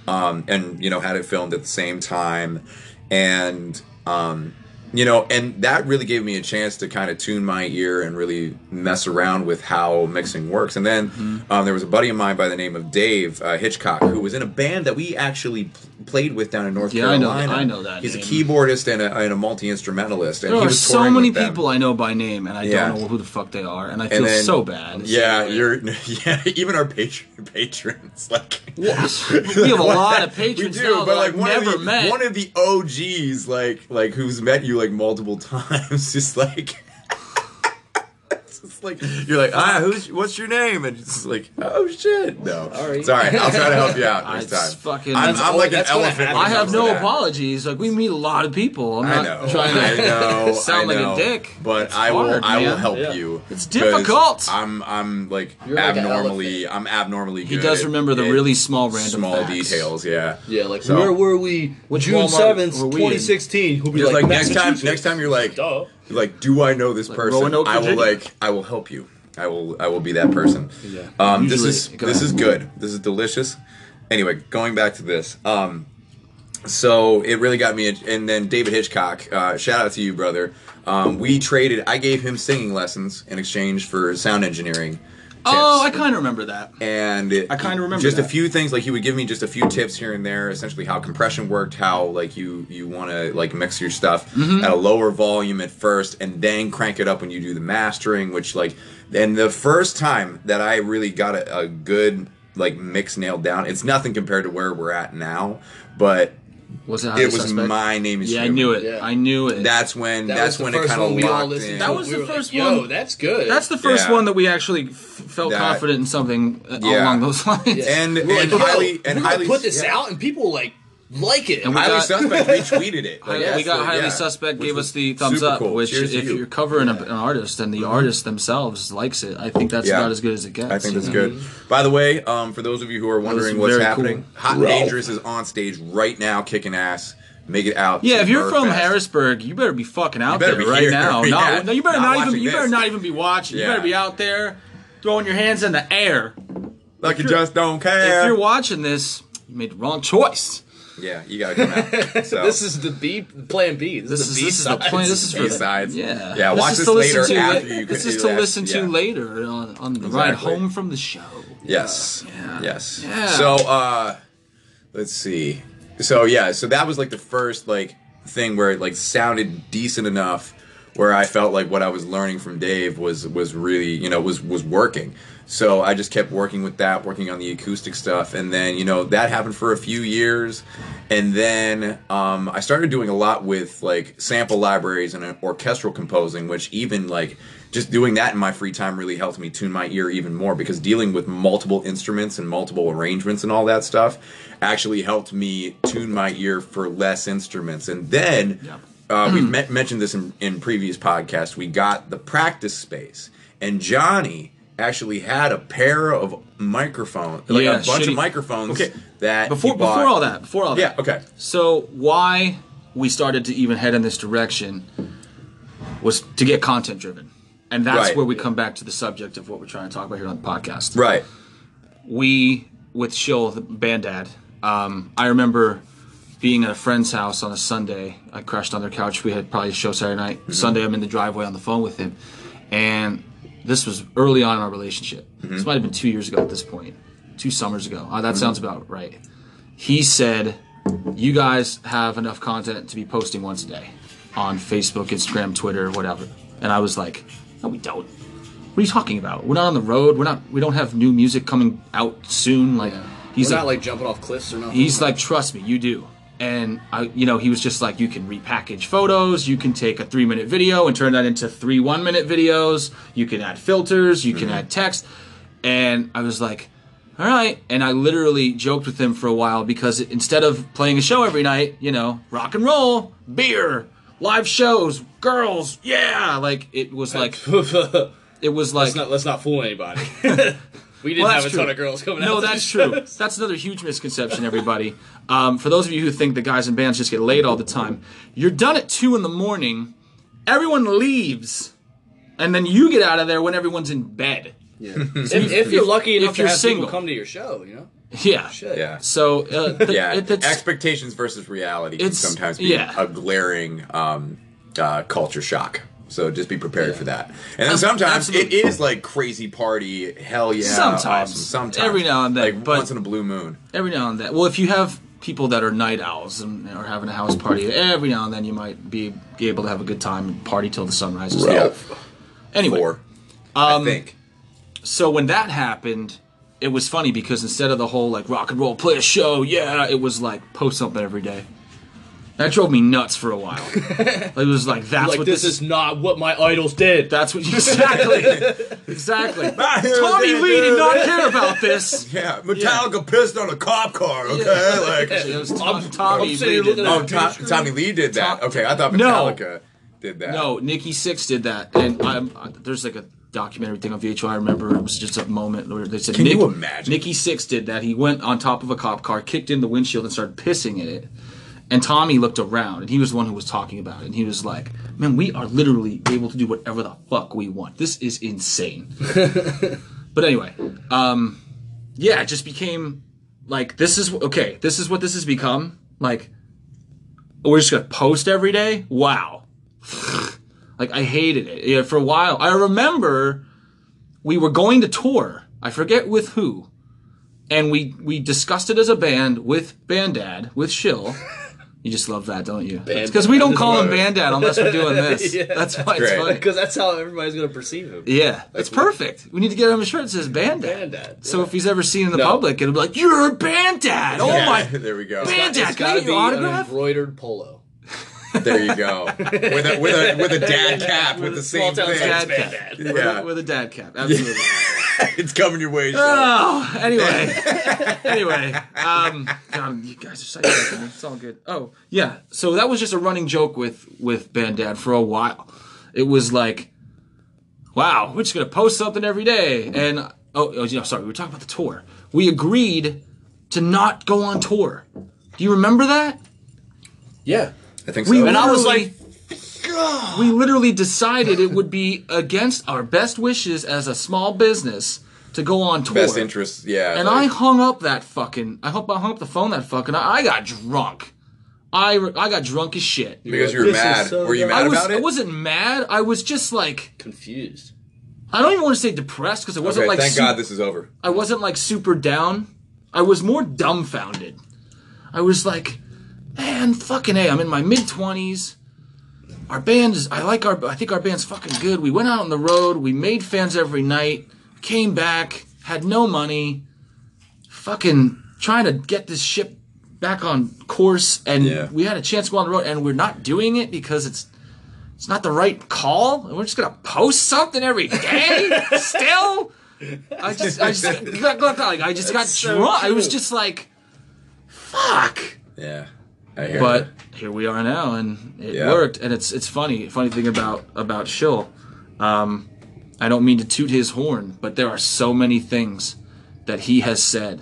[SPEAKER 2] um, and you know had it filmed at the same time, and um, you know, and that really gave me a chance to kind of tune my ear and really mess around with how mixing works. And then
[SPEAKER 3] Mm-hmm.
[SPEAKER 2] um, there was a buddy of mine by the name of Dave uh, Hitchcock who was in a band that we actually p- played with down in North
[SPEAKER 3] Yeah, I know-
[SPEAKER 2] Carolina.
[SPEAKER 3] I know that
[SPEAKER 2] He's a
[SPEAKER 3] name.
[SPEAKER 2] keyboardist and a, and a multi instrumentalist. And
[SPEAKER 3] There
[SPEAKER 2] he
[SPEAKER 3] are
[SPEAKER 2] was
[SPEAKER 3] so
[SPEAKER 2] touring
[SPEAKER 3] many
[SPEAKER 2] with them.
[SPEAKER 3] people I know by name, and I
[SPEAKER 2] Yeah.
[SPEAKER 3] don't know who the fuck they are, and I feel
[SPEAKER 2] And then-
[SPEAKER 3] so bad.
[SPEAKER 2] Yeah, you're. (laughs) Yeah, even our patron, patrons (laughs) like.
[SPEAKER 3] (laughs) we
[SPEAKER 2] (laughs)
[SPEAKER 3] have a lot of patrons
[SPEAKER 2] we do,
[SPEAKER 3] now
[SPEAKER 2] but
[SPEAKER 3] that
[SPEAKER 2] like
[SPEAKER 3] I've
[SPEAKER 2] one
[SPEAKER 3] never
[SPEAKER 2] of the
[SPEAKER 3] met.
[SPEAKER 2] one of the OGs, like like who's met you like multiple (laughs) times, just like. (laughs) it's just like you're like ah, who's what's your name? And it's just like oh shit, no,
[SPEAKER 1] Sorry.
[SPEAKER 2] it's all right. I'll try to help you
[SPEAKER 3] (laughs)
[SPEAKER 2] out
[SPEAKER 3] I
[SPEAKER 2] next
[SPEAKER 3] just
[SPEAKER 2] time.
[SPEAKER 3] Ah, fucking-
[SPEAKER 2] I'm,
[SPEAKER 3] That's
[SPEAKER 2] I'm
[SPEAKER 1] all-
[SPEAKER 2] like an
[SPEAKER 1] that's gonna
[SPEAKER 2] elephant.
[SPEAKER 1] happen.
[SPEAKER 2] when it
[SPEAKER 3] I have
[SPEAKER 2] comes to
[SPEAKER 3] no
[SPEAKER 2] that.
[SPEAKER 3] apologies. Like we meet a lot of people. I'm
[SPEAKER 2] I
[SPEAKER 3] not
[SPEAKER 2] know.
[SPEAKER 3] trying
[SPEAKER 2] (laughs)
[SPEAKER 3] to (laughs)
[SPEAKER 2] I know,
[SPEAKER 3] sound
[SPEAKER 2] I
[SPEAKER 3] like
[SPEAKER 2] know,
[SPEAKER 3] a dick.
[SPEAKER 2] But
[SPEAKER 3] It's
[SPEAKER 2] I will.
[SPEAKER 3] hard,
[SPEAKER 2] I will
[SPEAKER 3] man.
[SPEAKER 2] help
[SPEAKER 1] Yeah.
[SPEAKER 2] you. It's
[SPEAKER 3] difficult.
[SPEAKER 2] I'm. I'm like
[SPEAKER 1] You're like an
[SPEAKER 2] abnormally. I'm abnormally.
[SPEAKER 3] He
[SPEAKER 2] good
[SPEAKER 3] does
[SPEAKER 2] at-
[SPEAKER 3] remember the
[SPEAKER 2] at
[SPEAKER 3] really small random
[SPEAKER 2] small
[SPEAKER 3] facts.
[SPEAKER 2] details. Yeah.
[SPEAKER 1] yeah, like
[SPEAKER 2] So-
[SPEAKER 1] where were we?
[SPEAKER 3] Which
[SPEAKER 1] June
[SPEAKER 3] Walmart
[SPEAKER 1] seventh,
[SPEAKER 3] were we in?
[SPEAKER 1] twenty sixteen. He'll be
[SPEAKER 2] Just
[SPEAKER 1] like,
[SPEAKER 2] like, next time.
[SPEAKER 1] Massachusetts.
[SPEAKER 2] Next time
[SPEAKER 3] (laughs)
[SPEAKER 2] you're like,
[SPEAKER 1] Duh.
[SPEAKER 2] you're like, do I know this person?
[SPEAKER 3] Roanoke,
[SPEAKER 2] I will
[SPEAKER 3] Virginia.
[SPEAKER 2] like. I will help you. I will. I will be that person.
[SPEAKER 1] Yeah.
[SPEAKER 2] Um,
[SPEAKER 3] Usually-
[SPEAKER 2] this is
[SPEAKER 3] go
[SPEAKER 2] this
[SPEAKER 3] ahead.
[SPEAKER 2] is good. This is delicious. Anyway, going back to this. Um, so it really got me. And then David Hitchcock, uh, shout out to you, brother. Um, we traded. I gave him singing lessons in exchange for sound engineering. Tips.
[SPEAKER 3] Oh, I kind of remember that.
[SPEAKER 2] and it-
[SPEAKER 3] I kinda remember
[SPEAKER 2] just a
[SPEAKER 3] that.
[SPEAKER 2] few things. Like he would give me just a few tips here and there, essentially how compression worked, how like you you want to like mix your stuff
[SPEAKER 3] Mm-hmm.
[SPEAKER 2] at a lower volume at first, and then crank it up when you do the mastering. Which like, and the first time that I really got a, a good like mix nailed down, it's nothing compared to where we're at now, but
[SPEAKER 3] Was it? How
[SPEAKER 2] it
[SPEAKER 3] the
[SPEAKER 2] was
[SPEAKER 3] suspect?
[SPEAKER 2] my name is
[SPEAKER 3] Yeah, I
[SPEAKER 2] Human.
[SPEAKER 3] knew it.
[SPEAKER 1] Yeah.
[SPEAKER 3] I knew it.
[SPEAKER 2] That's when
[SPEAKER 1] That
[SPEAKER 2] that's
[SPEAKER 1] was
[SPEAKER 2] when
[SPEAKER 1] the
[SPEAKER 2] it
[SPEAKER 1] first
[SPEAKER 2] kind of
[SPEAKER 1] one we all
[SPEAKER 2] locked
[SPEAKER 1] listened
[SPEAKER 2] in.
[SPEAKER 1] to.
[SPEAKER 3] That was
[SPEAKER 1] We
[SPEAKER 3] the
[SPEAKER 1] were like,
[SPEAKER 3] first
[SPEAKER 1] Yo,
[SPEAKER 3] one-
[SPEAKER 1] that's good.
[SPEAKER 3] That's the first
[SPEAKER 2] Yeah.
[SPEAKER 3] one that we actually f- felt
[SPEAKER 2] That-
[SPEAKER 3] confident in something uh,
[SPEAKER 2] Yeah.
[SPEAKER 3] along those (laughs) lines.
[SPEAKER 2] and
[SPEAKER 1] We're
[SPEAKER 2] and
[SPEAKER 1] like, yo,
[SPEAKER 2] highly and
[SPEAKER 1] we're gonna
[SPEAKER 2] highly
[SPEAKER 1] put this
[SPEAKER 2] yeah.
[SPEAKER 1] out, and people like like it.
[SPEAKER 3] And we-
[SPEAKER 2] Highly
[SPEAKER 3] got-
[SPEAKER 2] suspect retweeted it.
[SPEAKER 3] Hi-
[SPEAKER 2] Like, yes,
[SPEAKER 3] we got
[SPEAKER 2] like,
[SPEAKER 3] (laughs) highly
[SPEAKER 2] yeah.
[SPEAKER 3] suspect
[SPEAKER 2] Which
[SPEAKER 3] gave
[SPEAKER 2] was
[SPEAKER 3] us the thumbs
[SPEAKER 2] super
[SPEAKER 3] up,
[SPEAKER 2] cool.
[SPEAKER 3] which
[SPEAKER 2] Cheers to
[SPEAKER 3] if
[SPEAKER 2] you. Mm-hmm.
[SPEAKER 3] you're covering a- an artist and the artists themselves likes it, I think that's
[SPEAKER 2] Yeah.
[SPEAKER 3] about as good as it gets.
[SPEAKER 2] I think
[SPEAKER 3] you
[SPEAKER 2] that's
[SPEAKER 3] know?
[SPEAKER 2] good. By the way, um, for those of you who are wondering what's
[SPEAKER 3] very
[SPEAKER 2] happening,
[SPEAKER 3] cool.
[SPEAKER 2] Hot and Dangerous is on stage right now, kicking ass. Make it out.
[SPEAKER 3] Yeah,
[SPEAKER 2] to
[SPEAKER 3] if you're from
[SPEAKER 2] Murfest.
[SPEAKER 3] Harrisburg, you better be fucking out
[SPEAKER 2] better
[SPEAKER 3] there
[SPEAKER 2] be
[SPEAKER 3] right
[SPEAKER 2] here. (laughs)
[SPEAKER 3] now. No,
[SPEAKER 2] Yeah.
[SPEAKER 3] no, you better
[SPEAKER 2] Not
[SPEAKER 3] not, even.
[SPEAKER 2] watching
[SPEAKER 3] You better
[SPEAKER 2] this.
[SPEAKER 3] not even be watching.
[SPEAKER 2] Yeah.
[SPEAKER 3] You better be out there throwing your hands in the air.
[SPEAKER 2] like you just don't care.
[SPEAKER 3] If you're watching this, you made the wrong choice.
[SPEAKER 2] yeah, you gotta come
[SPEAKER 3] (laughs)
[SPEAKER 2] out. So
[SPEAKER 1] this is the B plan B. This,
[SPEAKER 3] This
[SPEAKER 1] is
[SPEAKER 3] is
[SPEAKER 1] the B
[SPEAKER 3] this is the
[SPEAKER 1] side.
[SPEAKER 3] plan. This is for
[SPEAKER 2] B-sides.
[SPEAKER 3] Yeah,
[SPEAKER 2] Yeah, watch
[SPEAKER 3] is
[SPEAKER 2] this
[SPEAKER 3] to listen
[SPEAKER 2] later
[SPEAKER 3] to
[SPEAKER 2] after
[SPEAKER 3] la-
[SPEAKER 2] you
[SPEAKER 3] This
[SPEAKER 2] can
[SPEAKER 3] is
[SPEAKER 2] do
[SPEAKER 3] to
[SPEAKER 2] that.
[SPEAKER 3] listen to
[SPEAKER 2] Yeah.
[SPEAKER 3] later on, on the ride
[SPEAKER 2] Exactly.
[SPEAKER 3] home from the show.
[SPEAKER 2] Yes.
[SPEAKER 3] Yeah.
[SPEAKER 2] Yes.
[SPEAKER 3] Yeah.
[SPEAKER 2] So uh let's see. So yeah, so that was like the first like thing where it like sounded decent enough where I felt like what I was learning from Dave was was really you know was was working. So I just kept working with that, working on the acoustic stuff, and then you know that happened for a few years, and then um, I started doing a lot with like sample libraries and uh, orchestral composing, which even like just doing that in my free time really helped me tune my ear even more because dealing with multiple instruments and multiple arrangements and all that stuff actually helped me tune my ear for less instruments. And then uh,
[SPEAKER 3] Hmm.
[SPEAKER 2] we've me- mentioned this in, in previous podcasts. We got the practice space, and Johnny actually had a pair of microphones, like
[SPEAKER 3] Yeah,
[SPEAKER 2] a bunch of
[SPEAKER 3] shitty-
[SPEAKER 2] microphones.
[SPEAKER 3] Okay.
[SPEAKER 2] that
[SPEAKER 3] before
[SPEAKER 2] he bought.
[SPEAKER 3] before all that before all that
[SPEAKER 2] Yeah. Okay.
[SPEAKER 3] So why we started to even head in this direction was to get content driven. And that's
[SPEAKER 2] Right.
[SPEAKER 3] where we come back to the subject of what we're trying to talk about here on the podcast.
[SPEAKER 2] Right.
[SPEAKER 3] We with Shill, the band dad, um, I remember being at a friend's house on a Sunday. I crashed on their couch. We had probably a show Saturday night. Sunday I'm in the driveway on the phone with him. And this was early on in our relationship. This might have been two years ago at this point. Two summers ago. Uh, that sounds about right. He said you guys have enough content to be posting once a day on Facebook, Instagram, Twitter, whatever. And I was like, no, we don't. What are you talking about? We're not on the road. We're not. We don't have new music coming out soon. Like, he's
[SPEAKER 1] He's
[SPEAKER 3] like,
[SPEAKER 1] not like jumping off cliffs or nothing.
[SPEAKER 3] (laughs) he's like, trust me, you do. And I, you know, he was just like, you can repackage photos. You can take a three-minute video and turn that into three one-minute videos. You can add filters. You can add text. And I was like, all right. And I literally joked with him for a while because instead of playing a show every night, you know, rock and roll, beer, live shows, girls, yeah, like it was like it was like
[SPEAKER 1] let's not let's not fool anybody. we didn't
[SPEAKER 3] (laughs) well,
[SPEAKER 1] have
[SPEAKER 3] that's
[SPEAKER 1] a
[SPEAKER 3] true.
[SPEAKER 1] ton of girls coming out.
[SPEAKER 3] No,
[SPEAKER 1] to
[SPEAKER 3] that's
[SPEAKER 1] these
[SPEAKER 3] true.
[SPEAKER 1] shows.
[SPEAKER 3] That's another huge misconception, everybody. um, for those of you who think the guys in bands just get laid all the time, you're done at two in the morning. Everyone leaves, and then you get out of there when everyone's in bed. (laughs)
[SPEAKER 1] If, if you're lucky
[SPEAKER 3] if
[SPEAKER 1] enough
[SPEAKER 3] you're
[SPEAKER 1] to have
[SPEAKER 3] single.
[SPEAKER 1] people come to your show, you know.
[SPEAKER 3] Yeah.
[SPEAKER 1] Shit.
[SPEAKER 2] Yeah.
[SPEAKER 1] (laughs)
[SPEAKER 3] So uh, th-
[SPEAKER 2] Yeah.
[SPEAKER 3] it- it's-
[SPEAKER 2] Expectations versus reality can
[SPEAKER 3] It's-
[SPEAKER 2] sometimes be
[SPEAKER 3] yeah.
[SPEAKER 2] a glaring um, uh, culture shock. So just be prepared for that. And then sometimes it
[SPEAKER 3] absolutely.
[SPEAKER 2] is like crazy party, hell yeah.
[SPEAKER 3] Sometimes.
[SPEAKER 2] awesome, sometimes
[SPEAKER 3] Every now and then,
[SPEAKER 2] like
[SPEAKER 3] but-
[SPEAKER 2] once in a blue moon.
[SPEAKER 3] every now and then. Well, if you have people that are night owls and are having a house party, every now and then you might be able to have a good time and party till the sun rises.
[SPEAKER 2] Yeah,
[SPEAKER 3] Anyway,
[SPEAKER 2] four. I
[SPEAKER 3] Um,
[SPEAKER 2] think.
[SPEAKER 3] so when that happened it was funny because instead of the whole like rock and roll play a show yeah it was like post something every day that drove me nuts for a while
[SPEAKER 1] (laughs)
[SPEAKER 3] it was like that's
[SPEAKER 1] Like
[SPEAKER 3] what
[SPEAKER 1] this, is not what my idols did.
[SPEAKER 3] (laughs) that's what exactly exactly tommy lee did (laughs) not care
[SPEAKER 1] (laughs)
[SPEAKER 3] about this
[SPEAKER 2] Yeah, Metallica pissed on a cop car. Okay,
[SPEAKER 3] it (laughs)
[SPEAKER 2] like
[SPEAKER 3] was Tom,
[SPEAKER 1] I'm-
[SPEAKER 3] tommy
[SPEAKER 1] I'm sitting
[SPEAKER 3] lee
[SPEAKER 1] here
[SPEAKER 3] did
[SPEAKER 1] looking
[SPEAKER 2] oh,
[SPEAKER 3] that.
[SPEAKER 1] at-
[SPEAKER 2] Tom, Tommy Lee did that.
[SPEAKER 3] Tom-
[SPEAKER 2] okay, I thought
[SPEAKER 3] No.
[SPEAKER 2] Metallica did that.
[SPEAKER 3] no nikki six did that and I'm, I, there's like a documentary thing on vh i remember it was just a moment where they said
[SPEAKER 2] Can you
[SPEAKER 3] Nick-
[SPEAKER 2] imagine?
[SPEAKER 3] nikki six did that he went on top of a cop car kicked in the windshield and started pissing in it And Tommy looked around, and he was the one who was talking about it. And he was like, "Man, we are literally able to do whatever the fuck we want. This is
[SPEAKER 2] (laughs)
[SPEAKER 3] insane." but anyway, um, yeah, it just became like this is okay. This is what this has become. Like, we're just gonna post every day. Wow. (sighs) like I hated it yeah, for a while. I remember we were going to tour. I forget with who. And we, we discussed it as a band with Bandad, with Shill. You just love that, don't you? Because we
[SPEAKER 1] Dad.
[SPEAKER 3] don't
[SPEAKER 1] I
[SPEAKER 3] call him
[SPEAKER 2] love it.
[SPEAKER 3] Bandad unless we're doing this.
[SPEAKER 1] Yeah.
[SPEAKER 3] That's why it's
[SPEAKER 2] great.
[SPEAKER 3] funny.
[SPEAKER 1] Because that's how everybody's gonna perceive him.
[SPEAKER 3] Yeah, it's perfect. We need to get him a shirt that says Bandad.
[SPEAKER 1] Bandad,
[SPEAKER 3] So
[SPEAKER 1] yeah.
[SPEAKER 3] if he's ever seen in the
[SPEAKER 1] No.
[SPEAKER 3] public, it'll be like, "You're a Bandad." Oh
[SPEAKER 2] Yeah,
[SPEAKER 3] my!
[SPEAKER 2] (laughs) There we go.
[SPEAKER 3] Band- Dad,
[SPEAKER 1] it's
[SPEAKER 3] can I
[SPEAKER 1] gotta
[SPEAKER 3] get
[SPEAKER 1] be
[SPEAKER 3] your
[SPEAKER 1] an
[SPEAKER 3] autograph?
[SPEAKER 1] embroidered polo.
[SPEAKER 2] There you go. With a with a with a
[SPEAKER 3] (laughs)
[SPEAKER 2] dad cap with,
[SPEAKER 1] a
[SPEAKER 2] the
[SPEAKER 1] small
[SPEAKER 2] same
[SPEAKER 1] town
[SPEAKER 2] thing.
[SPEAKER 1] dad.
[SPEAKER 3] Dad cap. With,
[SPEAKER 2] Yeah.
[SPEAKER 3] a, with a dad cap, absolutely.
[SPEAKER 2] (laughs) It's coming your way. Sean.
[SPEAKER 3] oh, anyway, (laughs) anyway. Um, God, you guys are psycho. man. It's all good. Oh, yeah. So that was just a running joke with with Bandad for a while. It was like, wow, we're just gonna post something every day. And oh, oh you know, sorry, we were talking about the tour. We agreed to not go on tour. Do you remember that?
[SPEAKER 1] Yeah.
[SPEAKER 2] I think
[SPEAKER 3] We
[SPEAKER 2] so.
[SPEAKER 3] and I was
[SPEAKER 1] literally-
[SPEAKER 3] like, we literally decided it would be against our best wishes as a small business to go on tour.
[SPEAKER 2] best interest. Yeah.
[SPEAKER 3] And I
[SPEAKER 2] like,
[SPEAKER 3] hung up that fucking. I hope I hung up the phone that fucking. I, I got drunk. I I got drunk as shit.
[SPEAKER 2] because you were
[SPEAKER 1] This is
[SPEAKER 2] mad.
[SPEAKER 1] so
[SPEAKER 2] were you
[SPEAKER 1] dumb.
[SPEAKER 2] mad
[SPEAKER 3] I was
[SPEAKER 2] about
[SPEAKER 3] I
[SPEAKER 2] it?
[SPEAKER 3] wasn't mad. I was just like
[SPEAKER 1] Confused.
[SPEAKER 3] I don't even want to say depressed because I wasn't
[SPEAKER 2] Okay,
[SPEAKER 3] like
[SPEAKER 2] thank
[SPEAKER 3] su-
[SPEAKER 2] God this is over.
[SPEAKER 3] I wasn't like super down. I was more dumbfounded. I was like, man, fucking a. I'm in my mid twenties. our band is I like our I think our band's fucking good. We went out on the road, we made fans every night, came back, had no money, fucking trying to get this ship back on course and
[SPEAKER 2] Yeah.
[SPEAKER 3] we had a chance to go on the road and we're not doing it because it's it's not the right call and we're just gonna post something
[SPEAKER 2] (laughs)
[SPEAKER 3] every day still I just I just got, got, got, like, I just got
[SPEAKER 1] That's so
[SPEAKER 3] drunk. I
[SPEAKER 1] true.
[SPEAKER 3] was just like fuck
[SPEAKER 2] Yeah. I hear
[SPEAKER 3] but
[SPEAKER 2] it.
[SPEAKER 3] here we are now and it
[SPEAKER 2] Yeah.
[SPEAKER 3] worked and it's it's funny funny thing about about shill um i don't mean to toot his horn but there are so many things that he has said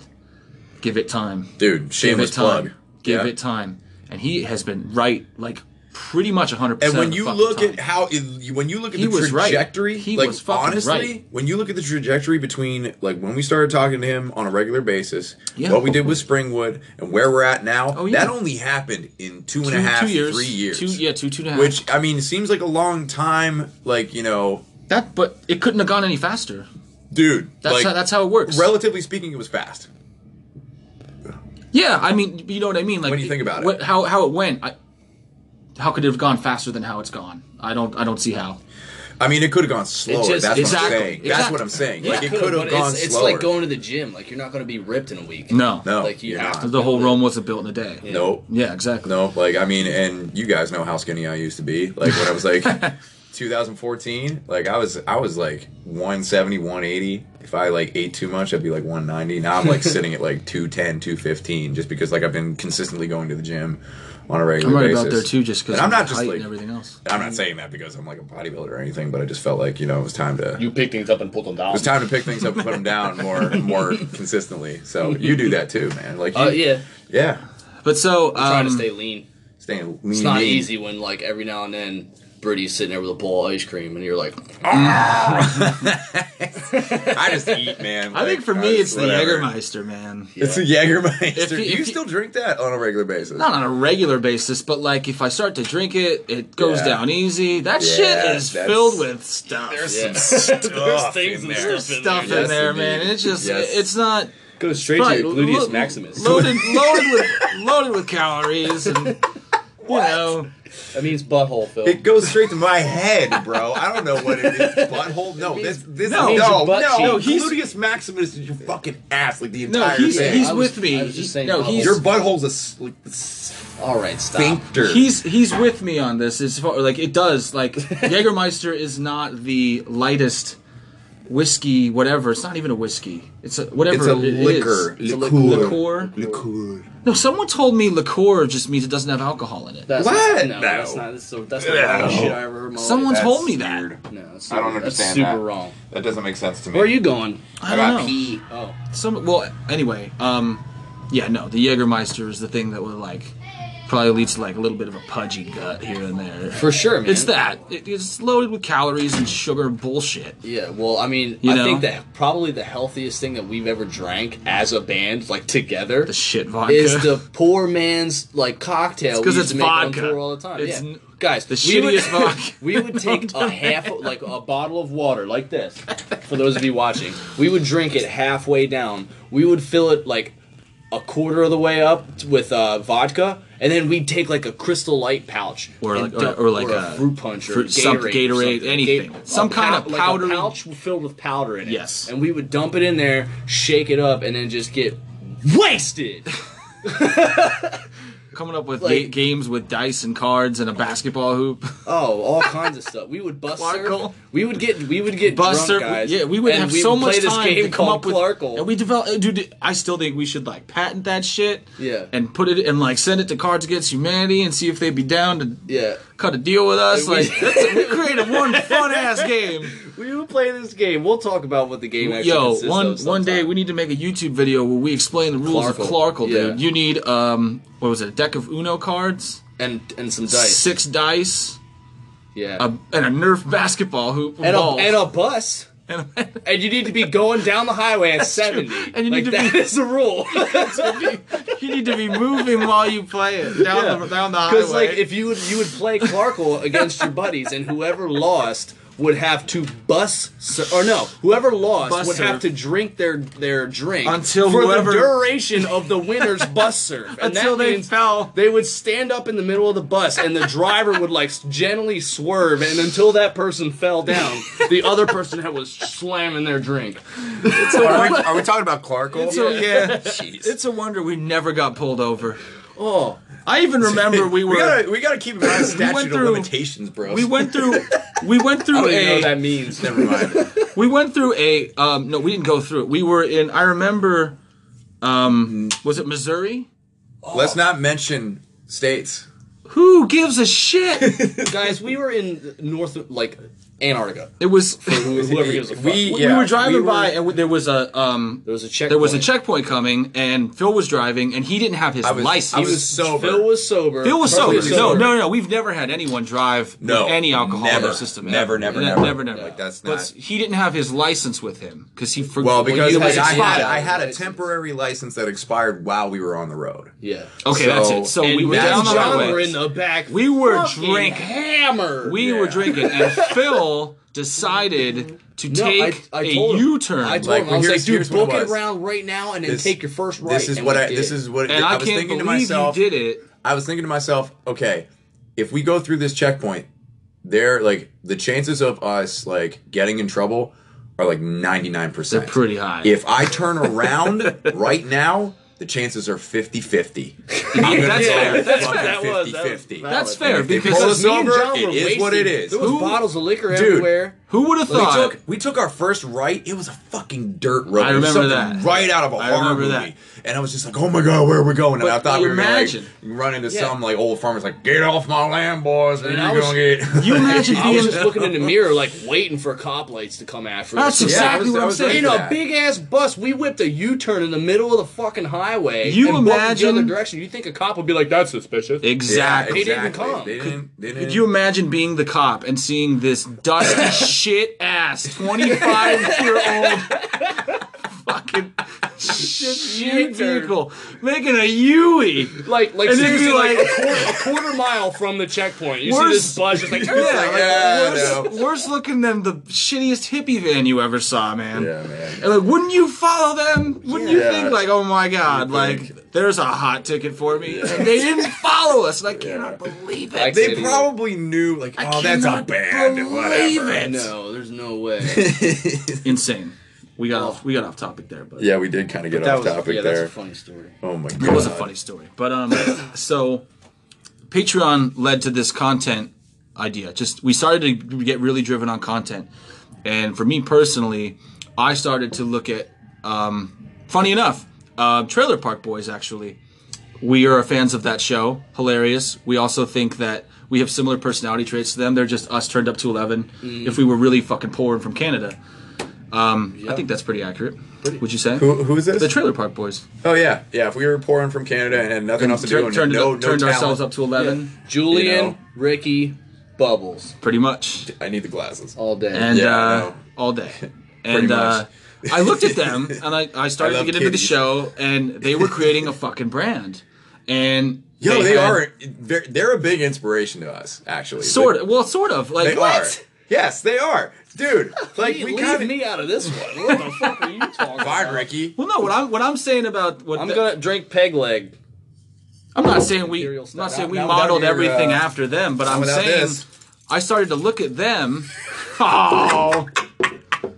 [SPEAKER 3] give it time
[SPEAKER 2] Dude,
[SPEAKER 3] give it
[SPEAKER 2] shameless
[SPEAKER 3] time
[SPEAKER 2] plug.
[SPEAKER 3] give
[SPEAKER 2] Yeah.
[SPEAKER 3] it time and he has been right like pretty much 100%
[SPEAKER 2] And
[SPEAKER 3] of
[SPEAKER 2] when
[SPEAKER 3] the
[SPEAKER 2] you
[SPEAKER 3] fucking
[SPEAKER 2] look
[SPEAKER 3] time.
[SPEAKER 2] at how it- when you look at
[SPEAKER 3] He
[SPEAKER 2] the
[SPEAKER 3] was right.
[SPEAKER 2] trajectory,
[SPEAKER 3] He
[SPEAKER 2] like
[SPEAKER 3] was fucking
[SPEAKER 2] honestly,
[SPEAKER 3] right.
[SPEAKER 2] when you look at the trajectory between like when we started talking to him on a regular basis,
[SPEAKER 3] Yeah.
[SPEAKER 2] what we did with Springwood and where we're at now,
[SPEAKER 3] Oh, yeah.
[SPEAKER 2] that only happened in two and
[SPEAKER 3] two,
[SPEAKER 2] a half,
[SPEAKER 3] two years
[SPEAKER 2] three years.
[SPEAKER 3] two yeah two two and a half
[SPEAKER 2] Which I mean, seems like a long time. Like you know,
[SPEAKER 3] that but it couldn't have gone any faster
[SPEAKER 2] dude.
[SPEAKER 3] that's
[SPEAKER 2] like,
[SPEAKER 3] how that's how it works
[SPEAKER 2] relatively speaking, it was fast.
[SPEAKER 3] Yeah, I mean, you know what I mean. Like,
[SPEAKER 2] When you think about it.
[SPEAKER 3] what- how how it went, I, how could it have gone faster than how it's gone? I don't, I don't see how.
[SPEAKER 2] I mean, it could have gone slower.
[SPEAKER 1] just-
[SPEAKER 2] that's
[SPEAKER 3] exactly,
[SPEAKER 2] what I'm saying. That's
[SPEAKER 3] exactly.
[SPEAKER 2] what I'm saying.
[SPEAKER 3] Yeah,
[SPEAKER 2] like it
[SPEAKER 1] Coulda,
[SPEAKER 2] could have
[SPEAKER 1] but
[SPEAKER 2] gone
[SPEAKER 1] it's, it's
[SPEAKER 2] slower.
[SPEAKER 1] like going to the gym. Like you're not going to be ripped in a week.
[SPEAKER 3] No,
[SPEAKER 2] no,
[SPEAKER 1] like you
[SPEAKER 2] you're
[SPEAKER 1] have
[SPEAKER 2] not.
[SPEAKER 1] to
[SPEAKER 3] the whole Rome wasn't built in a day.
[SPEAKER 2] Nope.
[SPEAKER 3] Yeah, exactly.
[SPEAKER 2] No, like I mean, and you guys know how skinny I used to be. Like when I was
[SPEAKER 3] (laughs)
[SPEAKER 2] like 2014, like I was I was like 170, 180. If I like ate too much, I'd be like 190. Now
[SPEAKER 3] (laughs)
[SPEAKER 2] I'm like sitting at like 210, 215, just because like I've been consistently going to the gym on a regular
[SPEAKER 3] I'm right
[SPEAKER 2] basis.
[SPEAKER 3] about there too, just because
[SPEAKER 2] And I'm not just
[SPEAKER 3] height
[SPEAKER 2] like
[SPEAKER 3] and everything else.
[SPEAKER 2] I'm not saying that because I'm like a bodybuilder or anything, but I just felt like you know it was time to
[SPEAKER 5] You pick things up and put them down.
[SPEAKER 2] it was time to pick things up and put them down more more consistently. So you do that too, man. Like you,
[SPEAKER 3] Oh,
[SPEAKER 1] Uh, yeah,
[SPEAKER 2] yeah,
[SPEAKER 3] But so, um,
[SPEAKER 1] trying to stay lean.
[SPEAKER 2] staying lean.
[SPEAKER 1] It's not
[SPEAKER 2] mean.
[SPEAKER 1] easy when like every now and then Britty's sitting there with a bowl of ice cream and you're like,
[SPEAKER 2] I just eat, man.
[SPEAKER 3] I think
[SPEAKER 2] Like,
[SPEAKER 3] for me,
[SPEAKER 2] just-
[SPEAKER 3] it's
[SPEAKER 2] whatever.
[SPEAKER 3] the Jägermeister, man.
[SPEAKER 2] It's the Jägermeister.
[SPEAKER 3] If you-
[SPEAKER 2] Do
[SPEAKER 3] if
[SPEAKER 2] you,
[SPEAKER 3] you-
[SPEAKER 2] still drink that on a regular basis?
[SPEAKER 3] Not on a regular basis, but like if I start to drink it, it goes
[SPEAKER 2] Yeah.
[SPEAKER 3] down easy. That
[SPEAKER 2] Yeah,
[SPEAKER 3] shit is
[SPEAKER 2] that's-
[SPEAKER 3] filled with stuff. There's
[SPEAKER 1] (laughs) yeah,
[SPEAKER 2] Stuff
[SPEAKER 1] things
[SPEAKER 2] in
[SPEAKER 1] and
[SPEAKER 2] there.
[SPEAKER 1] stuff in
[SPEAKER 3] stuff
[SPEAKER 2] Yes,
[SPEAKER 3] in there,
[SPEAKER 2] indeed.
[SPEAKER 3] man. And it's just,
[SPEAKER 2] Yes.
[SPEAKER 3] it's not.
[SPEAKER 5] Go straight
[SPEAKER 3] Right,
[SPEAKER 5] to your gluteus
[SPEAKER 3] lo-
[SPEAKER 5] maximus.
[SPEAKER 3] Loaded, loaded with loaded with calories and you know.
[SPEAKER 1] That means butthole, Phil.
[SPEAKER 2] It goes straight to my head, bro. I don't know what it
[SPEAKER 3] (laughs)
[SPEAKER 2] is. Butthole? No, this, this,
[SPEAKER 3] No,
[SPEAKER 2] no,
[SPEAKER 3] it means
[SPEAKER 2] no,
[SPEAKER 1] your butt cheek.
[SPEAKER 2] no.
[SPEAKER 1] No,
[SPEAKER 3] he's-
[SPEAKER 2] Gluteus maximus is your fucking ass, like the
[SPEAKER 3] No,
[SPEAKER 2] entire
[SPEAKER 3] he's
[SPEAKER 2] thing.
[SPEAKER 3] he's
[SPEAKER 1] I was-
[SPEAKER 3] with me.
[SPEAKER 1] I was just saying
[SPEAKER 3] no,
[SPEAKER 1] bubble.
[SPEAKER 3] he's
[SPEAKER 2] your butthole's a s- like the
[SPEAKER 1] All right, stop.
[SPEAKER 2] sphincter.
[SPEAKER 3] he's he's with me on this. As far like it does like Jägermeister is not the lightest whiskey, whatever. It's not even a whiskey. It's a, whatever.
[SPEAKER 2] it's a
[SPEAKER 3] it is.
[SPEAKER 2] liquor.
[SPEAKER 3] It's a li-
[SPEAKER 2] liqueur.
[SPEAKER 3] liqueur.
[SPEAKER 2] Liqueur.
[SPEAKER 3] No, someone told me liqueur just means it doesn't have alcohol in it.
[SPEAKER 1] That's
[SPEAKER 2] What?
[SPEAKER 1] Not, no,
[SPEAKER 2] No.
[SPEAKER 1] that's not. That's, that's not the only shit I ever heard. in my
[SPEAKER 3] Someone
[SPEAKER 1] life.
[SPEAKER 3] told me that.
[SPEAKER 2] Weird.
[SPEAKER 1] No, that's
[SPEAKER 2] I don't
[SPEAKER 1] super-
[SPEAKER 2] understand
[SPEAKER 1] That's super
[SPEAKER 2] that.
[SPEAKER 1] wrong.
[SPEAKER 2] That doesn't make sense to me.
[SPEAKER 1] Where are you going?
[SPEAKER 3] I
[SPEAKER 2] got
[SPEAKER 3] don't know.
[SPEAKER 2] pee.
[SPEAKER 1] Oh,
[SPEAKER 3] Some well, anyway, um, yeah, no, the Jägermeister is the thing that would like probably leads to like a little bit of a pudgy gut here and there.
[SPEAKER 1] for sure, man.
[SPEAKER 3] It's that it, it's loaded with calories and sugar bullshit.
[SPEAKER 1] Yeah, well, I mean,
[SPEAKER 3] You
[SPEAKER 1] I
[SPEAKER 3] know?
[SPEAKER 1] think that probably the healthiest thing that we've ever drank as a band, like together,
[SPEAKER 3] The shit vodka.
[SPEAKER 1] is the poor man's like cocktail.
[SPEAKER 3] 'cause
[SPEAKER 1] we
[SPEAKER 3] it's
[SPEAKER 1] used to make on
[SPEAKER 3] vodka.
[SPEAKER 1] tour all the time.
[SPEAKER 3] It's
[SPEAKER 1] yeah.
[SPEAKER 3] n-
[SPEAKER 1] guys,
[SPEAKER 3] the
[SPEAKER 1] we would- (laughs)
[SPEAKER 3] shittiest vodka.
[SPEAKER 1] We would take a half, of- like a bottle of water, like this. For those of you watching, we would drink it halfway down. We would fill it like a quarter of the way up t- with uh, vodka, and then we'd take like a Crystal Light pouch,
[SPEAKER 3] Or
[SPEAKER 1] and
[SPEAKER 3] like- or-
[SPEAKER 1] dump-
[SPEAKER 3] or like
[SPEAKER 1] a,
[SPEAKER 3] a
[SPEAKER 1] fruit punch or
[SPEAKER 3] fruit-
[SPEAKER 1] Gatorade,
[SPEAKER 3] some-
[SPEAKER 1] or
[SPEAKER 3] Gatorade,
[SPEAKER 1] something.
[SPEAKER 3] anything.
[SPEAKER 1] Ga-
[SPEAKER 3] Some
[SPEAKER 1] a
[SPEAKER 3] kind of
[SPEAKER 1] pow-
[SPEAKER 3] powdery-
[SPEAKER 1] like a pouch filled with powder in it.
[SPEAKER 3] Yes.
[SPEAKER 1] and we would dump it in there, shake it up, and then just get wasted.
[SPEAKER 3] (laughs) coming up with
[SPEAKER 1] like-
[SPEAKER 3] ga- games with dice and cards and a basketball hoop. (laughs)
[SPEAKER 1] Oh, all kinds of stuff. We would bust
[SPEAKER 3] Clarkle.
[SPEAKER 1] surf. We would get we would get
[SPEAKER 3] Bus
[SPEAKER 1] drunk,
[SPEAKER 3] ser-
[SPEAKER 1] guys.
[SPEAKER 3] yeah, we would
[SPEAKER 1] and
[SPEAKER 3] have
[SPEAKER 1] we
[SPEAKER 3] so
[SPEAKER 1] would
[SPEAKER 3] much
[SPEAKER 1] play this
[SPEAKER 3] time
[SPEAKER 1] game
[SPEAKER 3] to come
[SPEAKER 1] called
[SPEAKER 3] up with.
[SPEAKER 1] Clarkle.
[SPEAKER 3] And we develop, uh, dude. I still think we should like patent that shit.
[SPEAKER 1] Yeah.
[SPEAKER 3] and put it and like send it to Cards Against Humanity and see if they'd be down to
[SPEAKER 1] yeah,
[SPEAKER 3] cut a deal with us.
[SPEAKER 1] We-
[SPEAKER 3] Like that's a, we created one fun ass
[SPEAKER 1] (laughs)
[SPEAKER 3] game.
[SPEAKER 1] we would play this game. We'll talk about what the game actually
[SPEAKER 3] Yo,
[SPEAKER 1] consists
[SPEAKER 3] one
[SPEAKER 1] of
[SPEAKER 3] one day
[SPEAKER 1] sometime.
[SPEAKER 3] we need to make a YouTube video where we explain the rules of
[SPEAKER 1] Clarkle.
[SPEAKER 3] Clarkle, dude.
[SPEAKER 1] Yeah.
[SPEAKER 3] You need um, what was it? A deck of Uno cards,
[SPEAKER 1] and and some dice.
[SPEAKER 3] six dice,
[SPEAKER 1] yeah,
[SPEAKER 3] a, and a Nerf basketball hoop,
[SPEAKER 1] and a
[SPEAKER 3] balls.
[SPEAKER 1] and a bus. (laughs)
[SPEAKER 3] And a-
[SPEAKER 1] And you need to be going down the highway at seventy.
[SPEAKER 3] true. And you
[SPEAKER 1] like,
[SPEAKER 3] need to
[SPEAKER 1] that
[SPEAKER 3] be-
[SPEAKER 1] is a (laughs) rule.
[SPEAKER 3] you need to be moving while you play it down
[SPEAKER 1] Yeah.
[SPEAKER 3] the down the highway.
[SPEAKER 1] Because like if you would you would play Clarkle against your buddies, and whoever lost would have to bus ser- or no, whoever lost
[SPEAKER 3] Bus
[SPEAKER 1] would have
[SPEAKER 3] serve.
[SPEAKER 1] to drink their their drink
[SPEAKER 3] Until
[SPEAKER 1] for
[SPEAKER 3] whoever-
[SPEAKER 1] the duration of the
[SPEAKER 3] (laughs)
[SPEAKER 1] winner's bus serve. And
[SPEAKER 3] Until
[SPEAKER 1] that
[SPEAKER 3] they
[SPEAKER 1] means
[SPEAKER 3] fell.
[SPEAKER 1] They would stand up in the middle of the bus, and the driver would like gently swerve, and until that person fell down, the other person had was slamming their drink.
[SPEAKER 2] Are we, are we talking about Clarkle?
[SPEAKER 1] (laughs)
[SPEAKER 3] So yeah,
[SPEAKER 2] Jeez.
[SPEAKER 3] it's a wonder we never got pulled over.
[SPEAKER 1] Oh,
[SPEAKER 3] I even remember (laughs) we were
[SPEAKER 2] we gotta we gotta keep in mind statute
[SPEAKER 3] went
[SPEAKER 2] of
[SPEAKER 3] through-
[SPEAKER 2] limitations, bro.
[SPEAKER 3] we went through we went
[SPEAKER 1] I
[SPEAKER 3] through
[SPEAKER 1] don't even know
[SPEAKER 3] a
[SPEAKER 1] what that means.
[SPEAKER 2] Never mind.
[SPEAKER 3] we went through a um no we didn't go through it. We were in I remember um was it Missouri?
[SPEAKER 2] (laughs) Let's not mention states.
[SPEAKER 3] Who gives
[SPEAKER 2] (laughs)
[SPEAKER 3] a shit?
[SPEAKER 1] Guys, we were in north like Antarctica.
[SPEAKER 3] It was
[SPEAKER 1] Whoever gives a fuck.
[SPEAKER 2] We-
[SPEAKER 3] we,
[SPEAKER 2] Yeah,
[SPEAKER 3] were driving
[SPEAKER 2] we were-
[SPEAKER 3] by and there was a um
[SPEAKER 1] there was a check.
[SPEAKER 3] there was a checkpoint coming and Phil was driving and he didn't have his
[SPEAKER 2] I was-
[SPEAKER 3] license.
[SPEAKER 2] I was sober.
[SPEAKER 1] Phil was sober.
[SPEAKER 3] Phil was
[SPEAKER 1] Perfectly
[SPEAKER 3] sober. No, no, no. We've never had anyone drive
[SPEAKER 2] No,
[SPEAKER 3] with any alcohol in
[SPEAKER 2] never,
[SPEAKER 3] their system.
[SPEAKER 2] never,
[SPEAKER 3] ever.
[SPEAKER 2] never,
[SPEAKER 3] Ne-
[SPEAKER 2] never.
[SPEAKER 3] never, never.
[SPEAKER 2] Like, that's
[SPEAKER 3] But
[SPEAKER 2] not-
[SPEAKER 3] he didn't have his license with him because he forgot.
[SPEAKER 2] Well, because
[SPEAKER 1] you
[SPEAKER 2] I,
[SPEAKER 1] had
[SPEAKER 2] I had
[SPEAKER 1] expired
[SPEAKER 2] I had a
[SPEAKER 1] license.
[SPEAKER 2] temporary license that expired while we were on the road.
[SPEAKER 1] Yeah.
[SPEAKER 3] okay, that's it. So
[SPEAKER 1] Oh, and
[SPEAKER 3] we were
[SPEAKER 1] me and
[SPEAKER 3] down on
[SPEAKER 2] the
[SPEAKER 1] John
[SPEAKER 3] our
[SPEAKER 2] highway.
[SPEAKER 1] were in
[SPEAKER 3] way.
[SPEAKER 1] the back.
[SPEAKER 3] We were
[SPEAKER 1] fucking
[SPEAKER 3] drinking.
[SPEAKER 1] hammered.
[SPEAKER 3] We were
[SPEAKER 2] Yeah.
[SPEAKER 3] drinking,
[SPEAKER 1] (laughs)
[SPEAKER 3] and Phil decided to take
[SPEAKER 1] I- I
[SPEAKER 3] a
[SPEAKER 1] told him.
[SPEAKER 3] U-turn.
[SPEAKER 1] I told
[SPEAKER 2] Like,
[SPEAKER 1] him, I was
[SPEAKER 2] here's-
[SPEAKER 1] like, dude,
[SPEAKER 2] here's what it
[SPEAKER 1] book it
[SPEAKER 2] was.
[SPEAKER 1] around right now and then
[SPEAKER 2] This-
[SPEAKER 1] take your first right.
[SPEAKER 2] This is
[SPEAKER 1] and
[SPEAKER 2] what
[SPEAKER 1] we
[SPEAKER 2] I.
[SPEAKER 1] did.
[SPEAKER 2] This is what
[SPEAKER 3] and I,
[SPEAKER 2] I was
[SPEAKER 3] can't
[SPEAKER 2] thinking to
[SPEAKER 3] believe
[SPEAKER 2] myself.
[SPEAKER 3] you did it.
[SPEAKER 2] I was thinking to myself, okay, if we go through this checkpoint, there like the chances of us like getting in trouble are like ninety nine
[SPEAKER 3] They're
[SPEAKER 2] percent.
[SPEAKER 3] pretty high.
[SPEAKER 2] If I turn
[SPEAKER 3] (laughs)
[SPEAKER 2] around right now, the chances are 50-50. I'm gonna
[SPEAKER 3] That's
[SPEAKER 2] go
[SPEAKER 3] fair.
[SPEAKER 2] with
[SPEAKER 3] That's
[SPEAKER 2] fucking
[SPEAKER 3] fair. That
[SPEAKER 1] was- that was
[SPEAKER 2] 50-50.
[SPEAKER 1] valid.
[SPEAKER 3] that's fair
[SPEAKER 2] If they
[SPEAKER 3] because
[SPEAKER 2] pull
[SPEAKER 1] Because
[SPEAKER 2] us
[SPEAKER 1] me and
[SPEAKER 2] over,
[SPEAKER 1] John
[SPEAKER 2] it
[SPEAKER 1] were
[SPEAKER 2] is what
[SPEAKER 1] wasted.
[SPEAKER 2] it is.
[SPEAKER 1] There was
[SPEAKER 2] Who-
[SPEAKER 1] bottles of liquor
[SPEAKER 2] Dude.
[SPEAKER 1] everywhere.
[SPEAKER 3] who would have
[SPEAKER 2] We
[SPEAKER 3] thought?
[SPEAKER 2] took we took our first right. It was a fucking dirt road.
[SPEAKER 3] I
[SPEAKER 2] It was
[SPEAKER 3] remember
[SPEAKER 2] something
[SPEAKER 3] that.
[SPEAKER 2] Right out of a
[SPEAKER 3] I
[SPEAKER 2] horror
[SPEAKER 3] remember
[SPEAKER 2] movie.
[SPEAKER 3] that.
[SPEAKER 2] And I was just like, oh my god, where are we going? And I
[SPEAKER 3] But
[SPEAKER 2] thought we were gonna,
[SPEAKER 3] imagine.
[SPEAKER 2] like, run into
[SPEAKER 1] Yeah.
[SPEAKER 2] some like old farmer's like, get off my land, boys. Or
[SPEAKER 1] And
[SPEAKER 2] you're
[SPEAKER 1] I
[SPEAKER 2] gonna
[SPEAKER 1] was-
[SPEAKER 2] get. (laughs)
[SPEAKER 3] (laughs) you imagine
[SPEAKER 1] (laughs) I was
[SPEAKER 3] being
[SPEAKER 1] just looking in the mirror, like waiting for cop lights to come after
[SPEAKER 3] That's
[SPEAKER 1] us.
[SPEAKER 3] exactly
[SPEAKER 2] Yeah, I was-
[SPEAKER 3] what
[SPEAKER 2] I
[SPEAKER 3] I'm
[SPEAKER 2] was
[SPEAKER 3] saying.
[SPEAKER 2] ready
[SPEAKER 1] In
[SPEAKER 2] for
[SPEAKER 1] a
[SPEAKER 2] that.
[SPEAKER 1] big ass bus, we whipped a U turn in the middle of the fucking highway.
[SPEAKER 3] You
[SPEAKER 1] and booked
[SPEAKER 3] imagine-
[SPEAKER 1] the other direction. You think a cop would be like, "That's suspicious."
[SPEAKER 3] exactly.
[SPEAKER 1] They didn't come.
[SPEAKER 2] They didn't. They didn't.
[SPEAKER 3] Could you imagine being the cop and seeing this
[SPEAKER 1] (laughs)
[SPEAKER 3] dusty shit ass 25 year old fucking shit
[SPEAKER 1] U-turn.
[SPEAKER 3] shit vehicle making a Yui?
[SPEAKER 1] Like, like,
[SPEAKER 3] And it'd be
[SPEAKER 1] seriously, like,
[SPEAKER 3] like-
[SPEAKER 1] a, quarter, a quarter mile from the checkpoint, you see
[SPEAKER 3] Where's-
[SPEAKER 1] this bus just like,
[SPEAKER 3] (laughs) Yeah, like,
[SPEAKER 2] Yeah, I know.
[SPEAKER 3] worse, worse looking than the shittiest hippie van you ever saw, man.
[SPEAKER 2] Yeah, man.
[SPEAKER 3] And like, wouldn't you follow them? Wouldn't you
[SPEAKER 2] Yeah.
[SPEAKER 3] think like, oh my god,
[SPEAKER 2] You'd
[SPEAKER 3] like
[SPEAKER 2] think.
[SPEAKER 3] there's a hot ticket for me? And they didn't follow us,
[SPEAKER 2] (laughs)
[SPEAKER 3] and I cannot believe it.
[SPEAKER 1] Like,
[SPEAKER 2] They
[SPEAKER 1] Idiot.
[SPEAKER 2] probably knew, like, oh, that's a
[SPEAKER 3] cannot
[SPEAKER 2] band, and
[SPEAKER 3] believe
[SPEAKER 2] whatever.
[SPEAKER 3] it.
[SPEAKER 1] no, there's no
[SPEAKER 2] (laughs)
[SPEAKER 1] way.
[SPEAKER 3] Insane. We
[SPEAKER 2] Oh.
[SPEAKER 3] got off, we got off topic there, but
[SPEAKER 2] Yeah, we did kind of get
[SPEAKER 3] that
[SPEAKER 2] off
[SPEAKER 3] was-
[SPEAKER 2] topic
[SPEAKER 1] yeah, that's
[SPEAKER 2] there.
[SPEAKER 1] a funny story.
[SPEAKER 2] oh my god,
[SPEAKER 3] It was a funny story. But um, (coughs) so Patreon led to this content idea. Just we started to get really driven on content, and for me personally, I started to look at. Um, funny enough, uh, Trailer Park Boys actually. We are fans of that show. Hilarious. We also think that we have similar personality traits to them. They're just us turned up to eleven. If we were really fucking poor and from Canada, um, I think that's pretty accurate. Would you say?
[SPEAKER 2] Who, who is this?
[SPEAKER 3] The Trailer Park Boys.
[SPEAKER 2] oh yeah, yeah. If we were pouring from Canada and had nothing else to do,
[SPEAKER 3] Tur-
[SPEAKER 2] and
[SPEAKER 3] turned it
[SPEAKER 2] no,
[SPEAKER 3] up-
[SPEAKER 2] no
[SPEAKER 3] turned
[SPEAKER 2] talent,
[SPEAKER 3] ourselves up to eleven.
[SPEAKER 1] Julian,
[SPEAKER 2] You know?
[SPEAKER 1] Ricky, Bubbles,
[SPEAKER 3] pretty much
[SPEAKER 2] I need the glasses.
[SPEAKER 1] all day.
[SPEAKER 3] and
[SPEAKER 2] Yeah, I
[SPEAKER 3] uh,
[SPEAKER 2] know. (laughs)
[SPEAKER 3] all day and uh, i looked at them and i, I started
[SPEAKER 2] I
[SPEAKER 3] to
[SPEAKER 2] love
[SPEAKER 3] get into the
[SPEAKER 2] kitties.
[SPEAKER 3] show and they were creating a fucking brand and
[SPEAKER 2] Yo, they,
[SPEAKER 3] had-
[SPEAKER 2] are. They're, they're a big inspiration to us, actually.
[SPEAKER 3] sort of well sort of like
[SPEAKER 2] They, they
[SPEAKER 3] what
[SPEAKER 2] are. Yes, they are, dude.
[SPEAKER 1] (laughs)
[SPEAKER 2] Like
[SPEAKER 1] Leave-
[SPEAKER 2] we
[SPEAKER 1] leave
[SPEAKER 2] kind of.
[SPEAKER 1] me out of this one. What the fuck are you
[SPEAKER 3] (laughs)
[SPEAKER 1] talking
[SPEAKER 2] Fine,
[SPEAKER 1] about?
[SPEAKER 2] Ricky.
[SPEAKER 3] well no what i'm what i'm saying about what
[SPEAKER 1] I'm
[SPEAKER 3] the-
[SPEAKER 1] gonna drink peg leg.
[SPEAKER 3] I'm not saying we
[SPEAKER 1] Imperial
[SPEAKER 3] I'm not
[SPEAKER 1] stuff.
[SPEAKER 3] saying we
[SPEAKER 2] Not without
[SPEAKER 3] modeled
[SPEAKER 2] your,
[SPEAKER 3] everything
[SPEAKER 2] uh,
[SPEAKER 3] after them but i'm
[SPEAKER 2] without
[SPEAKER 3] saying
[SPEAKER 2] this.
[SPEAKER 3] i started to look at
[SPEAKER 2] (laughs)
[SPEAKER 3] them oh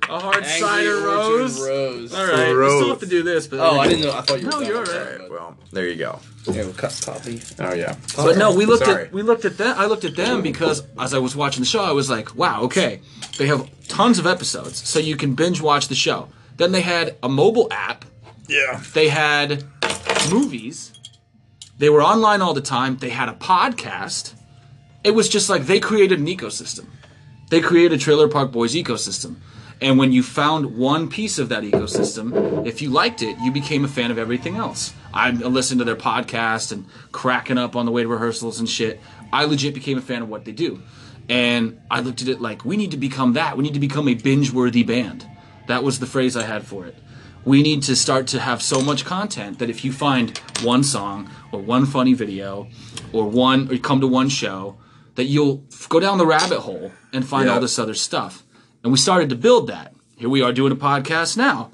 [SPEAKER 3] a hard
[SPEAKER 1] Angry
[SPEAKER 3] cider
[SPEAKER 1] Orchard
[SPEAKER 3] rose
[SPEAKER 1] Rose.
[SPEAKER 3] all right we still
[SPEAKER 2] Rose.
[SPEAKER 3] have to do this but
[SPEAKER 1] Oh, I didn't know. I thought you were.
[SPEAKER 3] No,
[SPEAKER 1] done.
[SPEAKER 3] you're
[SPEAKER 1] Sorry
[SPEAKER 3] all
[SPEAKER 2] All right,
[SPEAKER 1] about
[SPEAKER 2] well, there you go.
[SPEAKER 1] that. Here, we'll cut copy.
[SPEAKER 2] Oh yeah.
[SPEAKER 3] But no, we looked
[SPEAKER 2] Sorry.
[SPEAKER 3] at we looked at them. I looked at them because as I was watching the show, I was like, "Wow, okay, they have tons of episodes, so you can binge watch the show." Then they had a mobile app.
[SPEAKER 2] Yeah.
[SPEAKER 3] They had movies. They were online all the time. They had a podcast. It was just like they created an ecosystem. They created Trailer Park Boys ecosystem. And when you found one piece of that ecosystem, if you liked it, you became a fan of everything else. I listened to their podcast and cracking up on the way to rehearsals and shit. I legit became a fan of what they do. And I looked at it like, we need to become that. We need to become a binge worthy band. That was the phrase I had for it we need to start to have so much content that if you find one song or one funny video or one or you come to one show that you'll f- go down the rabbit hole and find
[SPEAKER 2] Yeah.
[SPEAKER 3] all this other stuff. And we started to build that. Here we are doing a podcast now.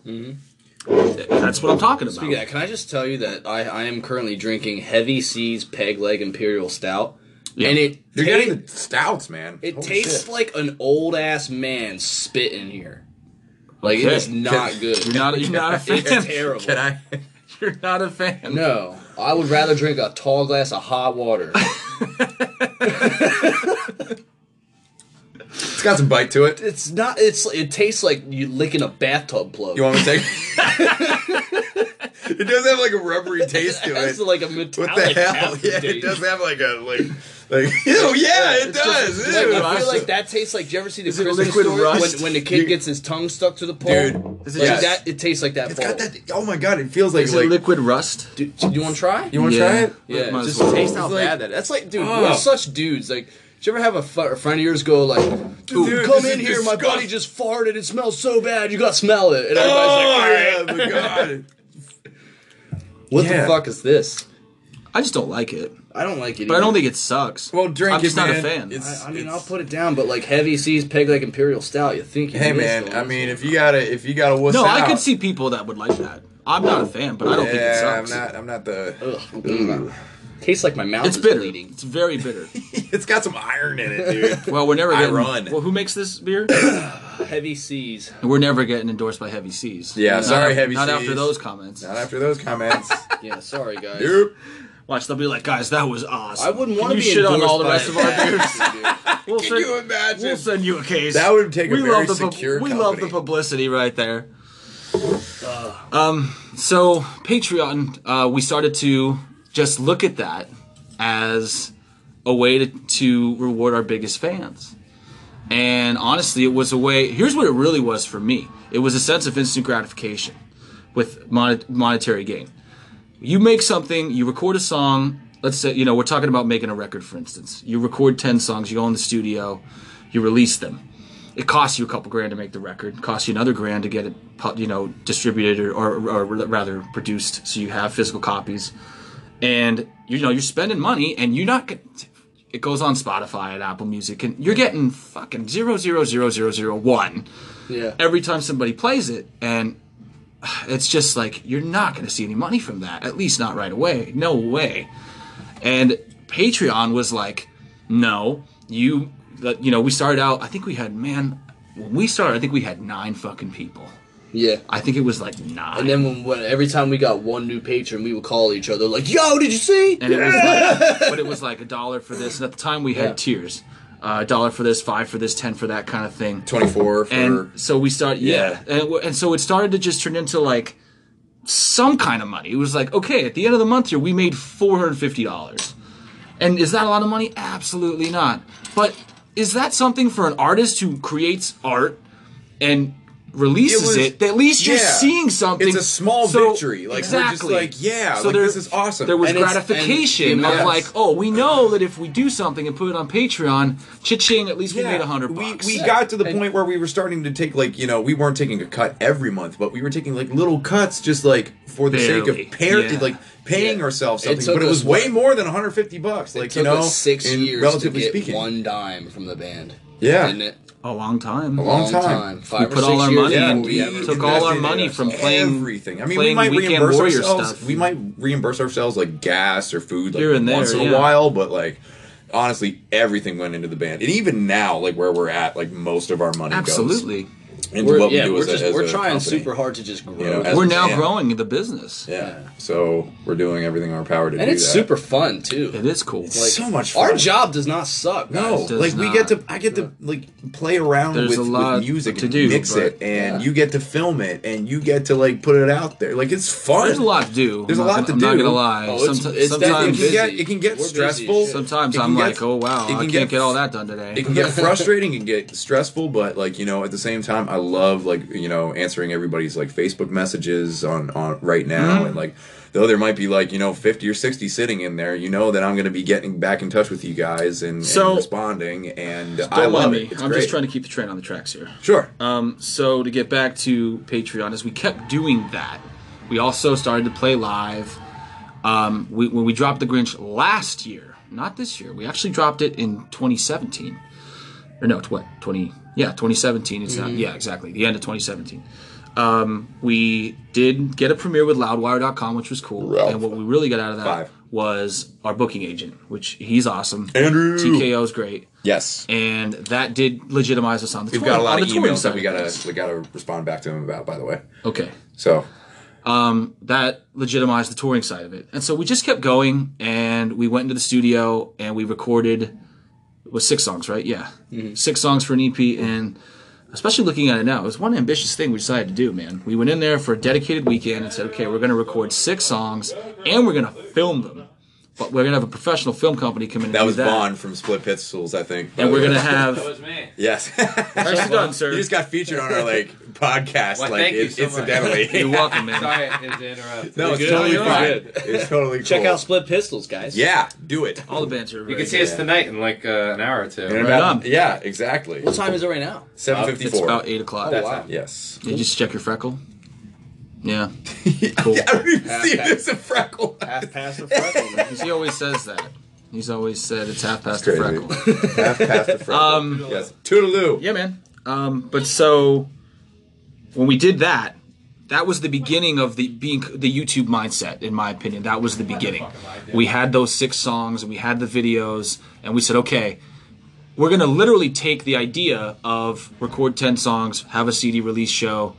[SPEAKER 3] That's what I'm talking about.
[SPEAKER 1] Yeah, can I just tell you that I, I am currently drinking Heavy Seas Peg Leg Imperial Stout,
[SPEAKER 3] Yeah.
[SPEAKER 1] and it
[SPEAKER 2] You're
[SPEAKER 1] ta-
[SPEAKER 2] getting the stouts, man.
[SPEAKER 1] it
[SPEAKER 2] Holy
[SPEAKER 1] tastes
[SPEAKER 2] shit.
[SPEAKER 1] like an old ass man spit in here. Like it
[SPEAKER 3] Okay.
[SPEAKER 1] is not good.
[SPEAKER 3] You're not. You're not a
[SPEAKER 1] it's
[SPEAKER 3] fan.
[SPEAKER 1] terrible. (laughs)
[SPEAKER 2] Can I?
[SPEAKER 3] (laughs) You're not a fan.
[SPEAKER 1] No, I would rather drink a tall glass of hot
[SPEAKER 2] (laughs)
[SPEAKER 1] water.
[SPEAKER 2] It's got some bite to it.
[SPEAKER 1] it's not. It's it tastes like you licking a bathtub plug. (laughs)
[SPEAKER 2] You want me to take? it does have like a rubbery taste to
[SPEAKER 1] it has
[SPEAKER 2] it.
[SPEAKER 1] like a
[SPEAKER 2] What
[SPEAKER 1] metallic
[SPEAKER 2] the hell? Yeah,
[SPEAKER 1] aftertaste.
[SPEAKER 2] it does have like a like like. (laughs) Ew, yeah, it
[SPEAKER 1] It's just-
[SPEAKER 2] does.
[SPEAKER 1] like,
[SPEAKER 2] ew.
[SPEAKER 1] I feel like that tastes like. Did you ever see the
[SPEAKER 3] it
[SPEAKER 1] Christmas
[SPEAKER 3] liquid
[SPEAKER 1] story
[SPEAKER 3] rust?
[SPEAKER 1] when, when the kid
[SPEAKER 2] You-
[SPEAKER 1] gets his tongue stuck to the pole?
[SPEAKER 2] Dude,
[SPEAKER 3] Is it
[SPEAKER 1] Like
[SPEAKER 2] yes.
[SPEAKER 1] that, it tastes like that.
[SPEAKER 2] It's
[SPEAKER 1] pole.
[SPEAKER 2] got that. Oh my god, it feels like
[SPEAKER 3] Is
[SPEAKER 2] like.
[SPEAKER 3] it liquid rust?
[SPEAKER 1] Do, do you want to try?
[SPEAKER 2] you want to try it?
[SPEAKER 1] yeah,
[SPEAKER 3] Might as
[SPEAKER 1] just
[SPEAKER 3] well.
[SPEAKER 1] taste how
[SPEAKER 2] It's like-
[SPEAKER 1] bad that. That's like, oh. dude,
[SPEAKER 2] Ugh.
[SPEAKER 1] we're such dudes. Like, did you ever have a, fu- a friend of yours go like, "Dude,
[SPEAKER 2] Dude,
[SPEAKER 1] come
[SPEAKER 2] this
[SPEAKER 1] in
[SPEAKER 2] is
[SPEAKER 1] here, my buddy
[SPEAKER 2] disgust-
[SPEAKER 1] just farted. It smells so bad. You got to smell it." And everybody's like,
[SPEAKER 2] Oh yeah, my god.
[SPEAKER 1] "What
[SPEAKER 2] yeah.
[SPEAKER 1] the fuck is this?"
[SPEAKER 3] I just don't like it.
[SPEAKER 1] I don't like it.
[SPEAKER 3] But I
[SPEAKER 1] either.
[SPEAKER 3] don't think it sucks.
[SPEAKER 2] Well, drink
[SPEAKER 3] I'm
[SPEAKER 2] it,
[SPEAKER 3] just not
[SPEAKER 2] man.
[SPEAKER 3] a fan.
[SPEAKER 2] It's-
[SPEAKER 1] I, I mean, I'll put it down, but like heavy seas peg leg imperial stout, you think? You
[SPEAKER 2] (laughs) Hey
[SPEAKER 1] miss
[SPEAKER 2] man,
[SPEAKER 1] those.
[SPEAKER 2] I mean, if you gotta, if you gotta wuss
[SPEAKER 3] no,
[SPEAKER 2] out.
[SPEAKER 3] I could see people that would like that. I'm not a fan, but I don't think it
[SPEAKER 2] Yeah, I'm
[SPEAKER 3] sucks.
[SPEAKER 2] not. I'm not the.
[SPEAKER 1] Ugh, I'm thinking about it. tastes like my mouth
[SPEAKER 3] It's
[SPEAKER 1] is
[SPEAKER 3] bitter.
[SPEAKER 1] bleeding.
[SPEAKER 3] It's very bitter.
[SPEAKER 2] (laughs) It's got some iron in
[SPEAKER 1] (laughs)
[SPEAKER 2] it, dude.
[SPEAKER 3] Well, we're never
[SPEAKER 2] I
[SPEAKER 3] getting.
[SPEAKER 2] run.
[SPEAKER 3] Well, who makes this beer?
[SPEAKER 1] Heavy seas.
[SPEAKER 3] we're never getting endorsed by Heavy Seas.
[SPEAKER 2] Yeah,
[SPEAKER 3] Not
[SPEAKER 2] sorry,
[SPEAKER 3] af-
[SPEAKER 2] Heavy
[SPEAKER 3] Not
[SPEAKER 2] Seas.
[SPEAKER 3] after those comments.
[SPEAKER 2] Not after those
[SPEAKER 1] (laughs)
[SPEAKER 2] comments.
[SPEAKER 1] Yeah, sorry guys.
[SPEAKER 2] Nope.
[SPEAKER 3] Watch, they'll be like, guys, that was awesome.
[SPEAKER 1] I wouldn't
[SPEAKER 3] Can
[SPEAKER 1] want to
[SPEAKER 3] you
[SPEAKER 1] be
[SPEAKER 3] shit on
[SPEAKER 1] endorsed
[SPEAKER 3] all the
[SPEAKER 1] by
[SPEAKER 3] rest
[SPEAKER 1] (laughs)
[SPEAKER 3] of our beers.
[SPEAKER 1] dude.
[SPEAKER 3] We'll
[SPEAKER 2] Can
[SPEAKER 3] send-
[SPEAKER 2] you imagine?
[SPEAKER 3] We'll send you a case.
[SPEAKER 2] That would take a very
[SPEAKER 3] the pub-
[SPEAKER 2] secure
[SPEAKER 3] We love the
[SPEAKER 2] company.
[SPEAKER 3] publicity right there. um, so Patreon, uh, we started to just look at that as a way to, to reward our biggest fans. And honestly, it was a way. Here's what it really was for me. It was a sense of instant gratification with mon- monetary gain. You make something, you record a song. Let's say, you know, we're talking about making a record, for instance. You record 10 songs, you go in the studio, you release them. It costs you a couple grand to make the record, costs you another grand to get it, pu- you know, distributed or, or, or rather produced so you have physical copies. And, you know, you're spending money and you're not getting. It goes on Spotify and Apple Music, and you're getting fucking zero zero zero zero zero one
[SPEAKER 1] Yeah.
[SPEAKER 3] every time somebody plays it and it's just like you're not going to see any money from that at least not right away no way and patreon was like no you that- you know we started out i think we had man when we started i think we had nine fucking people
[SPEAKER 1] Yeah.
[SPEAKER 3] i think it was like nine
[SPEAKER 1] And then when, when every time we got one new patron, we would call each other like, "Yo, did you see?"
[SPEAKER 3] and it was like, but it was like a dollar for this and at the time we had
[SPEAKER 1] Yeah.
[SPEAKER 3] tiers uh, a dollar for this five for this ten for that kind of thing
[SPEAKER 2] Twenty-four for.
[SPEAKER 3] and so we start yeah,
[SPEAKER 2] Yeah.
[SPEAKER 3] And, w- and so it started to just turn into like some kind of money it was like okay at the end of the month here we made $450 and is that a lot of money absolutely not but is that something for an artist who creates art and releases it,
[SPEAKER 2] It was-
[SPEAKER 3] that at least you're
[SPEAKER 2] yeah.
[SPEAKER 3] seeing something
[SPEAKER 2] It's a small
[SPEAKER 3] So-
[SPEAKER 2] victory. Like, we're just
[SPEAKER 3] exactly.
[SPEAKER 2] like, yeah, like, this is awesome.
[SPEAKER 3] there was
[SPEAKER 1] And it's- and
[SPEAKER 3] gratification
[SPEAKER 1] the
[SPEAKER 3] of
[SPEAKER 1] amount-
[SPEAKER 3] like oh we know that if we do something and put it on patreon cha-ching at least we made a hundred
[SPEAKER 2] we,
[SPEAKER 3] bucks
[SPEAKER 2] we got to the
[SPEAKER 1] And-
[SPEAKER 2] point where we were starting to take like you know we weren't taking a cut every month but we were taking like little cuts just like for the
[SPEAKER 3] Barely.
[SPEAKER 2] sake of parent
[SPEAKER 3] Yeah.
[SPEAKER 2] like paying
[SPEAKER 1] Yeah.
[SPEAKER 2] ourselves
[SPEAKER 1] It
[SPEAKER 2] something
[SPEAKER 1] took
[SPEAKER 2] but it was
[SPEAKER 1] us
[SPEAKER 2] way
[SPEAKER 1] what-
[SPEAKER 2] more than 150 bucks like
[SPEAKER 1] It took
[SPEAKER 2] you know
[SPEAKER 1] us six
[SPEAKER 2] in-
[SPEAKER 1] years
[SPEAKER 2] relatively
[SPEAKER 1] to get
[SPEAKER 2] speaking
[SPEAKER 1] one dime from the band.
[SPEAKER 2] Yeah.
[SPEAKER 1] Didn't it?
[SPEAKER 3] a long time
[SPEAKER 2] long time.
[SPEAKER 1] Five
[SPEAKER 3] We
[SPEAKER 1] or
[SPEAKER 3] put
[SPEAKER 1] six
[SPEAKER 3] all our
[SPEAKER 1] years
[SPEAKER 3] money
[SPEAKER 1] before
[SPEAKER 3] in.
[SPEAKER 1] we ever
[SPEAKER 3] We took
[SPEAKER 1] invested
[SPEAKER 3] all our
[SPEAKER 1] in
[SPEAKER 3] money
[SPEAKER 1] it.
[SPEAKER 3] from playing
[SPEAKER 2] everything i mean we
[SPEAKER 3] playing
[SPEAKER 2] might
[SPEAKER 3] Weekend
[SPEAKER 2] reimburse
[SPEAKER 3] Warrior
[SPEAKER 2] ourselves
[SPEAKER 3] stuff.
[SPEAKER 2] we might reimburse ourselves like gas or food like
[SPEAKER 3] Here and there,
[SPEAKER 2] once in a
[SPEAKER 3] yeah.
[SPEAKER 2] while but like honestly everything went into the band and even now like where we're at like most of our money
[SPEAKER 3] absolutely
[SPEAKER 2] goes into
[SPEAKER 1] We're,
[SPEAKER 2] what
[SPEAKER 1] yeah,
[SPEAKER 2] we do
[SPEAKER 1] we're,
[SPEAKER 2] as a-
[SPEAKER 1] just,
[SPEAKER 2] as
[SPEAKER 1] we're
[SPEAKER 2] a
[SPEAKER 1] trying
[SPEAKER 2] company.
[SPEAKER 1] super hard to just grow.
[SPEAKER 2] You know,
[SPEAKER 1] it.
[SPEAKER 2] as-
[SPEAKER 3] We're now
[SPEAKER 2] Yeah.
[SPEAKER 3] growing the business.
[SPEAKER 2] Yeah. So we're doing everything in our power to do
[SPEAKER 1] and it's
[SPEAKER 2] that.
[SPEAKER 1] super fun too.
[SPEAKER 3] It is cool.
[SPEAKER 1] Like,
[SPEAKER 2] so much
[SPEAKER 1] Our
[SPEAKER 2] fun.
[SPEAKER 1] job does not suck.
[SPEAKER 2] No,
[SPEAKER 1] guys.
[SPEAKER 3] does
[SPEAKER 2] like we
[SPEAKER 3] not.
[SPEAKER 2] get to, I get to like play around
[SPEAKER 3] There's
[SPEAKER 2] with,
[SPEAKER 3] a lot
[SPEAKER 2] with music
[SPEAKER 3] to
[SPEAKER 2] and
[SPEAKER 3] do,
[SPEAKER 2] mix
[SPEAKER 3] but-
[SPEAKER 2] it, and
[SPEAKER 1] Yeah.
[SPEAKER 2] you get to film it, and you get to like put it out there. Like it's fun.
[SPEAKER 3] There's a lot to do.
[SPEAKER 2] There's
[SPEAKER 3] I'm
[SPEAKER 2] a
[SPEAKER 3] not
[SPEAKER 2] lot
[SPEAKER 3] gonna-
[SPEAKER 2] to
[SPEAKER 3] I'm
[SPEAKER 2] do.
[SPEAKER 3] not gonna lie.
[SPEAKER 1] Oh, it's-
[SPEAKER 3] Someti-
[SPEAKER 1] it's
[SPEAKER 2] It
[SPEAKER 3] sometimes,
[SPEAKER 1] definitely
[SPEAKER 2] can
[SPEAKER 1] busy.
[SPEAKER 2] get, it can get
[SPEAKER 1] We're busy as
[SPEAKER 2] stressful.
[SPEAKER 1] shit.
[SPEAKER 3] sometimes
[SPEAKER 2] It can
[SPEAKER 3] I'm
[SPEAKER 2] get-
[SPEAKER 3] like, oh wow,
[SPEAKER 2] it can
[SPEAKER 3] I can't
[SPEAKER 2] get-
[SPEAKER 3] get, all that done (laughs) today.
[SPEAKER 2] It can get frustrating and get stressful, but like you know, at the same time, I love like you know answering everybody's like Facebook messages on on right now,
[SPEAKER 3] Mm-hmm.
[SPEAKER 2] and like though there might be like you know fifty or sixty sitting in there, you know that I'm going to be getting back in touch with you guys and,
[SPEAKER 3] So-
[SPEAKER 2] and responding, and I
[SPEAKER 3] Don't mind
[SPEAKER 2] love
[SPEAKER 3] me.
[SPEAKER 2] it. It's
[SPEAKER 3] I'm
[SPEAKER 2] great.
[SPEAKER 3] just trying to keep the train on the tracks here.
[SPEAKER 2] Sure.
[SPEAKER 3] Um, so to get back to Patreon, as we kept doing that, we also started to play live. Um, we, when we dropped the Grinch last year, Not this year. We actually dropped it in 2017. Or no, tw- what? 20 Yeah, 2017. It's
[SPEAKER 2] Mm-hmm.
[SPEAKER 3] not. Yeah, exactly. The end of 2017. Um, we did get a premiere with loudwire.com, which was cool.
[SPEAKER 2] Ralph.
[SPEAKER 3] And what we really got out of that
[SPEAKER 2] Five.
[SPEAKER 3] was our booking agent, which he's awesome.
[SPEAKER 2] Andrew.
[SPEAKER 3] TKO is great.
[SPEAKER 2] Yes.
[SPEAKER 3] And that did legitimize us on the
[SPEAKER 2] We've
[SPEAKER 3] tour-
[SPEAKER 2] got a lot
[SPEAKER 3] on
[SPEAKER 2] of
[SPEAKER 3] the touring
[SPEAKER 2] emails
[SPEAKER 3] side
[SPEAKER 2] that we
[SPEAKER 3] of
[SPEAKER 2] gotta
[SPEAKER 3] things.
[SPEAKER 2] we gotta respond back to him about. By the way,
[SPEAKER 3] Okay.
[SPEAKER 2] so
[SPEAKER 3] that legitimized the touring side of it. And so we just kept going and we went into the studio and we recorded it was six songs, right? Yeah.
[SPEAKER 5] Mm-hmm.
[SPEAKER 3] Six songs for an EP and especially looking at it now, it was one ambitious thing we decided to do, man. We went in there for a dedicated weekend and said, "Okay, we're going to record six songs and we're going to film them." But we're going to have a professional film company come in and
[SPEAKER 2] that
[SPEAKER 3] do
[SPEAKER 2] was
[SPEAKER 3] that.
[SPEAKER 2] Vaughn from Split Pistols, I think. by the
[SPEAKER 3] And we're
[SPEAKER 2] way. (laughs)
[SPEAKER 3] going to have
[SPEAKER 5] That was me.
[SPEAKER 2] yes.
[SPEAKER 3] First done, (laughs) sir.
[SPEAKER 2] He just got featured on our like podcast,
[SPEAKER 5] Why,
[SPEAKER 2] like
[SPEAKER 5] thank you
[SPEAKER 2] in-
[SPEAKER 5] so much.
[SPEAKER 2] incidentally. (laughs)
[SPEAKER 3] You're welcome, man.
[SPEAKER 5] (laughs) Sorry to interrupt.
[SPEAKER 2] no, it's
[SPEAKER 1] You're good.
[SPEAKER 2] totally
[SPEAKER 1] You're
[SPEAKER 2] fine.
[SPEAKER 1] good.
[SPEAKER 2] It's totally cool.
[SPEAKER 1] Check out Split Pistols, guys.
[SPEAKER 2] Yeah, do it.
[SPEAKER 3] All the banter.
[SPEAKER 5] You
[SPEAKER 3] already.
[SPEAKER 5] can see us tonight in like uh, an hour or two.
[SPEAKER 2] In
[SPEAKER 3] Right
[SPEAKER 2] about-
[SPEAKER 3] on.
[SPEAKER 2] Yeah, exactly.
[SPEAKER 1] What time is it right now?
[SPEAKER 2] Seven
[SPEAKER 3] It's
[SPEAKER 2] fifty-four.
[SPEAKER 3] about eight o'clock.
[SPEAKER 5] That's
[SPEAKER 1] wow.
[SPEAKER 2] Yes. (laughs)
[SPEAKER 3] Did you just check your freckle? Yeah. Cool.
[SPEAKER 2] I don't even see
[SPEAKER 1] Half-half.
[SPEAKER 2] it. It's a freckle.
[SPEAKER 1] Half past the freckle. man.
[SPEAKER 3] 'Cause he always says that. He's always said it's half past the
[SPEAKER 2] That's crazy.
[SPEAKER 3] freckle.
[SPEAKER 2] Half past the freckle.
[SPEAKER 3] Um,
[SPEAKER 2] yes. Toodaloo.
[SPEAKER 3] Yeah, man. Um, but so when we did that, that was the beginning of the being the YouTube mindset, in my opinion. That was the beginning. We had those six songs and we had the videos, and we said, okay, we're gonna literally take the idea of record ten songs, have a CD release show,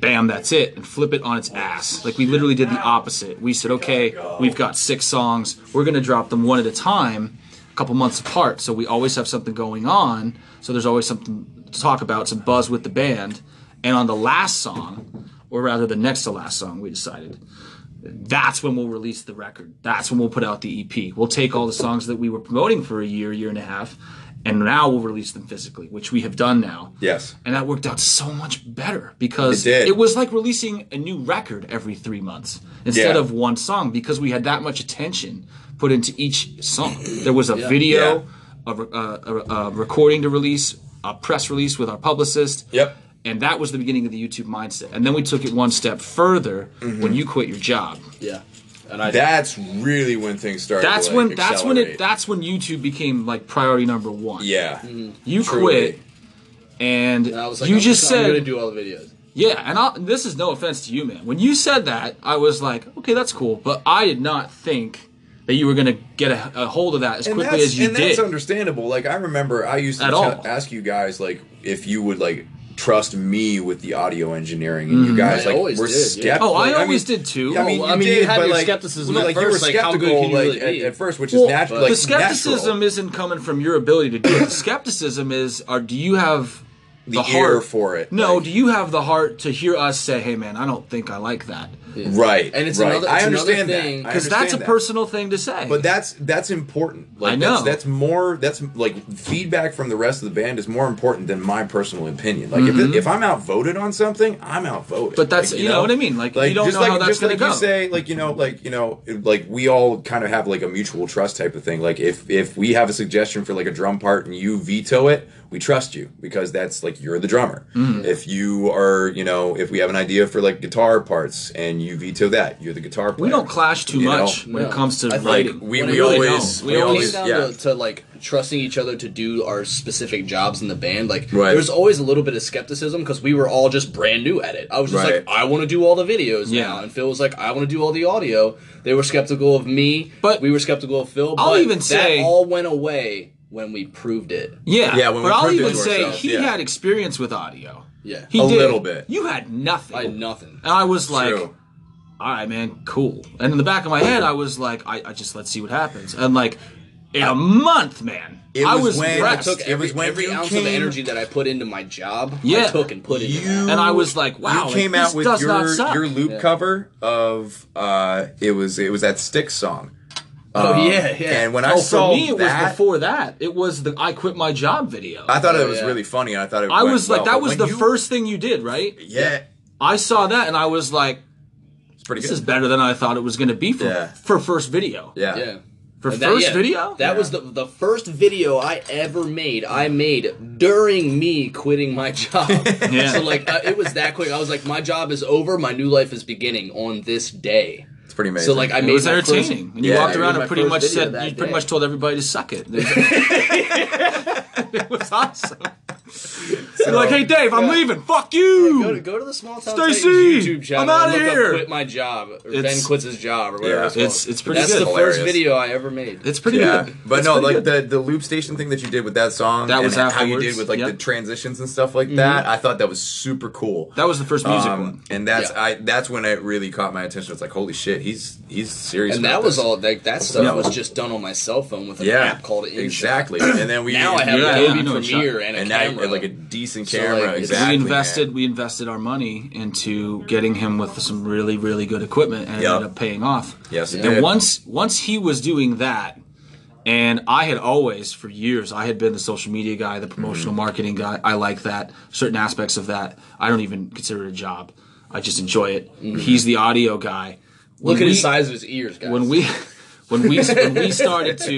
[SPEAKER 3] bam, that's it, and flip it on its ass. Like we literally did the opposite. We said, okay, we've got six songs, we're gonna drop them one at a time, a couple months apart, so we always have something going on. So there's always something to talk about, some buzz with the band. And on the last song, or rather the next to last song, we decided that's when we'll release the record. That's when we'll put out the EP. We'll take all the songs that we were promoting for a year, year and a half, and now we'll release them physically, which we have done now.
[SPEAKER 2] Yes.
[SPEAKER 3] And that worked out so much better because
[SPEAKER 2] It did.
[SPEAKER 3] was like releasing a new record every three months instead
[SPEAKER 2] Yeah.
[SPEAKER 3] of one song because we had that much attention put into each song. There was a video, A, re- uh, a- a- a recording to release, a press release with our publicist.
[SPEAKER 2] Yep.
[SPEAKER 3] And that was the beginning of the YouTube mindset. And then we took it one step further
[SPEAKER 2] Mm-hmm.
[SPEAKER 3] when you quit your job.
[SPEAKER 1] (laughs) Yeah. And I
[SPEAKER 2] That's really when things started.
[SPEAKER 3] That's
[SPEAKER 2] to, like,
[SPEAKER 3] when that's when it
[SPEAKER 2] accelerate.
[SPEAKER 3] that's when YouTube became like priority number one.
[SPEAKER 2] yeah.
[SPEAKER 3] You
[SPEAKER 2] truly.
[SPEAKER 3] quit and
[SPEAKER 1] I was like,
[SPEAKER 3] you
[SPEAKER 1] I'm
[SPEAKER 3] just
[SPEAKER 1] I'm
[SPEAKER 3] said
[SPEAKER 1] gonna do all the videos.
[SPEAKER 3] Yeah, and I'll, this is no offense to you, man. When you said that, I was like, okay, that's cool, but I did not think that you were gonna get a, a hold of that as quickly
[SPEAKER 2] that's-
[SPEAKER 3] as you
[SPEAKER 2] and
[SPEAKER 3] did.
[SPEAKER 2] that's understandable. Like I remember, I used to
[SPEAKER 3] At
[SPEAKER 2] tell-
[SPEAKER 3] all.
[SPEAKER 2] ask you guys like if you would like trust me with the audio engineering, and you guys
[SPEAKER 1] I
[SPEAKER 2] like were
[SPEAKER 1] always did,
[SPEAKER 2] skeptical.
[SPEAKER 1] yeah.
[SPEAKER 3] Mm-hmm. Oh, I always did, too.
[SPEAKER 2] I mean,
[SPEAKER 1] Well,
[SPEAKER 2] you,
[SPEAKER 1] I mean, you
[SPEAKER 2] did,
[SPEAKER 1] had
[SPEAKER 2] but,
[SPEAKER 1] your
[SPEAKER 2] like,
[SPEAKER 1] skepticism
[SPEAKER 2] well,
[SPEAKER 1] at
[SPEAKER 2] like, you
[SPEAKER 1] first,
[SPEAKER 2] were
[SPEAKER 1] like, how good
[SPEAKER 2] skeptical
[SPEAKER 1] can you
[SPEAKER 2] like,
[SPEAKER 1] really
[SPEAKER 2] at,
[SPEAKER 1] be?
[SPEAKER 2] at first, which
[SPEAKER 3] Well,
[SPEAKER 2] is natural.
[SPEAKER 3] the
[SPEAKER 2] Like,
[SPEAKER 3] skepticism
[SPEAKER 2] natural.
[SPEAKER 3] isn't coming from your ability to do it. The skepticism is, are do you have the,
[SPEAKER 2] The ear
[SPEAKER 3] heart
[SPEAKER 2] for it,
[SPEAKER 3] No,
[SPEAKER 2] like-
[SPEAKER 3] do you have the heart to hear us say, "Hey, man, I don't think I like that,"
[SPEAKER 2] right,
[SPEAKER 1] And it's
[SPEAKER 2] right.
[SPEAKER 1] another-
[SPEAKER 2] I
[SPEAKER 1] it's another
[SPEAKER 2] understand
[SPEAKER 1] thing,
[SPEAKER 2] that I
[SPEAKER 3] because that's a
[SPEAKER 2] understand that.
[SPEAKER 3] personal thing to say.
[SPEAKER 2] But that's that's important. Like
[SPEAKER 3] I know.
[SPEAKER 2] That's, that's more. That's like feedback from the rest of the band is more important than my personal opinion. Like if, it, if I'm outvoted on something, I'm outvoted.
[SPEAKER 3] Mm-hmm. But that's-
[SPEAKER 2] Like,
[SPEAKER 3] you know what I mean? Like, you don't
[SPEAKER 2] just
[SPEAKER 3] know how that's
[SPEAKER 2] just
[SPEAKER 3] gonna
[SPEAKER 2] like
[SPEAKER 3] go.
[SPEAKER 2] You say like you know like you know it- like we all kind of have like a mutual trust type of thing. Like if if we have a suggestion for like a drum part and you veto it, we trust you because that's like you're the drummer.
[SPEAKER 3] Mm-hmm.
[SPEAKER 2] If you are you know if we have an idea for like guitar parts and you veto that, you're the guitar. Player.
[SPEAKER 3] we don't clash too
[SPEAKER 2] You know?
[SPEAKER 3] much when
[SPEAKER 1] No.
[SPEAKER 3] it comes to
[SPEAKER 1] I think
[SPEAKER 3] writing.
[SPEAKER 2] we-
[SPEAKER 3] When
[SPEAKER 2] we
[SPEAKER 3] it really
[SPEAKER 2] always-
[SPEAKER 3] don't.
[SPEAKER 2] we
[SPEAKER 1] It
[SPEAKER 2] always-
[SPEAKER 1] came down
[SPEAKER 2] yeah.
[SPEAKER 1] to, to like trusting each other to do our specific jobs in the band. Like
[SPEAKER 2] Right.
[SPEAKER 1] there's always a little bit of skepticism because we were all just brand new at it. I was just
[SPEAKER 2] Right.
[SPEAKER 1] like, I want to do all the videos
[SPEAKER 3] Yeah.
[SPEAKER 1] now, and Phil was like, I want to do all the audio. They were skeptical of me,
[SPEAKER 3] But-
[SPEAKER 1] we were skeptical of Phil.
[SPEAKER 3] I'll
[SPEAKER 1] but
[SPEAKER 3] even
[SPEAKER 1] that
[SPEAKER 3] say-
[SPEAKER 1] all went away when we proved it.
[SPEAKER 3] Yeah,
[SPEAKER 2] Yeah, when
[SPEAKER 3] but
[SPEAKER 2] we
[SPEAKER 3] I'll
[SPEAKER 2] proved it
[SPEAKER 3] even
[SPEAKER 2] to
[SPEAKER 3] say
[SPEAKER 2] ourselves,
[SPEAKER 3] he
[SPEAKER 2] yeah.
[SPEAKER 3] had experience with audio.
[SPEAKER 1] Yeah.
[SPEAKER 3] he
[SPEAKER 2] A
[SPEAKER 3] did.
[SPEAKER 2] little bit.
[SPEAKER 3] You had nothing.
[SPEAKER 1] I had nothing.
[SPEAKER 3] And I was like,
[SPEAKER 2] True.
[SPEAKER 3] all right, man, cool. And in the back of my head, I was like, I, I just let's see what happens. And like, in a month, man,
[SPEAKER 2] It
[SPEAKER 3] I
[SPEAKER 2] was
[SPEAKER 3] was
[SPEAKER 2] when-
[SPEAKER 1] I
[SPEAKER 3] wrecked.
[SPEAKER 1] took
[SPEAKER 2] It
[SPEAKER 1] every,
[SPEAKER 2] was when
[SPEAKER 1] every
[SPEAKER 2] you
[SPEAKER 1] ounce of
[SPEAKER 2] came-
[SPEAKER 1] energy that I put into my job,
[SPEAKER 3] Yeah.
[SPEAKER 1] I took and put into
[SPEAKER 2] You-
[SPEAKER 1] that.
[SPEAKER 3] and I was like, wow,
[SPEAKER 2] you
[SPEAKER 3] like,
[SPEAKER 2] came
[SPEAKER 3] this
[SPEAKER 2] out with
[SPEAKER 3] does
[SPEAKER 2] your
[SPEAKER 3] not suck.
[SPEAKER 2] your loop cover of uh, it was it was that stick song.
[SPEAKER 1] Oh
[SPEAKER 2] Um,
[SPEAKER 1] yeah, yeah.
[SPEAKER 2] And when I
[SPEAKER 3] oh,
[SPEAKER 2] saw
[SPEAKER 3] for me, it
[SPEAKER 2] that,
[SPEAKER 3] was before that. It was the I quit my job video.
[SPEAKER 2] I
[SPEAKER 3] I,
[SPEAKER 2] thought it
[SPEAKER 1] Oh,
[SPEAKER 2] was
[SPEAKER 1] yeah.
[SPEAKER 2] really funny. and I thought it. went
[SPEAKER 3] was
[SPEAKER 2] well,
[SPEAKER 3] like, that
[SPEAKER 2] but
[SPEAKER 3] was
[SPEAKER 2] when
[SPEAKER 3] the
[SPEAKER 2] you-
[SPEAKER 3] first thing you did, right?
[SPEAKER 2] Yeah,
[SPEAKER 3] I saw that, and I was like,
[SPEAKER 2] it's pretty
[SPEAKER 3] this
[SPEAKER 2] good.
[SPEAKER 3] is better than I thought it was going to be for
[SPEAKER 2] Yeah.
[SPEAKER 3] for first video.
[SPEAKER 2] yeah.
[SPEAKER 1] yeah.
[SPEAKER 3] For
[SPEAKER 1] And
[SPEAKER 3] first
[SPEAKER 1] yeah,
[SPEAKER 3] video,
[SPEAKER 1] That was the the first video I ever made. I made during me quitting my (laughs) job.
[SPEAKER 3] Yeah.
[SPEAKER 1] So like uh, it was that quick. I was like, my job is over. My new life is beginning on this day.
[SPEAKER 2] It's pretty amazing.
[SPEAKER 1] So like I
[SPEAKER 3] It
[SPEAKER 1] made
[SPEAKER 3] was
[SPEAKER 1] my first-
[SPEAKER 3] entertaining. And you
[SPEAKER 2] Yeah,
[SPEAKER 3] walked
[SPEAKER 2] I
[SPEAKER 3] around
[SPEAKER 6] made
[SPEAKER 3] and
[SPEAKER 6] my
[SPEAKER 3] pretty
[SPEAKER 6] first
[SPEAKER 3] much
[SPEAKER 6] video
[SPEAKER 3] said
[SPEAKER 6] that
[SPEAKER 3] you pretty
[SPEAKER 6] day.
[SPEAKER 3] much told everybody to suck it. (laughs) it was awesome. You're like, hey Dave, I'm leaving. Fuck you.
[SPEAKER 1] Go to, go to the small town
[SPEAKER 3] Stacy,
[SPEAKER 1] Titans YouTube channel.
[SPEAKER 3] I'm outta
[SPEAKER 1] and look up
[SPEAKER 3] here.
[SPEAKER 1] Quit my job. Or ben
[SPEAKER 3] It's-
[SPEAKER 1] quits his job or whatever.
[SPEAKER 2] Yeah.
[SPEAKER 1] it's, called.
[SPEAKER 3] It's- it's
[SPEAKER 1] But
[SPEAKER 3] pretty
[SPEAKER 1] That's
[SPEAKER 3] good.
[SPEAKER 1] the
[SPEAKER 2] Hilarious.
[SPEAKER 1] first video I ever made.
[SPEAKER 3] it's pretty
[SPEAKER 2] yeah,
[SPEAKER 3] good.
[SPEAKER 2] but
[SPEAKER 3] It's
[SPEAKER 2] no,
[SPEAKER 3] pretty
[SPEAKER 2] like
[SPEAKER 3] good.
[SPEAKER 2] the the loop station thing that you did with that song,
[SPEAKER 3] That
[SPEAKER 2] and
[SPEAKER 3] was
[SPEAKER 2] how you
[SPEAKER 3] afterwards,
[SPEAKER 2] did with like the
[SPEAKER 3] yep. Mm-hmm.
[SPEAKER 2] transitions and stuff like that. I thought that was super cool.
[SPEAKER 3] that was the first music
[SPEAKER 2] Um,
[SPEAKER 3] one.
[SPEAKER 2] and that's
[SPEAKER 1] Yeah.
[SPEAKER 2] I that's when it really caught my attention. It's like holy shit, he's he's serious.
[SPEAKER 1] and
[SPEAKER 2] about
[SPEAKER 1] that was
[SPEAKER 2] this.
[SPEAKER 1] all like that stuff
[SPEAKER 3] Yeah.
[SPEAKER 1] was just done on my cell phone with an
[SPEAKER 2] yeah
[SPEAKER 1] app called InShot. (clears throat)
[SPEAKER 2] exactly. and then we
[SPEAKER 1] Now I have
[SPEAKER 3] Yeah, yeah, I
[SPEAKER 1] Adobe
[SPEAKER 3] know
[SPEAKER 1] Premiere
[SPEAKER 3] InShot.
[SPEAKER 1] and a
[SPEAKER 2] and now you
[SPEAKER 1] camera.
[SPEAKER 2] had, like a decent
[SPEAKER 1] So,
[SPEAKER 2] camera.
[SPEAKER 1] like, it's-
[SPEAKER 2] exactly.
[SPEAKER 3] we invested
[SPEAKER 2] man.
[SPEAKER 3] we invested our money into getting him with some really really good equipment and it
[SPEAKER 2] Yeah.
[SPEAKER 3] ended up paying off.
[SPEAKER 2] Yes, it
[SPEAKER 3] And
[SPEAKER 2] did.
[SPEAKER 3] once once he was doing that, and I had always for years I had been the social media guy, the promotional marketing guy. I like that certain aspects of that. I don't even consider it a job. I just enjoy it. He's the audio guy. When
[SPEAKER 1] Look at the
[SPEAKER 3] we-
[SPEAKER 1] size of his ears, guys.
[SPEAKER 3] When we (laughs) when we when we started to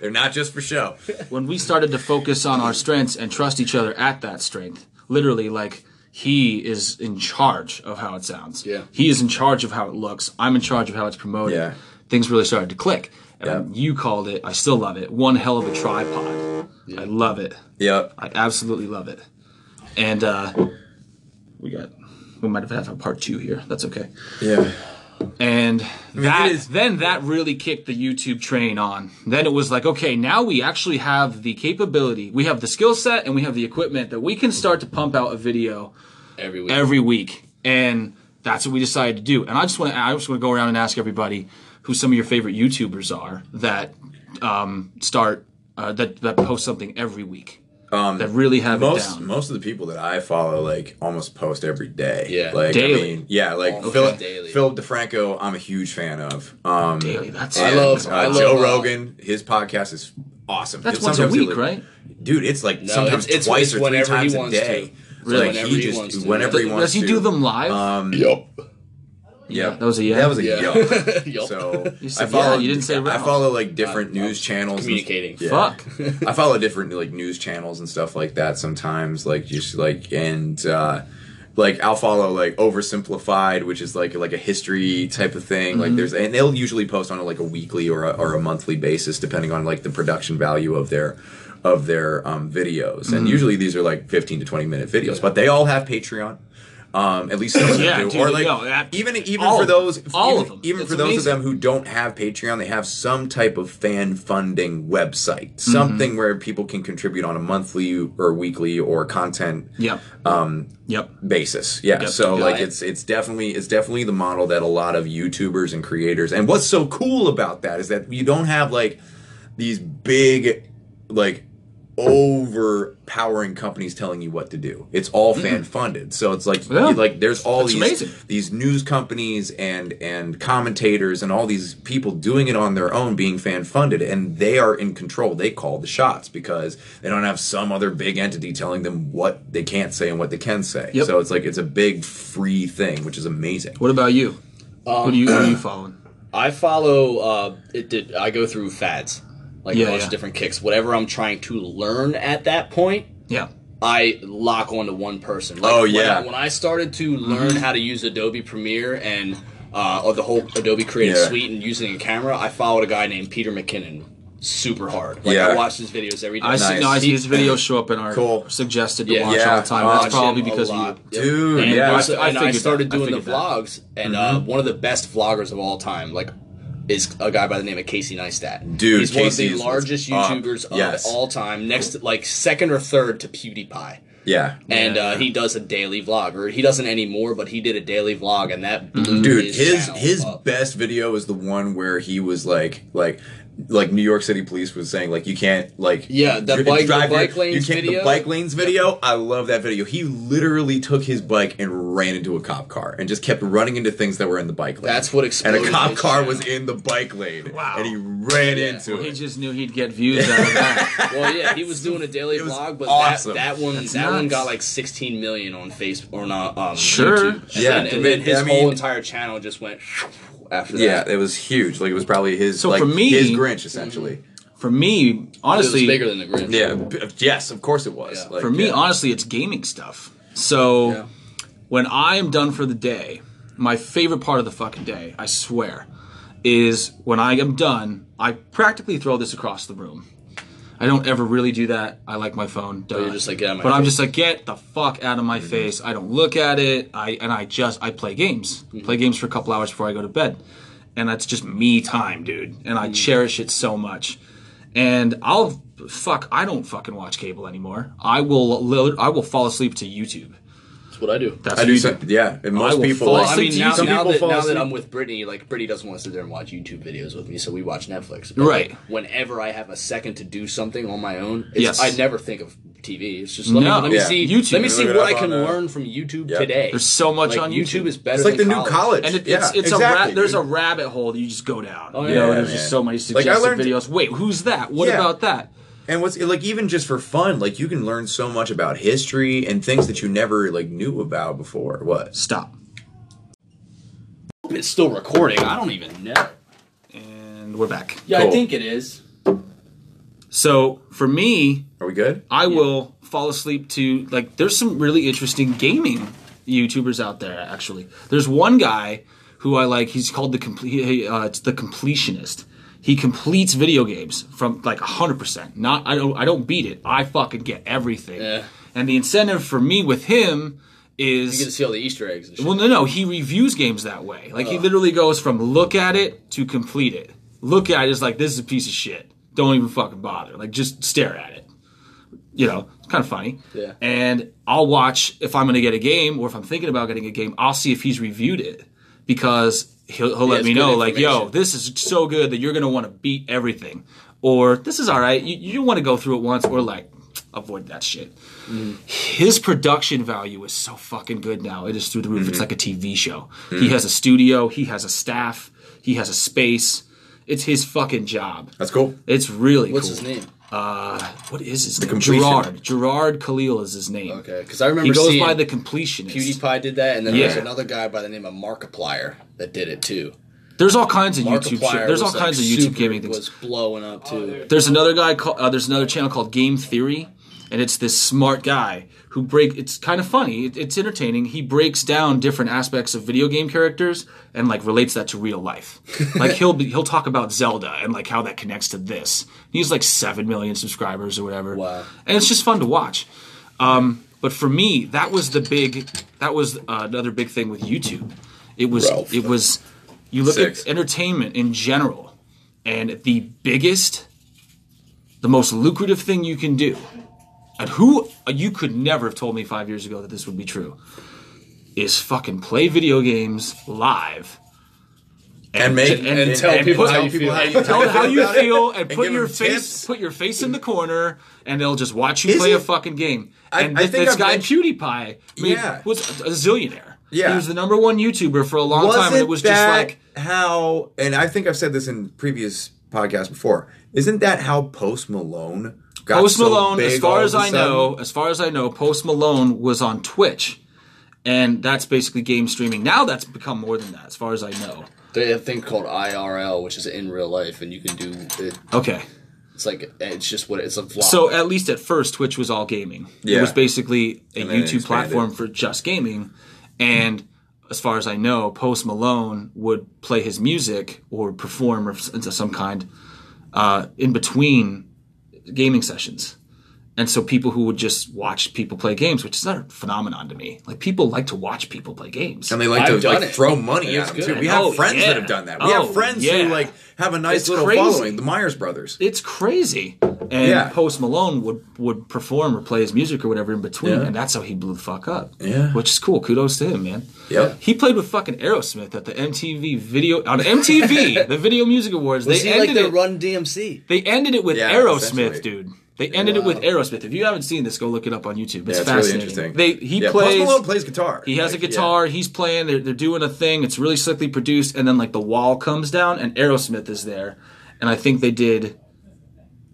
[SPEAKER 2] They're not just for
[SPEAKER 1] (laughs)
[SPEAKER 2] show.
[SPEAKER 3] when we started to focus on our strengths and trust each other at that strength, literally, like he is in charge of how it sounds.
[SPEAKER 1] Yeah.
[SPEAKER 3] He is in charge of how it looks. I'm in charge of how it's promoted.
[SPEAKER 2] Yeah.
[SPEAKER 3] Things really started to click.
[SPEAKER 2] Yeah.
[SPEAKER 3] And You called it. I still love it. One hell of a tripod. I love it.
[SPEAKER 2] Yeah,
[SPEAKER 3] I absolutely love it. And uh, we got. We might have had a part two here. That's okay.
[SPEAKER 2] yeah.
[SPEAKER 3] And that
[SPEAKER 2] it is-
[SPEAKER 3] then that really kicked the YouTube train on. Then it was like, okay, now we actually have the capability, we have the skill set, and we have the equipment that we can start to pump out a video
[SPEAKER 1] every week.
[SPEAKER 3] every week. And that's what we decided to do. And I just want to, I just want to go around and ask everybody who some of your favorite YouTubers are that um, start uh, that that post something every week. Um, that really have it
[SPEAKER 2] Most
[SPEAKER 3] down.
[SPEAKER 2] most of the people that I follow like almost post every day.
[SPEAKER 1] Yeah.
[SPEAKER 2] like
[SPEAKER 3] Daily.
[SPEAKER 2] I mean, yeah, like
[SPEAKER 1] Almost
[SPEAKER 2] Philip
[SPEAKER 1] daily.
[SPEAKER 2] Philip DeFranco. I'm a huge fan of. Um,
[SPEAKER 3] Daily, that's
[SPEAKER 1] I
[SPEAKER 2] and,
[SPEAKER 1] love-
[SPEAKER 2] uh,
[SPEAKER 1] I love,
[SPEAKER 2] Joe
[SPEAKER 1] uh,
[SPEAKER 2] Rogan. His podcast is awesome.
[SPEAKER 3] that's
[SPEAKER 2] It's
[SPEAKER 3] once a
[SPEAKER 2] sometimes he,
[SPEAKER 3] week,
[SPEAKER 2] like-
[SPEAKER 3] right?
[SPEAKER 2] Dude, it's like
[SPEAKER 1] No,
[SPEAKER 2] sometimes
[SPEAKER 1] it's- it's-
[SPEAKER 2] twice
[SPEAKER 1] it's
[SPEAKER 2] or three
[SPEAKER 1] whenever he
[SPEAKER 2] times a
[SPEAKER 1] wants
[SPEAKER 2] day.
[SPEAKER 1] to.
[SPEAKER 2] Really,
[SPEAKER 1] Like,
[SPEAKER 2] he,
[SPEAKER 1] whenever he
[SPEAKER 2] just
[SPEAKER 1] wants to.
[SPEAKER 2] whenever he
[SPEAKER 3] Does-
[SPEAKER 2] wants
[SPEAKER 3] Does he
[SPEAKER 2] to.
[SPEAKER 3] do them live?
[SPEAKER 2] Um, yeah,
[SPEAKER 3] that was a yeah.
[SPEAKER 2] That was a
[SPEAKER 1] Yeah.
[SPEAKER 2] yup.
[SPEAKER 1] Yup.
[SPEAKER 2] So
[SPEAKER 3] (laughs) You said
[SPEAKER 2] I follow.
[SPEAKER 3] yeah, you didn't say
[SPEAKER 2] I
[SPEAKER 3] Ralph. Uh,
[SPEAKER 2] follow like different news channels. and-
[SPEAKER 1] communicating.
[SPEAKER 2] Yeah.
[SPEAKER 3] Fuck.
[SPEAKER 2] I follow different like news channels and stuff like that sometimes. Like just like and uh, like I'll follow like oversimplified, which is like like a history type of thing. Like there's and they'll usually post on like a weekly or a, or a monthly basis, depending on like the production value of their of their um, videos. And usually these are like 15 to 20 minute videos, but they all have Patreon. Um, at least some of them
[SPEAKER 3] Yeah,
[SPEAKER 2] do.
[SPEAKER 3] dude,
[SPEAKER 2] or like
[SPEAKER 3] no, that-
[SPEAKER 2] even even
[SPEAKER 3] all
[SPEAKER 2] for
[SPEAKER 3] of them.
[SPEAKER 2] those
[SPEAKER 3] All
[SPEAKER 2] even,
[SPEAKER 3] of them.
[SPEAKER 2] even for
[SPEAKER 3] It's
[SPEAKER 2] those of
[SPEAKER 3] amazing.
[SPEAKER 2] them them who don't have Patreon, they have some type of fan funding website,
[SPEAKER 3] Mm-hmm.
[SPEAKER 2] something where people can contribute on a monthly or weekly or content
[SPEAKER 3] Yep.
[SPEAKER 2] um,
[SPEAKER 3] Yep.
[SPEAKER 2] basis. Yeah,
[SPEAKER 3] Yep,
[SPEAKER 2] so
[SPEAKER 3] got
[SPEAKER 2] like
[SPEAKER 1] it.
[SPEAKER 2] it's it's definitely it's definitely the model that a lot of YouTubers and creators. And what's so cool about that is that you don't have like these big like overpowering companies telling you what to do. It's all fan funded. So it's like
[SPEAKER 3] Yeah.
[SPEAKER 2] you- like there's all
[SPEAKER 3] That's
[SPEAKER 2] these
[SPEAKER 3] amazing.
[SPEAKER 2] these news companies and and commentators and all these people doing it on their own being fan funded and they are in control. They call the shots because they don't have some other big entity telling them what they can't say and what they can say.
[SPEAKER 3] Yep.
[SPEAKER 2] So it's like it's a big free thing, which is amazing.
[SPEAKER 3] What about you?
[SPEAKER 1] Um,
[SPEAKER 3] who do you who
[SPEAKER 1] (clears throat)
[SPEAKER 3] are you following?
[SPEAKER 1] (laughs) I follow. Uh, it did. I go through fads, like
[SPEAKER 3] Yeah,
[SPEAKER 1] a bunch
[SPEAKER 3] yeah.
[SPEAKER 1] of different kicks. Whatever I'm trying to learn at that point,
[SPEAKER 3] Yeah.
[SPEAKER 1] I lock onto one person. Like,
[SPEAKER 2] Oh,
[SPEAKER 1] when I-
[SPEAKER 2] yeah.
[SPEAKER 1] When I, started to learn how to use Adobe Premiere and uh, or the whole Adobe Creative
[SPEAKER 2] Yeah.
[SPEAKER 1] Suite and using a camera, I followed a guy named Peter McKinnon super hard. Like
[SPEAKER 2] Yeah.
[SPEAKER 1] I watched his videos every day.
[SPEAKER 3] I see.
[SPEAKER 2] Nice.
[SPEAKER 3] No, I see his
[SPEAKER 1] (clears throat)
[SPEAKER 3] videos show up in our
[SPEAKER 2] Cool.
[SPEAKER 3] suggested to
[SPEAKER 1] Yeah.
[SPEAKER 3] watch
[SPEAKER 2] Yeah.
[SPEAKER 3] all the time.
[SPEAKER 2] I
[SPEAKER 3] That's
[SPEAKER 2] watch
[SPEAKER 3] probably
[SPEAKER 1] him a
[SPEAKER 3] because of
[SPEAKER 1] lot.
[SPEAKER 3] you.
[SPEAKER 1] Yep.
[SPEAKER 2] Dude,
[SPEAKER 1] and
[SPEAKER 2] yeah.
[SPEAKER 1] also-
[SPEAKER 3] I
[SPEAKER 1] and I,
[SPEAKER 3] figured
[SPEAKER 1] started
[SPEAKER 3] that. I
[SPEAKER 1] doing the
[SPEAKER 3] figured that.
[SPEAKER 1] vlogs, and
[SPEAKER 2] Mm-hmm.
[SPEAKER 1] uh, one of the best vloggers of all time, like, is a guy by the name of Casey Neistat.
[SPEAKER 2] Dude,
[SPEAKER 1] he's
[SPEAKER 2] Casey
[SPEAKER 1] one of
[SPEAKER 2] is
[SPEAKER 1] the largest
[SPEAKER 2] up.
[SPEAKER 1] YouTubers of
[SPEAKER 2] Yes.
[SPEAKER 1] all time, next, to, like, second or third to PewDiePie.
[SPEAKER 2] Yeah.
[SPEAKER 1] And uh, he does a daily vlog, or he doesn't anymore, but he did a daily vlog, and that blew
[SPEAKER 2] dude his
[SPEAKER 1] channel
[SPEAKER 2] his
[SPEAKER 1] up.
[SPEAKER 2] best video is the one where he was like like like New York City police was saying like you can't like
[SPEAKER 1] Yeah, that
[SPEAKER 2] dri-
[SPEAKER 1] bike- the
[SPEAKER 2] drive your-
[SPEAKER 1] bike lanes
[SPEAKER 2] you can't, the
[SPEAKER 1] video?
[SPEAKER 2] bike lanes video I love that video he literally took his bike and ran into a cop car and just kept running into things that were in the bike lane
[SPEAKER 1] That's what
[SPEAKER 2] and
[SPEAKER 1] exploded
[SPEAKER 2] a cop
[SPEAKER 1] his
[SPEAKER 2] car
[SPEAKER 1] channel.
[SPEAKER 2] was in the bike lane
[SPEAKER 3] Wow.
[SPEAKER 2] and he ran
[SPEAKER 1] Yeah.
[SPEAKER 2] into
[SPEAKER 3] He
[SPEAKER 2] it
[SPEAKER 3] just knew he'd get views out of
[SPEAKER 1] (laughs)
[SPEAKER 3] that.
[SPEAKER 1] Well, yeah, he was doing a daily
[SPEAKER 2] It was
[SPEAKER 1] vlog, but
[SPEAKER 2] awesome.
[SPEAKER 1] that, that one that one
[SPEAKER 3] nuts.
[SPEAKER 1] got like 16 million on Facebook or not um,
[SPEAKER 3] Sure.
[SPEAKER 1] YouTube.
[SPEAKER 2] Yeah,
[SPEAKER 1] and,
[SPEAKER 2] I
[SPEAKER 1] and then
[SPEAKER 2] mean-
[SPEAKER 1] his
[SPEAKER 2] I mean-
[SPEAKER 1] whole entire channel just went after that.
[SPEAKER 2] yeah it was huge like it was probably his
[SPEAKER 3] So
[SPEAKER 2] like
[SPEAKER 3] for me-
[SPEAKER 2] his Grinch
[SPEAKER 1] Mm-hmm.
[SPEAKER 2] essentially
[SPEAKER 3] For me,
[SPEAKER 1] Honestly,
[SPEAKER 3] honestly,
[SPEAKER 1] it was bigger than the Grinch.
[SPEAKER 2] yeah b- yes of course it was
[SPEAKER 1] Yeah.
[SPEAKER 2] Like,
[SPEAKER 3] for me,
[SPEAKER 2] yeah.
[SPEAKER 3] honestly, it's gaming stuff. So
[SPEAKER 1] Yeah.
[SPEAKER 3] when I am done for the day, my favorite part of the fucking day, I swear, is when I am done, I practically throw this across the room. I don't ever really do that. I like my phone. But
[SPEAKER 1] you're just like, "Get out of my
[SPEAKER 3] But I'm
[SPEAKER 1] face."
[SPEAKER 3] just like, get the fuck out of my face. I don't look at it. I and I just I play games. Play games for a couple hours before I go to bed. And that's just me time, dude. And I cherish it so much and I'll fuck. I don't fucking watch cable anymore. I will. li- I will fall asleep to YouTube.
[SPEAKER 1] That's what I do.
[SPEAKER 3] That's
[SPEAKER 2] I
[SPEAKER 3] what
[SPEAKER 2] do.
[SPEAKER 3] you
[SPEAKER 2] So, yeah, and most
[SPEAKER 3] will
[SPEAKER 2] people.
[SPEAKER 3] fall
[SPEAKER 1] Well, I
[SPEAKER 3] asleep
[SPEAKER 1] mean,
[SPEAKER 3] to
[SPEAKER 1] now,
[SPEAKER 3] YouTube.
[SPEAKER 1] now,
[SPEAKER 5] Some people
[SPEAKER 1] that,
[SPEAKER 5] fall
[SPEAKER 1] now that
[SPEAKER 5] asleep.
[SPEAKER 1] I'm with Brittany, like Brittany doesn't want to sit there and watch YouTube videos with me, so we watch Netflix. But,
[SPEAKER 3] Right.
[SPEAKER 1] like, whenever I have a second to do something on my own, it's,
[SPEAKER 3] Yes.
[SPEAKER 1] I never think of TV. It's just let me,
[SPEAKER 3] No.
[SPEAKER 1] let me
[SPEAKER 2] Yeah.
[SPEAKER 1] see.
[SPEAKER 3] YouTube.
[SPEAKER 1] Let me see
[SPEAKER 2] Look
[SPEAKER 1] what
[SPEAKER 2] it
[SPEAKER 1] I
[SPEAKER 2] up
[SPEAKER 1] can
[SPEAKER 2] on, uh,
[SPEAKER 1] learn from YouTube
[SPEAKER 2] yeah.
[SPEAKER 1] today.
[SPEAKER 3] There's so much
[SPEAKER 1] Like,
[SPEAKER 3] on YouTube.
[SPEAKER 1] is better.
[SPEAKER 2] It's like the
[SPEAKER 1] than
[SPEAKER 2] new college.
[SPEAKER 3] And it,
[SPEAKER 2] yeah,
[SPEAKER 3] it's, it's a
[SPEAKER 2] exactly,
[SPEAKER 3] ra- there's a
[SPEAKER 2] dude.
[SPEAKER 3] rabbit hole that you just go down.
[SPEAKER 1] Oh,
[SPEAKER 3] you know,
[SPEAKER 1] yeah,
[SPEAKER 3] there's
[SPEAKER 2] man.
[SPEAKER 3] just so many
[SPEAKER 2] Like, I
[SPEAKER 3] suggested
[SPEAKER 2] learned-
[SPEAKER 3] videos. Wait, who's that? What
[SPEAKER 2] Yeah.
[SPEAKER 3] about that?
[SPEAKER 2] And what's like even just for fun, like you can learn so much about history and things that you never like knew about before. What?
[SPEAKER 3] Stop.
[SPEAKER 1] hope it's still recording. I don't even know.
[SPEAKER 3] And we're back.
[SPEAKER 1] Yeah, I
[SPEAKER 2] Cool.
[SPEAKER 1] think it is.
[SPEAKER 3] So for me,
[SPEAKER 2] Are we good?
[SPEAKER 3] I will fall asleep to like there's some really interesting gaming YouTubers out there actually. There's one guy who I like. He's called the complete. Uh, it's the completionist. He completes video games from like 100. percent Not I don't I don't beat it. I fucking get everything.
[SPEAKER 1] Yeah.
[SPEAKER 3] And the incentive for me with him
[SPEAKER 1] You get to
[SPEAKER 3] is
[SPEAKER 1] see all the Easter eggs. And shit.
[SPEAKER 3] well no no he reviews games that way. Like he literally goes from look at it to complete it. Look at it is like this is a piece of shit. Don't even fucking bother. Like just stare at it you know, it's kind of funny.
[SPEAKER 1] Yeah.
[SPEAKER 3] And I'll watch if I'm going to get a game or if I'm thinking about getting a game, I'll see if he's reviewed it because he'll, he'll let
[SPEAKER 1] it's
[SPEAKER 3] me
[SPEAKER 1] good
[SPEAKER 3] know, like, yo,
[SPEAKER 1] information.
[SPEAKER 3] this is so good that you're going to want to beat everything. Or this is all right. You, you want to go through it once or like avoid that shit.
[SPEAKER 1] Mm-hmm.
[SPEAKER 3] His production value is so fucking good now. It is through the roof.
[SPEAKER 1] Mm-hmm.
[SPEAKER 3] It's like a TV show. He has a studio, he has a staff, he has a space. It's his fucking job.
[SPEAKER 2] That's cool.
[SPEAKER 3] It's really
[SPEAKER 1] What's
[SPEAKER 3] cool.
[SPEAKER 1] his name?
[SPEAKER 3] What is his name?
[SPEAKER 2] completion.
[SPEAKER 3] Gerard. Gerard Khalil is his name.
[SPEAKER 1] Okay, because I remember
[SPEAKER 3] He goes
[SPEAKER 1] seeing
[SPEAKER 3] by the completionist.
[SPEAKER 1] PewDiePie did that, and then there's
[SPEAKER 3] Yeah.
[SPEAKER 1] another guy by the name of Markiplier that did it too.
[SPEAKER 3] There's all kinds of YouTube
[SPEAKER 1] Markiplier
[SPEAKER 3] shit. There's all
[SPEAKER 1] was, like,
[SPEAKER 3] kinds of YouTube
[SPEAKER 1] super-
[SPEAKER 3] gaming things.
[SPEAKER 1] was blowing up
[SPEAKER 2] Oh,
[SPEAKER 1] too.
[SPEAKER 3] There's another guy. Called, uh, there's another channel called Game Theory, and it's this smart guy who break. It's kind of funny. It, it's entertaining. He breaks down different aspects of video game characters and like relates that to real life. like he'll be, he'll talk about Zelda and like how that connects to this. He's like seven million subscribers or whatever.
[SPEAKER 1] Wow.
[SPEAKER 3] And it's just fun to watch. Um, but for me, that was the big. That was uh, another big thing with YouTube. It was.
[SPEAKER 2] Ralph.
[SPEAKER 3] It was. You look
[SPEAKER 2] Six.
[SPEAKER 3] at entertainment in general, and the biggest the most lucrative thing you can do, and who uh, you could never have told me five years ago that this would be true, is fucking play video games live.
[SPEAKER 2] And make
[SPEAKER 3] and- and tell people how you
[SPEAKER 5] feel.
[SPEAKER 3] Tell them (laughs) how you
[SPEAKER 2] about it,
[SPEAKER 3] feel and put
[SPEAKER 2] give
[SPEAKER 3] your
[SPEAKER 2] them
[SPEAKER 3] face
[SPEAKER 2] tips.
[SPEAKER 3] put your face in the corner, and they'll just watch you
[SPEAKER 2] Is
[SPEAKER 3] play a
[SPEAKER 2] it-
[SPEAKER 3] fucking game.
[SPEAKER 2] I-
[SPEAKER 3] and
[SPEAKER 2] I
[SPEAKER 3] this,
[SPEAKER 2] think
[SPEAKER 3] this
[SPEAKER 2] I've
[SPEAKER 3] guy
[SPEAKER 2] men-
[SPEAKER 3] PewDiePie made,
[SPEAKER 2] Yeah.
[SPEAKER 3] was a zillionaire.
[SPEAKER 2] Yeah.
[SPEAKER 3] he was the number one YouTuber for a long time, and it was just
[SPEAKER 2] that
[SPEAKER 3] like
[SPEAKER 2] how? And I think I've said this in previous podcasts before. Isn't that how Post Malone got
[SPEAKER 3] Post
[SPEAKER 2] so
[SPEAKER 3] Malone,
[SPEAKER 2] big
[SPEAKER 3] as far
[SPEAKER 2] all
[SPEAKER 3] as
[SPEAKER 2] of a
[SPEAKER 3] I know,
[SPEAKER 2] sudden?
[SPEAKER 3] as far as I know, Post Malone was on Twitch, and that's basically game streaming. Now that's become more than that, as far as I know.
[SPEAKER 1] They have a thing called IRL, which is in real life, and you can do it.
[SPEAKER 3] Okay,
[SPEAKER 1] It's like it's just what it's a vlog.
[SPEAKER 3] so at least at first, Twitch was all gaming. It
[SPEAKER 2] Yeah.
[SPEAKER 3] was basically a
[SPEAKER 2] then it
[SPEAKER 3] YouTube
[SPEAKER 2] expanded.
[SPEAKER 3] platform for just gaming, and as far as I know, Post Malone would play his music or perform of s- of some kind uh, in between gaming sessions. And so people who would just watch people play games, which is not a phenomenon to me. Like people like to watch people play games.
[SPEAKER 2] And they like
[SPEAKER 1] I've
[SPEAKER 2] to
[SPEAKER 1] done
[SPEAKER 2] like
[SPEAKER 1] it.
[SPEAKER 2] throw money
[SPEAKER 1] It's
[SPEAKER 2] at them
[SPEAKER 1] good.
[SPEAKER 2] too. We
[SPEAKER 3] Oh,
[SPEAKER 2] have friends
[SPEAKER 3] yeah.
[SPEAKER 2] that have done that. We
[SPEAKER 3] Oh,
[SPEAKER 2] have friends
[SPEAKER 3] yeah.
[SPEAKER 2] who like have a nice
[SPEAKER 3] It's
[SPEAKER 2] little
[SPEAKER 3] crazy.
[SPEAKER 2] following. The Myers brothers.
[SPEAKER 3] it's crazy. And
[SPEAKER 2] Yeah.
[SPEAKER 3] Post Malone would would perform or play his music or whatever in between, and that's how he blew the fuck up.
[SPEAKER 2] Yeah.
[SPEAKER 3] which is cool. Kudos to him, man.
[SPEAKER 2] Yep.
[SPEAKER 3] He played with fucking Aerosmith at the MTV video
[SPEAKER 2] (laughs)
[SPEAKER 3] on MTV the Video Music Awards.
[SPEAKER 1] Was
[SPEAKER 3] they
[SPEAKER 1] he like
[SPEAKER 3] ended
[SPEAKER 1] the
[SPEAKER 3] it.
[SPEAKER 1] Run DMC?
[SPEAKER 3] they ended it with
[SPEAKER 2] Yeah,
[SPEAKER 3] Aerosmith,
[SPEAKER 2] essentially.
[SPEAKER 3] dude. They ended it with Aerosmith. If you haven't seen this, go look it up on YouTube. It's
[SPEAKER 2] Yeah, it's really
[SPEAKER 3] fascinating.
[SPEAKER 2] interesting.
[SPEAKER 3] They he
[SPEAKER 2] yeah,
[SPEAKER 3] plays.
[SPEAKER 2] Post Malone plays guitar.
[SPEAKER 3] He has
[SPEAKER 2] Like,
[SPEAKER 3] a
[SPEAKER 2] yeah. (laughs)
[SPEAKER 3] guitar. He's playing. They're, they're doing a thing. It's really slickly produced. And then like the wall comes down, and Aerosmith is there. And I think they did.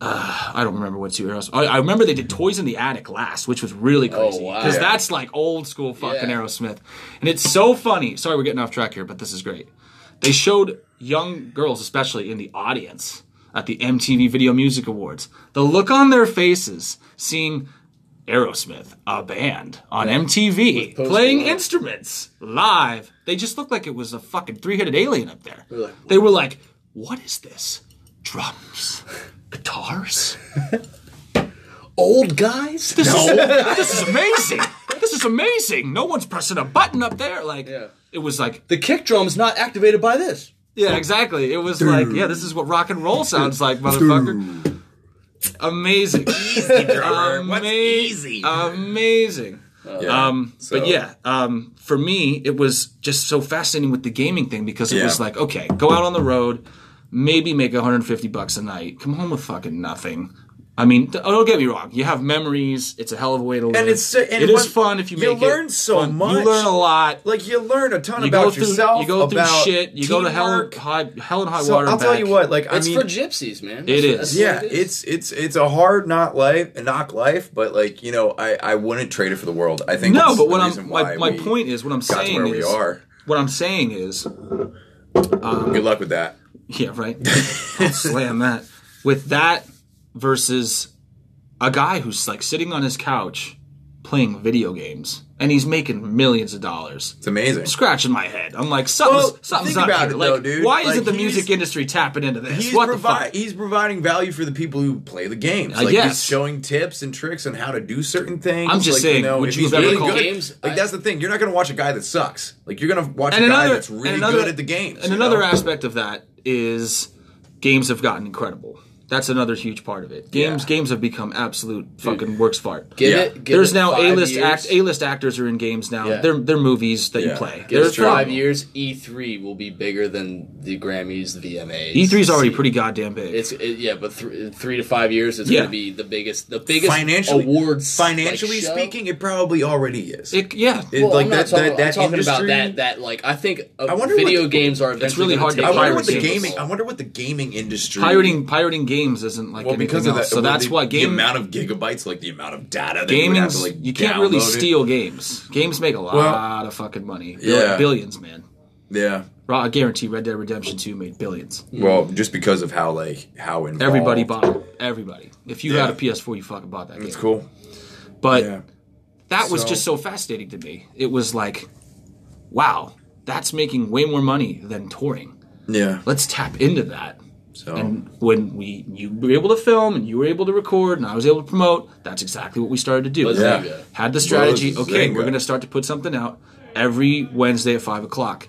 [SPEAKER 3] Uh, I don't remember what two Aerosmith. I, I remember they did Toys in the Attic last, which was really crazy
[SPEAKER 1] wow.
[SPEAKER 3] because
[SPEAKER 1] Yeah.
[SPEAKER 3] that's like old school fucking
[SPEAKER 1] Yeah.
[SPEAKER 3] Aerosmith, and it's so funny. Sorry, we're getting off track here, but this is great. They showed young girls, especially in the audience at the MTV Video Music Awards, the look on their faces seeing Aerosmith, a band on MTV,
[SPEAKER 1] Post
[SPEAKER 3] playing
[SPEAKER 1] Malone.
[SPEAKER 3] instruments live. They just looked like it was a fucking three-headed alien up there.
[SPEAKER 1] They're like,
[SPEAKER 3] They were like, "What is this? Drums, guitars?
[SPEAKER 1] Old guys?
[SPEAKER 3] This, is, (laughs) this is amazing! This is amazing! No one's pressing a button up there." Like,
[SPEAKER 1] Yeah.
[SPEAKER 3] it was like
[SPEAKER 1] The kick drum's not activated by this.
[SPEAKER 3] Yeah, exactly. It was like, yeah, this is what rock and roll sounds like, motherfucker. Amazing.
[SPEAKER 2] drummer. What's easy?
[SPEAKER 3] Amazing.
[SPEAKER 2] Yeah.
[SPEAKER 3] Uh, Um,
[SPEAKER 2] So-
[SPEAKER 3] But yeah, um, for me, it was just so fascinating with the gaming thing because it
[SPEAKER 2] Yeah.
[SPEAKER 3] was like, okay, go out on the road, maybe make 150 bucks a night, come home with fucking nothing. I mean, th- oh, don't get me wrong. You have memories. It's a hell of a way to live.
[SPEAKER 2] it's so- and
[SPEAKER 3] It is
[SPEAKER 2] one-
[SPEAKER 3] fun if you,
[SPEAKER 2] you
[SPEAKER 3] make it.
[SPEAKER 2] learn so
[SPEAKER 3] fun.
[SPEAKER 2] much.
[SPEAKER 3] You learn a lot.
[SPEAKER 2] like you learn a ton
[SPEAKER 3] You
[SPEAKER 2] about
[SPEAKER 3] go through,
[SPEAKER 2] yourself.
[SPEAKER 3] you go through
[SPEAKER 2] about
[SPEAKER 3] shit. You go to hell, and
[SPEAKER 2] teamwork.
[SPEAKER 3] high, hell and high
[SPEAKER 2] So
[SPEAKER 3] water.
[SPEAKER 2] I'll
[SPEAKER 3] and
[SPEAKER 2] tell
[SPEAKER 3] back.
[SPEAKER 2] you what, like
[SPEAKER 1] It's
[SPEAKER 2] I mean,
[SPEAKER 1] for gypsies, man. That's
[SPEAKER 3] It
[SPEAKER 1] what-
[SPEAKER 3] is.
[SPEAKER 1] that's what
[SPEAKER 2] yeah,
[SPEAKER 1] it is.
[SPEAKER 2] it's it's it's a hard not life, knock life, but like you know, I I wouldn't trade it for the world. I think
[SPEAKER 3] No,
[SPEAKER 2] that's
[SPEAKER 3] but
[SPEAKER 2] the
[SPEAKER 3] what
[SPEAKER 2] reason
[SPEAKER 3] I'm
[SPEAKER 2] why
[SPEAKER 3] my, my
[SPEAKER 2] we
[SPEAKER 3] point is what I'm
[SPEAKER 2] got to
[SPEAKER 3] saying
[SPEAKER 2] where we
[SPEAKER 3] is
[SPEAKER 2] are.
[SPEAKER 3] what I'm saying is
[SPEAKER 2] Good luck with that.
[SPEAKER 3] yeah
[SPEAKER 2] (laughs)
[SPEAKER 3] right. I'll slam that with that versus a guy who's like sitting on his couch playing video games and he's making millions of dollars.
[SPEAKER 2] It's amazing.
[SPEAKER 3] Scratching my head. I'm like something's,
[SPEAKER 2] Well,
[SPEAKER 3] something's
[SPEAKER 2] think
[SPEAKER 3] not
[SPEAKER 2] about
[SPEAKER 3] right.
[SPEAKER 2] it,
[SPEAKER 3] like
[SPEAKER 2] though, dude.
[SPEAKER 3] why
[SPEAKER 2] Like,
[SPEAKER 3] isn't the
[SPEAKER 2] he's-
[SPEAKER 3] music industry tapping into this?
[SPEAKER 2] He's,
[SPEAKER 3] what the
[SPEAKER 2] provi-
[SPEAKER 3] fuck?
[SPEAKER 2] he's providing value for the people who play the games.
[SPEAKER 3] Uh,
[SPEAKER 2] Like
[SPEAKER 3] yes.
[SPEAKER 2] he's showing tips and tricks on how to do certain things.
[SPEAKER 3] I'm just
[SPEAKER 2] like,
[SPEAKER 3] saying,
[SPEAKER 2] you know,
[SPEAKER 3] would
[SPEAKER 2] if
[SPEAKER 3] you
[SPEAKER 2] he's
[SPEAKER 3] have ever
[SPEAKER 2] really
[SPEAKER 3] called-
[SPEAKER 2] good,
[SPEAKER 1] Games,
[SPEAKER 2] like
[SPEAKER 1] I-
[SPEAKER 2] that's the thing. You're not going to watch a guy that sucks. Like you're going to watch
[SPEAKER 3] and
[SPEAKER 2] a guy
[SPEAKER 3] another
[SPEAKER 2] that's really
[SPEAKER 3] and another,
[SPEAKER 2] good at the games.
[SPEAKER 3] And
[SPEAKER 2] you
[SPEAKER 3] another
[SPEAKER 2] know?
[SPEAKER 3] aspect of that is games have gotten incredible. That's another huge part of it. Games
[SPEAKER 2] Yeah.
[SPEAKER 3] games have become absolute fucking works of art.
[SPEAKER 1] Give
[SPEAKER 2] Yeah.
[SPEAKER 1] it. Give
[SPEAKER 3] There's
[SPEAKER 1] it
[SPEAKER 3] now
[SPEAKER 1] five
[SPEAKER 3] A list
[SPEAKER 1] years.
[SPEAKER 3] act A list actors are in games now.
[SPEAKER 1] Yeah.
[SPEAKER 3] They're they're movies that
[SPEAKER 2] Yeah.
[SPEAKER 3] you play.
[SPEAKER 1] Give
[SPEAKER 3] They're
[SPEAKER 1] it five
[SPEAKER 3] phenomenal.
[SPEAKER 1] years. E3 will be bigger than the Grammys, the VMAs.
[SPEAKER 3] E3's E already pretty goddamn big.
[SPEAKER 1] It's it, yeah, but thr- three to five years, it's
[SPEAKER 3] Yeah.
[SPEAKER 1] going to be the biggest, the biggest
[SPEAKER 2] Financially-
[SPEAKER 1] awards. like,
[SPEAKER 2] Financially
[SPEAKER 1] show.
[SPEAKER 2] speaking, it probably already is.
[SPEAKER 3] it, yeah.
[SPEAKER 2] It-
[SPEAKER 1] Well,
[SPEAKER 2] like
[SPEAKER 1] I'm not
[SPEAKER 2] that,
[SPEAKER 1] talking,
[SPEAKER 2] that, that
[SPEAKER 1] I'm talking about
[SPEAKER 2] industry-
[SPEAKER 1] that. That like, I think uh,
[SPEAKER 2] I wonder
[SPEAKER 1] video
[SPEAKER 2] what-
[SPEAKER 1] games are. Eventually
[SPEAKER 3] really
[SPEAKER 1] gonna
[SPEAKER 3] hard to
[SPEAKER 1] take
[SPEAKER 2] I
[SPEAKER 1] over
[SPEAKER 2] wonder what
[SPEAKER 3] piracy
[SPEAKER 2] the
[SPEAKER 1] the
[SPEAKER 3] is.
[SPEAKER 2] gaming. I wonder what the gaming industry
[SPEAKER 3] pirating pirating games isn't like
[SPEAKER 2] Well, because
[SPEAKER 3] anything
[SPEAKER 2] of that,
[SPEAKER 3] else. so
[SPEAKER 2] well,
[SPEAKER 3] that's
[SPEAKER 2] the,
[SPEAKER 3] why
[SPEAKER 2] the
[SPEAKER 3] game
[SPEAKER 2] amount of gigabytes, like the amount of data that you would
[SPEAKER 3] gaming
[SPEAKER 2] have to like
[SPEAKER 3] you can't really
[SPEAKER 2] download it.
[SPEAKER 3] steal games. Games make a lot
[SPEAKER 2] Well,
[SPEAKER 3] of fucking money.
[SPEAKER 2] yeah.
[SPEAKER 3] Billions, man.
[SPEAKER 2] Yeah.
[SPEAKER 3] Raw, I guarantee Red Dead Redemption 2 made billions.
[SPEAKER 2] Well, just because of how like how involved
[SPEAKER 3] Everybody bought it. Everybody. If you
[SPEAKER 2] Yeah.
[SPEAKER 3] had a PS4, you fucking bought that
[SPEAKER 2] It's
[SPEAKER 3] game.
[SPEAKER 2] cool.
[SPEAKER 3] But
[SPEAKER 2] Yeah.
[SPEAKER 3] that was
[SPEAKER 2] So-
[SPEAKER 3] just so fascinating to me. It was like, wow, that's making way more money than touring.
[SPEAKER 2] Yeah.
[SPEAKER 3] Let's tap into that.
[SPEAKER 2] So
[SPEAKER 3] And when we you were able to film and you were able to record and I was able to promote, that's exactly what we started to do.
[SPEAKER 1] Let's
[SPEAKER 2] Yeah. do that.
[SPEAKER 3] Had the strategy.
[SPEAKER 2] Well,
[SPEAKER 3] okay,
[SPEAKER 2] Zynga.
[SPEAKER 3] we're gonna start to put something out every Wednesday at five o'clock.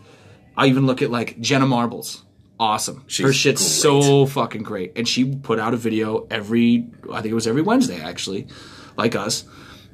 [SPEAKER 3] I even look at like Jenna Marbles. Awesome.
[SPEAKER 2] She's
[SPEAKER 3] Her shit's
[SPEAKER 2] great.
[SPEAKER 3] so fucking great. And she put out a video every I think it was every Wednesday actually, like us.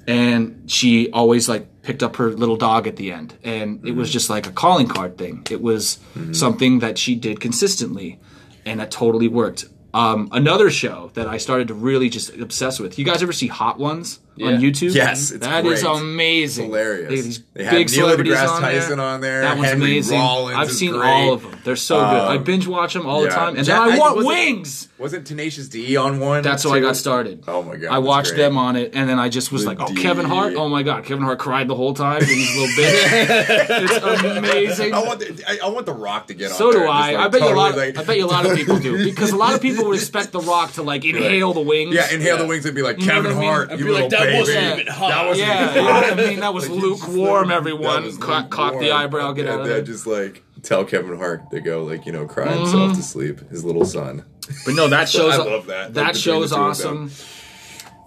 [SPEAKER 3] And she always like picked up her little dog at the end. And it
[SPEAKER 2] Mm-hmm.
[SPEAKER 3] was just like a calling card thing. It was something that she did consistently and that totally worked. Um, another show that I started to really just obsess with. You guys ever see Hot Ones
[SPEAKER 1] Yeah.
[SPEAKER 3] on YouTube?
[SPEAKER 2] Yes, it's
[SPEAKER 3] That is
[SPEAKER 2] great.
[SPEAKER 3] amazing.
[SPEAKER 2] Hilarious.
[SPEAKER 3] They, these
[SPEAKER 2] They had
[SPEAKER 3] big
[SPEAKER 2] Neil
[SPEAKER 3] celebrities
[SPEAKER 2] deGrasse
[SPEAKER 3] on
[SPEAKER 2] Tyson
[SPEAKER 3] there.
[SPEAKER 2] on there.
[SPEAKER 3] That one's
[SPEAKER 2] Henry
[SPEAKER 3] amazing.
[SPEAKER 2] Rollins
[SPEAKER 3] I've
[SPEAKER 2] is
[SPEAKER 3] seen
[SPEAKER 2] great.
[SPEAKER 3] all of them. They're so good. I
[SPEAKER 2] Um,
[SPEAKER 3] binge watch them all the
[SPEAKER 2] yeah.
[SPEAKER 3] time. And
[SPEAKER 2] Jack-
[SPEAKER 3] then I, want
[SPEAKER 2] wasn't-
[SPEAKER 3] wings.
[SPEAKER 2] Wasn't Tenacious D on one?
[SPEAKER 3] That's how I
[SPEAKER 2] too?
[SPEAKER 3] got started.
[SPEAKER 2] Oh my God,
[SPEAKER 3] I
[SPEAKER 2] that's
[SPEAKER 3] watched
[SPEAKER 2] great.
[SPEAKER 3] them on it, and then I just was
[SPEAKER 2] The
[SPEAKER 3] like, "Oh,
[SPEAKER 2] D.
[SPEAKER 3] Kevin Hart! Oh my God, Kevin Hart cried the whole time. He's a little
[SPEAKER 2] (laughs)
[SPEAKER 3] bitch. it's amazing.
[SPEAKER 2] I want the I, I want the Rock to get
[SPEAKER 3] So
[SPEAKER 2] on. there
[SPEAKER 3] do
[SPEAKER 2] and just,
[SPEAKER 3] I.
[SPEAKER 2] like,
[SPEAKER 3] I bet you a
[SPEAKER 2] totally,
[SPEAKER 3] lot. Of,
[SPEAKER 2] like-
[SPEAKER 3] I bet you a lot of people
[SPEAKER 2] (laughs)
[SPEAKER 3] do because a lot of people would expect The Rock to like inhale the wings.
[SPEAKER 2] Yeah, inhale the wings and be like
[SPEAKER 3] know what
[SPEAKER 2] Kevin
[SPEAKER 3] I mean?
[SPEAKER 2] Hart.
[SPEAKER 3] Mm-hmm. I'd
[SPEAKER 2] You
[SPEAKER 1] be like,
[SPEAKER 2] little
[SPEAKER 1] "That
[SPEAKER 2] baby.
[SPEAKER 1] wasn't even hot."
[SPEAKER 2] That wasn't
[SPEAKER 3] Yeah,
[SPEAKER 2] even
[SPEAKER 3] you know
[SPEAKER 2] hot.
[SPEAKER 3] what I mean?
[SPEAKER 2] (laughs)
[SPEAKER 3] That was
[SPEAKER 2] Like, you just
[SPEAKER 3] lukewarm,
[SPEAKER 2] let-
[SPEAKER 3] everyone.
[SPEAKER 2] that was
[SPEAKER 3] Cock- cock the
[SPEAKER 2] lukewarm.
[SPEAKER 3] eyebrow, get
[SPEAKER 2] and
[SPEAKER 3] out of
[SPEAKER 2] then
[SPEAKER 3] there.
[SPEAKER 2] just like tell Kevin Hart to go, like you know, cry
[SPEAKER 3] Mm-hmm.
[SPEAKER 2] himself to sleep. His little son.
[SPEAKER 3] But no, that shows.
[SPEAKER 2] I love that. Like, between the
[SPEAKER 3] That show's
[SPEAKER 2] two of
[SPEAKER 3] awesome.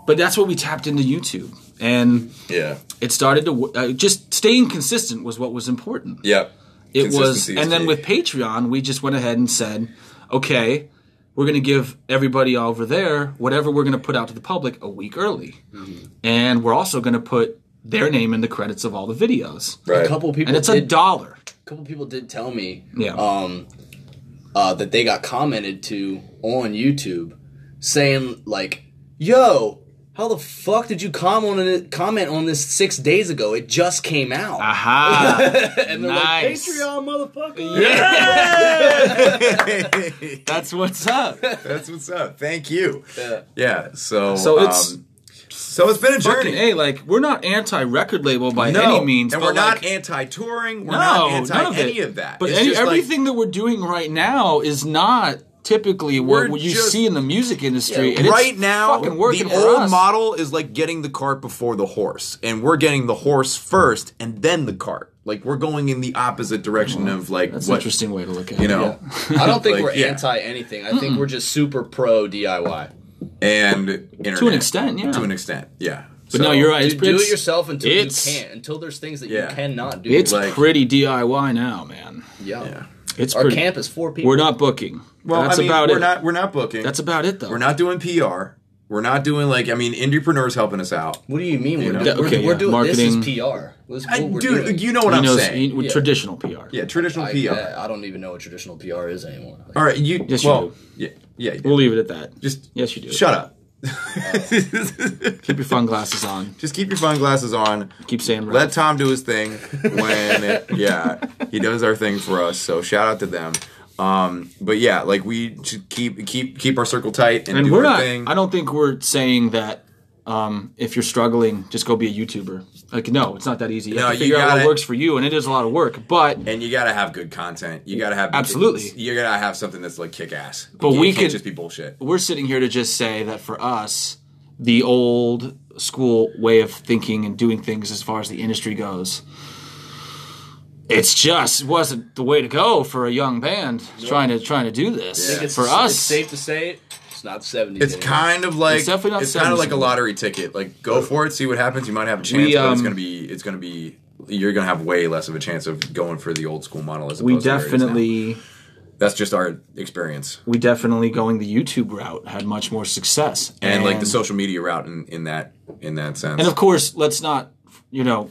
[SPEAKER 3] But that's what we tapped into YouTube, and
[SPEAKER 2] Yeah.
[SPEAKER 3] it started to wo- uh, just staying consistent was what was important.
[SPEAKER 2] Yep.
[SPEAKER 3] it was
[SPEAKER 2] Consistency is
[SPEAKER 3] and then
[SPEAKER 2] key.
[SPEAKER 3] with patreon we just went ahead and said okay we're going to give everybody over there whatever we're going to put out to the public a week early
[SPEAKER 2] Mm-hmm.
[SPEAKER 3] and we're also going to put their name in the credits of all the videos
[SPEAKER 1] A
[SPEAKER 2] right.
[SPEAKER 3] (laughs)
[SPEAKER 1] couple people
[SPEAKER 3] and it's a
[SPEAKER 1] did,
[SPEAKER 3] dollar
[SPEAKER 1] couple people did tell me
[SPEAKER 3] yeah
[SPEAKER 1] um, uh, that they got commented to on YouTube saying like, "Yo, how the fuck did you comment on it, comment on this six days ago? It just came out."
[SPEAKER 3] aha
[SPEAKER 2] (laughs)
[SPEAKER 1] and they're
[SPEAKER 3] Ah, nice.
[SPEAKER 1] like, "Patreon, motherfucker."
[SPEAKER 3] that's what's up
[SPEAKER 2] That's what's up. Thank you.
[SPEAKER 1] Yeah.
[SPEAKER 2] Yeah. So
[SPEAKER 3] So it's-
[SPEAKER 2] um, so it's been a
[SPEAKER 3] Fucking
[SPEAKER 2] journey.
[SPEAKER 3] a like we're not anti-record label by
[SPEAKER 2] No,
[SPEAKER 3] any means
[SPEAKER 2] and
[SPEAKER 3] but
[SPEAKER 2] we're
[SPEAKER 3] like,
[SPEAKER 2] not anti-touring. We're
[SPEAKER 3] no,
[SPEAKER 2] not anti
[SPEAKER 3] none of
[SPEAKER 2] any
[SPEAKER 3] it.
[SPEAKER 2] of that.
[SPEAKER 3] But
[SPEAKER 2] It's
[SPEAKER 3] any,
[SPEAKER 2] just like-
[SPEAKER 3] everything that we're doing right now is not typically what
[SPEAKER 2] We're
[SPEAKER 3] you
[SPEAKER 2] just-
[SPEAKER 3] see in the music industry. and it's
[SPEAKER 2] right now,
[SPEAKER 3] fucking working
[SPEAKER 2] the
[SPEAKER 3] for
[SPEAKER 2] old
[SPEAKER 3] us.
[SPEAKER 2] model is like getting the cart before the horse, and we're getting the horse first and then the cart. Like we're going in the opposite direction of like
[SPEAKER 3] That's an
[SPEAKER 2] what
[SPEAKER 3] interesting way to look at it.
[SPEAKER 2] you know.
[SPEAKER 1] I don't
[SPEAKER 3] (laughs)
[SPEAKER 1] think
[SPEAKER 2] Like,
[SPEAKER 1] we're
[SPEAKER 2] yeah.
[SPEAKER 1] anti anything. I think we're just super pro DIY.
[SPEAKER 2] (laughs) And internet.
[SPEAKER 3] To an extent, yeah.
[SPEAKER 2] To an extent, yeah.
[SPEAKER 3] But no, you're right.
[SPEAKER 1] Do,
[SPEAKER 3] It's,
[SPEAKER 1] do it
[SPEAKER 3] it's-
[SPEAKER 1] yourself until you
[SPEAKER 3] it's-
[SPEAKER 1] can't. Until there's things that
[SPEAKER 2] Yeah.
[SPEAKER 1] you cannot do.
[SPEAKER 3] It's
[SPEAKER 2] like-
[SPEAKER 3] pretty DIY now, man.
[SPEAKER 1] yeah.
[SPEAKER 2] Yeah.
[SPEAKER 3] It's
[SPEAKER 1] Our
[SPEAKER 3] pretty.
[SPEAKER 1] camp is four people.
[SPEAKER 3] We're not booking.
[SPEAKER 2] Well,
[SPEAKER 3] that's
[SPEAKER 2] I mean,
[SPEAKER 3] about
[SPEAKER 2] we're
[SPEAKER 3] it.
[SPEAKER 2] not we're not booking.
[SPEAKER 3] that's about it, though.
[SPEAKER 2] we're not doing PR. We're not doing like I mean, entrepreneurs helping us out.
[SPEAKER 1] what do you mean? We're,
[SPEAKER 2] know.
[SPEAKER 1] do- we're,
[SPEAKER 3] Okay,
[SPEAKER 1] we're
[SPEAKER 3] yeah.
[SPEAKER 1] doing
[SPEAKER 3] Marketing.
[SPEAKER 1] this is PR. This is
[SPEAKER 2] I,
[SPEAKER 1] what we're
[SPEAKER 2] dude,
[SPEAKER 1] doing.
[SPEAKER 2] you know what
[SPEAKER 3] He
[SPEAKER 2] I'm
[SPEAKER 3] knows-
[SPEAKER 2] saying?
[SPEAKER 3] he- with
[SPEAKER 1] Yeah.
[SPEAKER 3] traditional PR.
[SPEAKER 2] yeah, traditional
[SPEAKER 1] I,
[SPEAKER 2] PR.
[SPEAKER 1] I don't even know what traditional PR is anymore. Like,
[SPEAKER 2] All right, you.
[SPEAKER 3] Yes, you
[SPEAKER 2] well,
[SPEAKER 3] do.
[SPEAKER 2] yeah, yeah. you do.
[SPEAKER 3] We'll leave it at that.
[SPEAKER 2] just
[SPEAKER 3] Yes, you do.
[SPEAKER 2] shut up. (laughs)
[SPEAKER 3] Keep your fun glasses on.
[SPEAKER 2] Just keep your fun glasses on.
[SPEAKER 3] Keep saying right.
[SPEAKER 2] Let Tom do his thing when
[SPEAKER 3] (laughs)
[SPEAKER 2] yeah, he does our thing for us. So shout out to them. Um, but yeah, like we should keep keep keep our circle tight and,
[SPEAKER 3] and
[SPEAKER 2] do
[SPEAKER 3] we're
[SPEAKER 2] our
[SPEAKER 3] not.
[SPEAKER 2] thing.
[SPEAKER 3] I don't think we're saying that. Um, if you're struggling, just go be a YouTuber. Like, no, it's not that easy. You
[SPEAKER 2] No,
[SPEAKER 3] have to
[SPEAKER 2] you
[SPEAKER 3] figure out
[SPEAKER 2] gotta-
[SPEAKER 3] what works for you, and it is a lot of work. But
[SPEAKER 2] and you gotta have good content. You gotta have
[SPEAKER 3] Absolutely.
[SPEAKER 2] You gotta have something that's like kick ass.
[SPEAKER 3] But we
[SPEAKER 2] can't
[SPEAKER 3] could-
[SPEAKER 2] just be bullshit.
[SPEAKER 3] we're sitting here to just say that for us, the old school way of thinking and doing things as far as the industry goes, it's just wasn't the way to go for a young band trying to trying to do
[SPEAKER 1] I
[SPEAKER 3] this.
[SPEAKER 1] think it's,
[SPEAKER 3] for
[SPEAKER 1] it's
[SPEAKER 3] us,
[SPEAKER 1] safe to say it. It's not the 70s.
[SPEAKER 2] It's
[SPEAKER 1] anymore.
[SPEAKER 2] kind of like
[SPEAKER 3] It's definitely not
[SPEAKER 2] kind of like a
[SPEAKER 3] sounds-
[SPEAKER 2] lottery ticket. Like go for it, see what happens. You might have a chance,
[SPEAKER 3] We,
[SPEAKER 2] but it's
[SPEAKER 3] um,
[SPEAKER 2] gonna be it's gonna be you're gonna have way less of a chance of going for the old school model as
[SPEAKER 3] we
[SPEAKER 2] opposed to where it is now.
[SPEAKER 3] definitely
[SPEAKER 2] that's just our experience
[SPEAKER 3] we definitely going the YouTube route had much more success
[SPEAKER 2] and, like the social media route in, in that in that sense.
[SPEAKER 3] And of course, let's not, you know,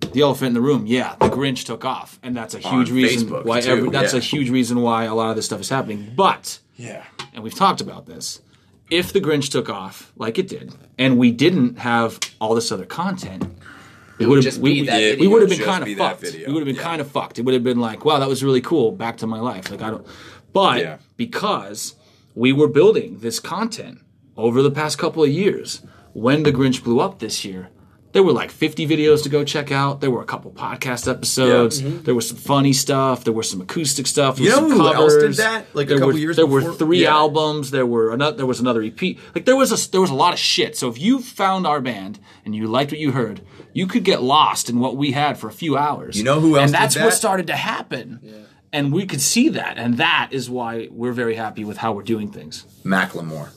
[SPEAKER 3] the elephant in the room. Yeah, the Grinch took off, and that's a
[SPEAKER 2] On
[SPEAKER 3] huge reason
[SPEAKER 2] Facebook,
[SPEAKER 3] why. every,
[SPEAKER 2] too,
[SPEAKER 3] that's
[SPEAKER 2] yeah.
[SPEAKER 3] a huge reason why a lot of this stuff is happening. But
[SPEAKER 2] yeah,
[SPEAKER 3] and we've talked about this. If the Grinch took off like it did, and we didn't have all this other content, it would
[SPEAKER 1] just
[SPEAKER 3] have we,
[SPEAKER 1] be that
[SPEAKER 3] we,
[SPEAKER 1] video.
[SPEAKER 3] would have
[SPEAKER 2] It
[SPEAKER 3] been
[SPEAKER 2] would just
[SPEAKER 3] kind
[SPEAKER 2] be
[SPEAKER 3] of
[SPEAKER 2] that
[SPEAKER 3] fucked.
[SPEAKER 2] video.
[SPEAKER 3] We would have been
[SPEAKER 2] Yeah.
[SPEAKER 3] kind of fucked. It would have been like, wow, that was really cool. Back to my life. Like I don't. But
[SPEAKER 2] Yeah.
[SPEAKER 3] because we were building this content over the past couple of years, when the Grinch blew up this year. There were like 50 videos to go check out. There were a couple podcast episodes. There was some funny stuff. There was some acoustic stuff. There
[SPEAKER 2] mm-hmm. You
[SPEAKER 3] was
[SPEAKER 2] know
[SPEAKER 3] some
[SPEAKER 2] who else did
[SPEAKER 3] covers.
[SPEAKER 2] that, like, a
[SPEAKER 3] there
[SPEAKER 2] couple
[SPEAKER 3] were,
[SPEAKER 2] years
[SPEAKER 3] There were
[SPEAKER 2] before?
[SPEAKER 3] three
[SPEAKER 2] Yeah.
[SPEAKER 3] albums albums. There were another. There was another EP. Like there was a there was a lot of shit. So if you found our band and you liked what you heard, you could get lost in what we had for a few hours.
[SPEAKER 2] You know who else
[SPEAKER 3] And that's
[SPEAKER 2] did
[SPEAKER 3] what
[SPEAKER 2] that?
[SPEAKER 3] started to happen. And we could see that, and that is why we're very happy with how we're doing things.
[SPEAKER 2] Macklemore,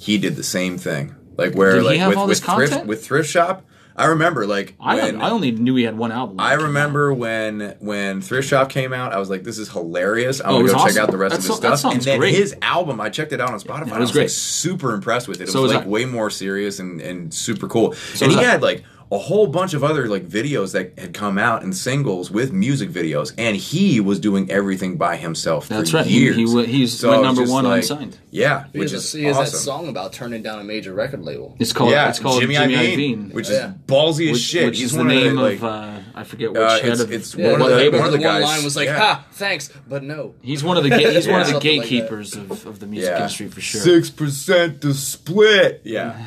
[SPEAKER 2] he did the same thing. Like where
[SPEAKER 3] Did he
[SPEAKER 2] like
[SPEAKER 3] have
[SPEAKER 2] with,
[SPEAKER 3] all
[SPEAKER 2] with
[SPEAKER 3] this
[SPEAKER 2] thrift
[SPEAKER 3] content?
[SPEAKER 2] with thrift shop. I remember like
[SPEAKER 3] I,
[SPEAKER 2] when,
[SPEAKER 3] I only knew we had one album.
[SPEAKER 2] I remember when when Thrift Shop came out, I was like, "This is hilarious! I'm
[SPEAKER 3] Oh, it
[SPEAKER 2] gonna
[SPEAKER 3] was
[SPEAKER 2] go check
[SPEAKER 3] awesome.
[SPEAKER 2] out the rest
[SPEAKER 3] That
[SPEAKER 2] of his
[SPEAKER 3] so- that
[SPEAKER 2] stuff." and
[SPEAKER 3] sounds
[SPEAKER 2] then
[SPEAKER 3] great.
[SPEAKER 2] his album, I checked it out on Spotify.
[SPEAKER 3] it
[SPEAKER 2] I
[SPEAKER 3] was
[SPEAKER 2] was
[SPEAKER 3] great.
[SPEAKER 2] Like, super impressed with it. It
[SPEAKER 3] So
[SPEAKER 2] was,
[SPEAKER 3] was
[SPEAKER 2] like
[SPEAKER 3] I.
[SPEAKER 2] way more serious and, and super cool. and he
[SPEAKER 3] was I.
[SPEAKER 2] had like a whole bunch of other like videos that had come out and singles with music videos, and he was doing everything by himself.
[SPEAKER 3] That's
[SPEAKER 2] for
[SPEAKER 3] right. He-
[SPEAKER 2] Years.
[SPEAKER 3] he wa- he's
[SPEAKER 2] I
[SPEAKER 3] went
[SPEAKER 2] was
[SPEAKER 3] number
[SPEAKER 2] just
[SPEAKER 3] one unsigned.
[SPEAKER 2] Yeah,
[SPEAKER 1] He
[SPEAKER 2] which
[SPEAKER 1] has
[SPEAKER 2] is
[SPEAKER 1] a- he has that
[SPEAKER 2] awesome.
[SPEAKER 1] song about turning down a major record label.
[SPEAKER 3] It's called.
[SPEAKER 2] yeah,
[SPEAKER 3] it's called
[SPEAKER 2] Jimmy,
[SPEAKER 3] Jimmy,
[SPEAKER 2] Iovine,
[SPEAKER 3] Iovine,
[SPEAKER 2] which
[SPEAKER 1] Yeah.
[SPEAKER 2] is ballsy as
[SPEAKER 3] which,
[SPEAKER 2] shit.
[SPEAKER 3] which
[SPEAKER 2] He's
[SPEAKER 3] is the
[SPEAKER 2] one
[SPEAKER 3] name
[SPEAKER 2] the, like,
[SPEAKER 3] of. Uh, I forget which
[SPEAKER 2] uh,
[SPEAKER 3] head
[SPEAKER 2] it's-
[SPEAKER 3] of.
[SPEAKER 2] it's
[SPEAKER 1] Yeah,
[SPEAKER 2] one of
[SPEAKER 3] what
[SPEAKER 2] the-
[SPEAKER 3] label.
[SPEAKER 2] one of the
[SPEAKER 1] one
[SPEAKER 2] guys-
[SPEAKER 1] line was like,
[SPEAKER 2] yeah.
[SPEAKER 1] "Ha, thanks, but no."
[SPEAKER 3] He's one of the ga- he's one of the
[SPEAKER 1] Something like that.
[SPEAKER 3] gatekeepers of, of the music industry for sure.
[SPEAKER 2] Six percent to split.
[SPEAKER 3] (laughs)
[SPEAKER 2] Yeah.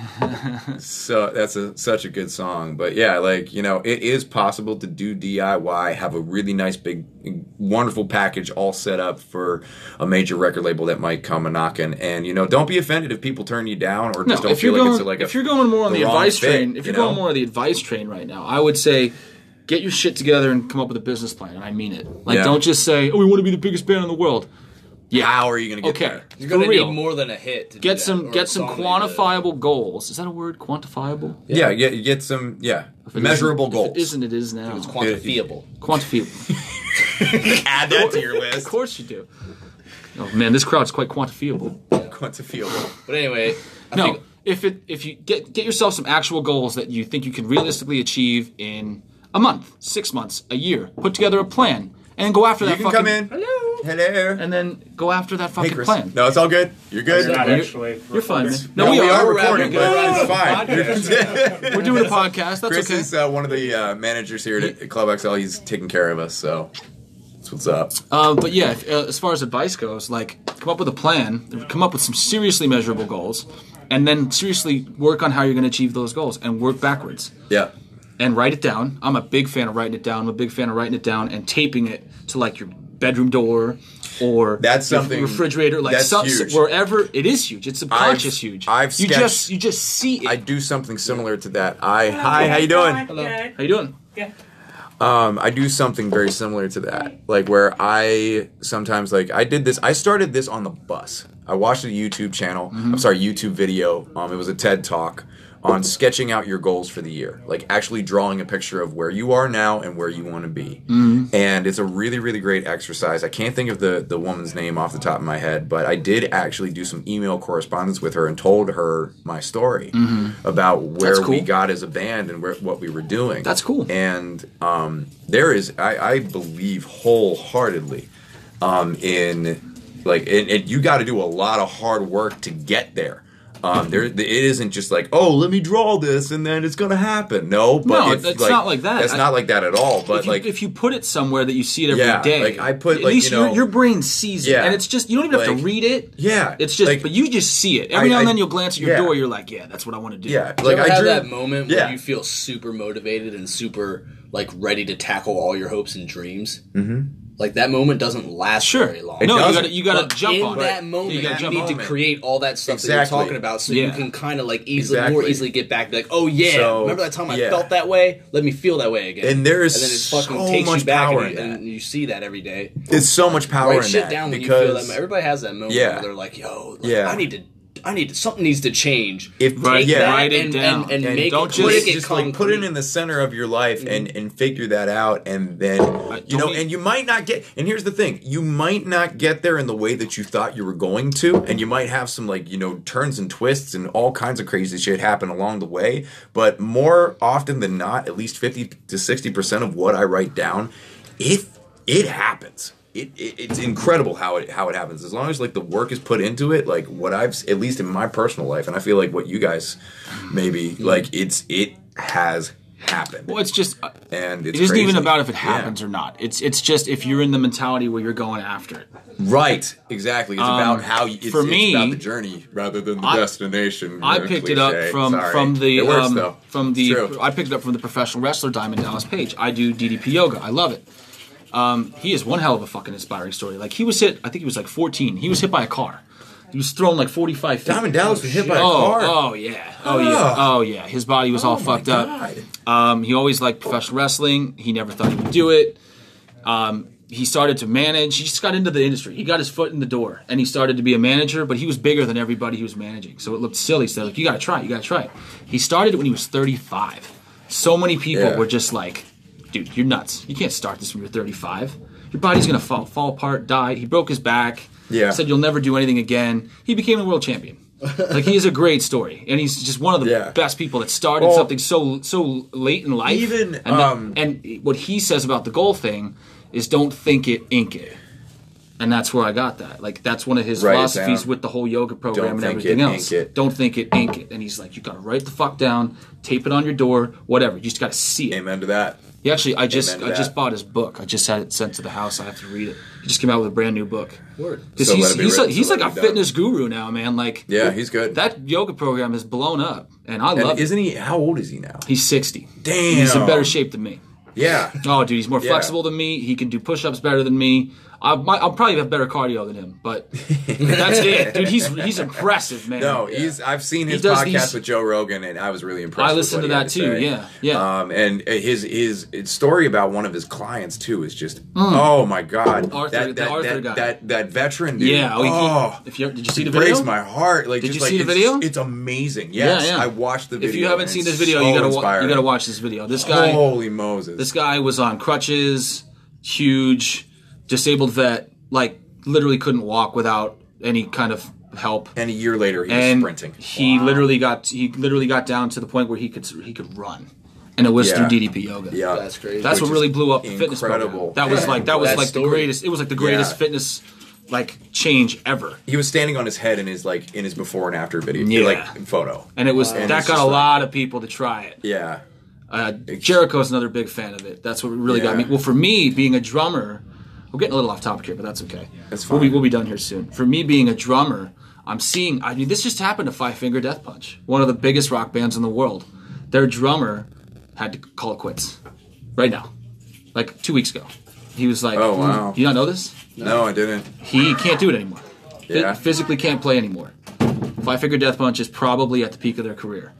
[SPEAKER 2] so that's a such a good song. But yeah, like, you know, it is possible to do DIY, have a really nice big wonderful package all set up for a major record label that might come a knocking. And you know, don't be offended if people turn you down or
[SPEAKER 3] No,
[SPEAKER 2] just don't
[SPEAKER 3] if you're
[SPEAKER 2] feel
[SPEAKER 3] going,
[SPEAKER 2] like it's like a
[SPEAKER 3] if you're going more on
[SPEAKER 2] the
[SPEAKER 3] the,
[SPEAKER 2] wrong
[SPEAKER 3] advice
[SPEAKER 2] fit,
[SPEAKER 3] train, if
[SPEAKER 2] you
[SPEAKER 3] you're
[SPEAKER 2] know?
[SPEAKER 3] going more on the advice train right now, I would say get your shit together and come up with a business plan, and I mean it. Like,
[SPEAKER 2] Yeah.
[SPEAKER 3] don't just say, "Oh, we want to be the biggest band in the world."
[SPEAKER 2] how are you gonna get
[SPEAKER 3] Okay,
[SPEAKER 2] there?
[SPEAKER 1] You're gonna
[SPEAKER 3] for real.
[SPEAKER 1] need more than a hit. To do
[SPEAKER 3] get
[SPEAKER 1] that,
[SPEAKER 3] some
[SPEAKER 1] or a
[SPEAKER 3] get some
[SPEAKER 1] song that you do.
[SPEAKER 3] quantifiable goals. Is that a word? Quantifiable?
[SPEAKER 2] Yeah, get get some yeah. Measurable
[SPEAKER 3] If
[SPEAKER 2] goals.
[SPEAKER 3] It isn't. It is now.
[SPEAKER 1] It's quantifiable.
[SPEAKER 3] quantifiable.
[SPEAKER 2] (laughs) Add that to your
[SPEAKER 3] of
[SPEAKER 2] list.
[SPEAKER 3] course you do. Oh man, this crowd's quite quantifiable.
[SPEAKER 2] Quantifiable.
[SPEAKER 1] But anyway, I
[SPEAKER 3] no,
[SPEAKER 1] think
[SPEAKER 3] if it if you get get yourself some actual goals that you think you can realistically achieve in a month, six months, a year, put together a plan and go after
[SPEAKER 2] You
[SPEAKER 3] that.
[SPEAKER 2] can
[SPEAKER 3] fucking,
[SPEAKER 2] come in. Hello. Hello.
[SPEAKER 3] and then go after that
[SPEAKER 2] Hey,
[SPEAKER 3] fucking
[SPEAKER 2] Chris.
[SPEAKER 3] plan.
[SPEAKER 2] No, it's all good. You're good.
[SPEAKER 6] Not
[SPEAKER 3] You're-
[SPEAKER 6] actually.
[SPEAKER 3] You're fine, man.
[SPEAKER 6] It's-
[SPEAKER 3] No, we, are. We're,
[SPEAKER 2] recording,
[SPEAKER 3] recording,
[SPEAKER 2] but it's fine.
[SPEAKER 3] (laughs) but we're doing a podcast. That's
[SPEAKER 2] Chris
[SPEAKER 3] okay.
[SPEAKER 2] is uh, one of the uh, managers here at Club XL. He's taking care of us, so that's what's up.
[SPEAKER 3] Uh, but yeah, if, uh, as far as advice goes, like come up with a plan, come up with some seriously measurable goals, and then seriously work on how you're going to achieve those goals and work backwards.
[SPEAKER 2] Yeah,
[SPEAKER 3] and write it down. I'm a big fan of writing it down. I'm a big fan of writing it down and taping it to like your bedroom door or
[SPEAKER 2] That's
[SPEAKER 3] your
[SPEAKER 2] something-
[SPEAKER 3] refrigerator, like
[SPEAKER 2] that's
[SPEAKER 3] some-
[SPEAKER 2] huge.
[SPEAKER 3] wherever it is huge. It's subconscious
[SPEAKER 2] I've-
[SPEAKER 3] huge.
[SPEAKER 2] I've
[SPEAKER 3] you
[SPEAKER 2] sketched-
[SPEAKER 3] just you just see it.
[SPEAKER 2] I do something similar to that. I hi, how you doing?
[SPEAKER 3] Hello. How you doing?
[SPEAKER 2] Um, I do something very similar to that. Like where I sometimes like I did this. I started this on the bus. I watched a YouTube channel.
[SPEAKER 3] Mm-hmm.
[SPEAKER 2] I'm sorry, YouTube video. Um, it was a TED talk on sketching out your goals for the year. Like actually drawing a picture of where you are now and where you want to be.
[SPEAKER 3] Mm-hmm.
[SPEAKER 2] And it's a really really great exercise. I can't think of the the woman's name off the top of my head, but I did actually do some email correspondence with her and told her my story about where
[SPEAKER 3] Mm-hmm. That's cool.
[SPEAKER 2] we got as a band and where, what we were doing.
[SPEAKER 3] That's cool.
[SPEAKER 2] And um, there is, I, I believe wholeheartedly um, in like, and, and you got to do a lot of hard work to get there. Um, there, it isn't just like, oh, let me draw this and then it's gonna happen. No, but
[SPEAKER 3] No,
[SPEAKER 2] it's
[SPEAKER 3] that's not like that.
[SPEAKER 2] That's
[SPEAKER 3] I-
[SPEAKER 2] not like that at all. But
[SPEAKER 3] if you,
[SPEAKER 2] like,
[SPEAKER 3] if you put it somewhere that you see it every day,
[SPEAKER 2] Yeah, like, I put,
[SPEAKER 3] at
[SPEAKER 2] like,
[SPEAKER 3] least
[SPEAKER 2] you know-
[SPEAKER 3] your, your brain sees it,
[SPEAKER 2] Yeah.
[SPEAKER 3] and it's just you don't even have to
[SPEAKER 2] Like,
[SPEAKER 3] read it.
[SPEAKER 2] yeah,
[SPEAKER 3] It's just,
[SPEAKER 2] like,
[SPEAKER 3] but you just see it every
[SPEAKER 2] I-
[SPEAKER 3] now and
[SPEAKER 2] I-
[SPEAKER 3] then. You'll glance at your
[SPEAKER 2] yeah.
[SPEAKER 3] door. You're like, yeah, that's what I want to do.
[SPEAKER 2] yeah,
[SPEAKER 1] Like
[SPEAKER 2] like
[SPEAKER 1] ever
[SPEAKER 2] I
[SPEAKER 1] have
[SPEAKER 2] drew
[SPEAKER 1] that moment
[SPEAKER 2] yeah.
[SPEAKER 1] where you feel super motivated and super like ready to tackle all your hopes and dreams. Mm-hmm. Like that moment doesn't last
[SPEAKER 3] Sure.
[SPEAKER 1] very long.
[SPEAKER 3] No, you
[SPEAKER 2] doesn't.
[SPEAKER 3] gotta you gotta
[SPEAKER 1] But
[SPEAKER 3] jump
[SPEAKER 1] in
[SPEAKER 3] on
[SPEAKER 1] that
[SPEAKER 3] it.
[SPEAKER 1] moment. You,
[SPEAKER 3] gotta jump
[SPEAKER 1] need
[SPEAKER 2] on
[SPEAKER 1] to
[SPEAKER 2] it.
[SPEAKER 1] create all that stuff that
[SPEAKER 2] Exactly.
[SPEAKER 1] you're talking about, so you
[SPEAKER 3] Yeah.
[SPEAKER 1] can kind of like easily more
[SPEAKER 2] Exactly.
[SPEAKER 1] easily get back. to, Like, oh yeah,
[SPEAKER 2] So,
[SPEAKER 1] remember that time I
[SPEAKER 2] yeah.
[SPEAKER 1] felt that way? Let me feel that way again.
[SPEAKER 2] And there is
[SPEAKER 1] and then it
[SPEAKER 2] so
[SPEAKER 1] fucking takes
[SPEAKER 2] much
[SPEAKER 1] you back,
[SPEAKER 2] power
[SPEAKER 1] and, you,
[SPEAKER 2] in that.
[SPEAKER 1] and you see that every day.
[SPEAKER 2] it's so much power
[SPEAKER 1] Write
[SPEAKER 2] in
[SPEAKER 1] shit
[SPEAKER 2] that
[SPEAKER 1] down when
[SPEAKER 2] because
[SPEAKER 1] you feel that. mo- Everybody has that moment
[SPEAKER 2] Yeah.
[SPEAKER 1] where they're like, yo, like,
[SPEAKER 2] Yeah.
[SPEAKER 1] I need to. I need to, something needs to change.
[SPEAKER 2] If-
[SPEAKER 1] Take
[SPEAKER 2] Right,
[SPEAKER 3] yeah,
[SPEAKER 1] that
[SPEAKER 3] write it
[SPEAKER 1] and,
[SPEAKER 3] down.
[SPEAKER 1] and, and,
[SPEAKER 2] And
[SPEAKER 1] make
[SPEAKER 3] don't
[SPEAKER 1] it
[SPEAKER 3] just-
[SPEAKER 1] quick
[SPEAKER 2] just,
[SPEAKER 1] and
[SPEAKER 2] just like put it
[SPEAKER 1] concrete.
[SPEAKER 2] in the center of your life and and figure that out and then
[SPEAKER 1] Mm-hmm.
[SPEAKER 2] you know
[SPEAKER 3] don't-
[SPEAKER 2] and you might not get and here's the thing you might not get there in the way that you thought you were going to and you might have some like you know turns and twists and all kinds of crazy shit happen along the way but more often than not at least 50 to 60% of what i write down if it happens it, it, it's incredible how it how it happens. As long as like the work is put into it, like what I've s- at least in my personal life, and I feel like what you guys maybe like it's it has happened.
[SPEAKER 3] Well, it's just uh,
[SPEAKER 2] and it's
[SPEAKER 3] it isn't even
[SPEAKER 2] crazy.
[SPEAKER 3] about if it
[SPEAKER 2] Yeah.
[SPEAKER 3] happens or not. It's it's just if you're in the mentality where you're going after it.
[SPEAKER 2] Right, exactly. It's about how you, it's,
[SPEAKER 3] Um, for
[SPEAKER 2] it's
[SPEAKER 3] me,
[SPEAKER 2] about the journey rather than the
[SPEAKER 3] I-
[SPEAKER 2] destination.
[SPEAKER 3] I
[SPEAKER 2] uh,
[SPEAKER 3] picked it up
[SPEAKER 2] cliche.
[SPEAKER 3] from
[SPEAKER 2] Sorry.
[SPEAKER 3] from the
[SPEAKER 2] It works,
[SPEAKER 3] um,
[SPEAKER 2] though.
[SPEAKER 3] from
[SPEAKER 2] It's
[SPEAKER 3] the
[SPEAKER 2] true.
[SPEAKER 3] I picked it up from the professional wrestler Diamond Dallas Page. I do DDP yoga. I love it. Um, he is one hell of a fucking inspiring story. Like he was hit, I think he was like 14. He was hit by a car. He was thrown like 45 feet.
[SPEAKER 2] Diamond Dallas was hit by a
[SPEAKER 3] oh,
[SPEAKER 2] car.
[SPEAKER 3] Oh yeah. Oh yeah.
[SPEAKER 2] Ugh.
[SPEAKER 3] Oh yeah. His body was all fucked up.
[SPEAKER 2] God.
[SPEAKER 3] Um, he always liked professional wrestling. He never thought he would do it. Um, he started to manage. He just got into the industry. He got his foot in the door, and he started to be a manager. But he was bigger than everybody he was managing, so it looked silly. So like, you got to try. it, You got to try. it." He started it when he was 35. So many people
[SPEAKER 2] Yeah.
[SPEAKER 3] were just like, "Dude, you're nuts. You can't start this when you're 35. Your body's gonna fall, fall apart, die." He broke his back.
[SPEAKER 2] Yeah.
[SPEAKER 3] Said you'll never do anything again. He became a world champion. like he is a great story, and he's just one of the
[SPEAKER 2] Yeah.
[SPEAKER 3] best people that started
[SPEAKER 2] Well-
[SPEAKER 3] something so so late in life.
[SPEAKER 2] Even,
[SPEAKER 3] and, not-
[SPEAKER 2] um,
[SPEAKER 3] and what he says about the goal thing is don't think it, ink it. And that's where I got that. Like that's one of his
[SPEAKER 2] Write it
[SPEAKER 3] philosophies
[SPEAKER 2] down.
[SPEAKER 3] with the whole yoga program
[SPEAKER 2] Don't
[SPEAKER 3] and
[SPEAKER 2] think
[SPEAKER 3] everything
[SPEAKER 2] it,
[SPEAKER 3] else.
[SPEAKER 2] ink it.
[SPEAKER 3] Don't think it, ink it. And he's like, you got to write the fuck down, tape it on your door, whatever. You just got to see it.
[SPEAKER 2] Amen to that.
[SPEAKER 3] He actually, I just,
[SPEAKER 2] Amen
[SPEAKER 3] I
[SPEAKER 2] to
[SPEAKER 3] just
[SPEAKER 2] that.
[SPEAKER 3] bought his book. I just had it sent to the house. I have to read it. He just came out with a brand new book.
[SPEAKER 1] Word.
[SPEAKER 3] Because
[SPEAKER 2] So
[SPEAKER 3] he's
[SPEAKER 2] let it be
[SPEAKER 3] he's,
[SPEAKER 2] written,
[SPEAKER 3] a, he's
[SPEAKER 2] so
[SPEAKER 3] like
[SPEAKER 2] let it
[SPEAKER 3] a
[SPEAKER 2] be done.
[SPEAKER 3] fitness guru now, man. Like
[SPEAKER 2] Yeah, he's good.
[SPEAKER 3] that yoga program has blown up, and I
[SPEAKER 2] and
[SPEAKER 3] love it.
[SPEAKER 2] isn't he? How old is he now?
[SPEAKER 3] He's sixty.
[SPEAKER 2] Damn.
[SPEAKER 3] He's in better shape than me. (laughs)
[SPEAKER 2] Yeah.
[SPEAKER 3] Oh, dude, he's more
[SPEAKER 2] Yeah.
[SPEAKER 3] flexible than me. He can do push-ups better than me. I might, I'll probably have better cardio than him, but
[SPEAKER 2] (laughs)
[SPEAKER 3] that's it, dude. He's he's impressive, man.
[SPEAKER 2] No, he's. I've seen his
[SPEAKER 3] does
[SPEAKER 2] podcast
[SPEAKER 3] these-
[SPEAKER 2] with Joe Rogan, and I was really impressed.
[SPEAKER 3] I
[SPEAKER 2] with
[SPEAKER 3] listened
[SPEAKER 2] what
[SPEAKER 3] to
[SPEAKER 2] he had
[SPEAKER 3] that too.
[SPEAKER 2] say.
[SPEAKER 3] Yeah, yeah.
[SPEAKER 2] Um, and his his story about one of his clients too is just oh my god,
[SPEAKER 3] Arthur-
[SPEAKER 2] that,
[SPEAKER 3] Mm. the
[SPEAKER 2] that,
[SPEAKER 3] Arthur
[SPEAKER 2] that,
[SPEAKER 3] guy.
[SPEAKER 2] that that veteran dude.
[SPEAKER 3] yeah. oh, he-
[SPEAKER 2] oh,
[SPEAKER 3] if you did you see the video?
[SPEAKER 2] breaks my heart. Like,
[SPEAKER 3] Did
[SPEAKER 2] just
[SPEAKER 3] you
[SPEAKER 2] like,
[SPEAKER 3] see the
[SPEAKER 2] it's-
[SPEAKER 3] video?
[SPEAKER 2] It's, amazing. Yes,
[SPEAKER 3] yeah, yeah.
[SPEAKER 2] I watched the video.
[SPEAKER 3] If you haven't
[SPEAKER 2] and
[SPEAKER 3] seen
[SPEAKER 2] it's
[SPEAKER 3] this video,
[SPEAKER 2] so
[SPEAKER 3] you gotta wa- you
[SPEAKER 2] inspiring. Oh.
[SPEAKER 3] gotta watch this video. This guy,
[SPEAKER 2] Holy Moses!
[SPEAKER 3] this guy was on crutches, huge, disabled vet, like literally couldn't walk without any kind of help.
[SPEAKER 2] and a year later, he was
[SPEAKER 3] and
[SPEAKER 2] sprinting.
[SPEAKER 3] he literally got he literally got down to the point where he could he could run, and it was
[SPEAKER 2] Yeah.
[SPEAKER 3] through DDP yoga.
[SPEAKER 2] Yeah,
[SPEAKER 1] That's crazy.
[SPEAKER 3] that's
[SPEAKER 2] Which
[SPEAKER 3] what
[SPEAKER 2] is
[SPEAKER 3] really blew up the fitness program.
[SPEAKER 2] incredible.
[SPEAKER 3] That was
[SPEAKER 2] Yeah.
[SPEAKER 3] like that was
[SPEAKER 1] That
[SPEAKER 3] like the
[SPEAKER 1] story.
[SPEAKER 3] greatest. It was like the greatest
[SPEAKER 2] Yeah.
[SPEAKER 3] fitness like change ever,
[SPEAKER 2] He was standing on his head in his like in his before and after video,
[SPEAKER 3] Yeah.
[SPEAKER 2] like photo.
[SPEAKER 3] and it was
[SPEAKER 2] And
[SPEAKER 3] that
[SPEAKER 2] it's
[SPEAKER 3] got
[SPEAKER 2] just
[SPEAKER 3] a
[SPEAKER 2] like-
[SPEAKER 3] lot of people to try it.
[SPEAKER 2] Yeah,
[SPEAKER 3] Uh, Jericho's another big fan of it. That's what really got me.
[SPEAKER 2] Yeah.
[SPEAKER 3] Well, for me, being a drummer, we're getting a little off topic here, but that's okay.
[SPEAKER 2] That's
[SPEAKER 3] We'll be,
[SPEAKER 2] fine.
[SPEAKER 3] we'll be done here soon. For me, being a drummer, I'm seeing. I mean, this just happened to Five Finger Death Punch, one of the biggest rock bands in the world. Their drummer had to call it quits right now, like two weeks ago. He was like,
[SPEAKER 2] Oh,
[SPEAKER 3] "Ooh."
[SPEAKER 2] wow.
[SPEAKER 3] You not know this?
[SPEAKER 2] No, I didn't.
[SPEAKER 3] He can't do it anymore. Phy-
[SPEAKER 2] Yeah.
[SPEAKER 3] physically can't play anymore. Five Finger Death Punch is probably at the peak of their career.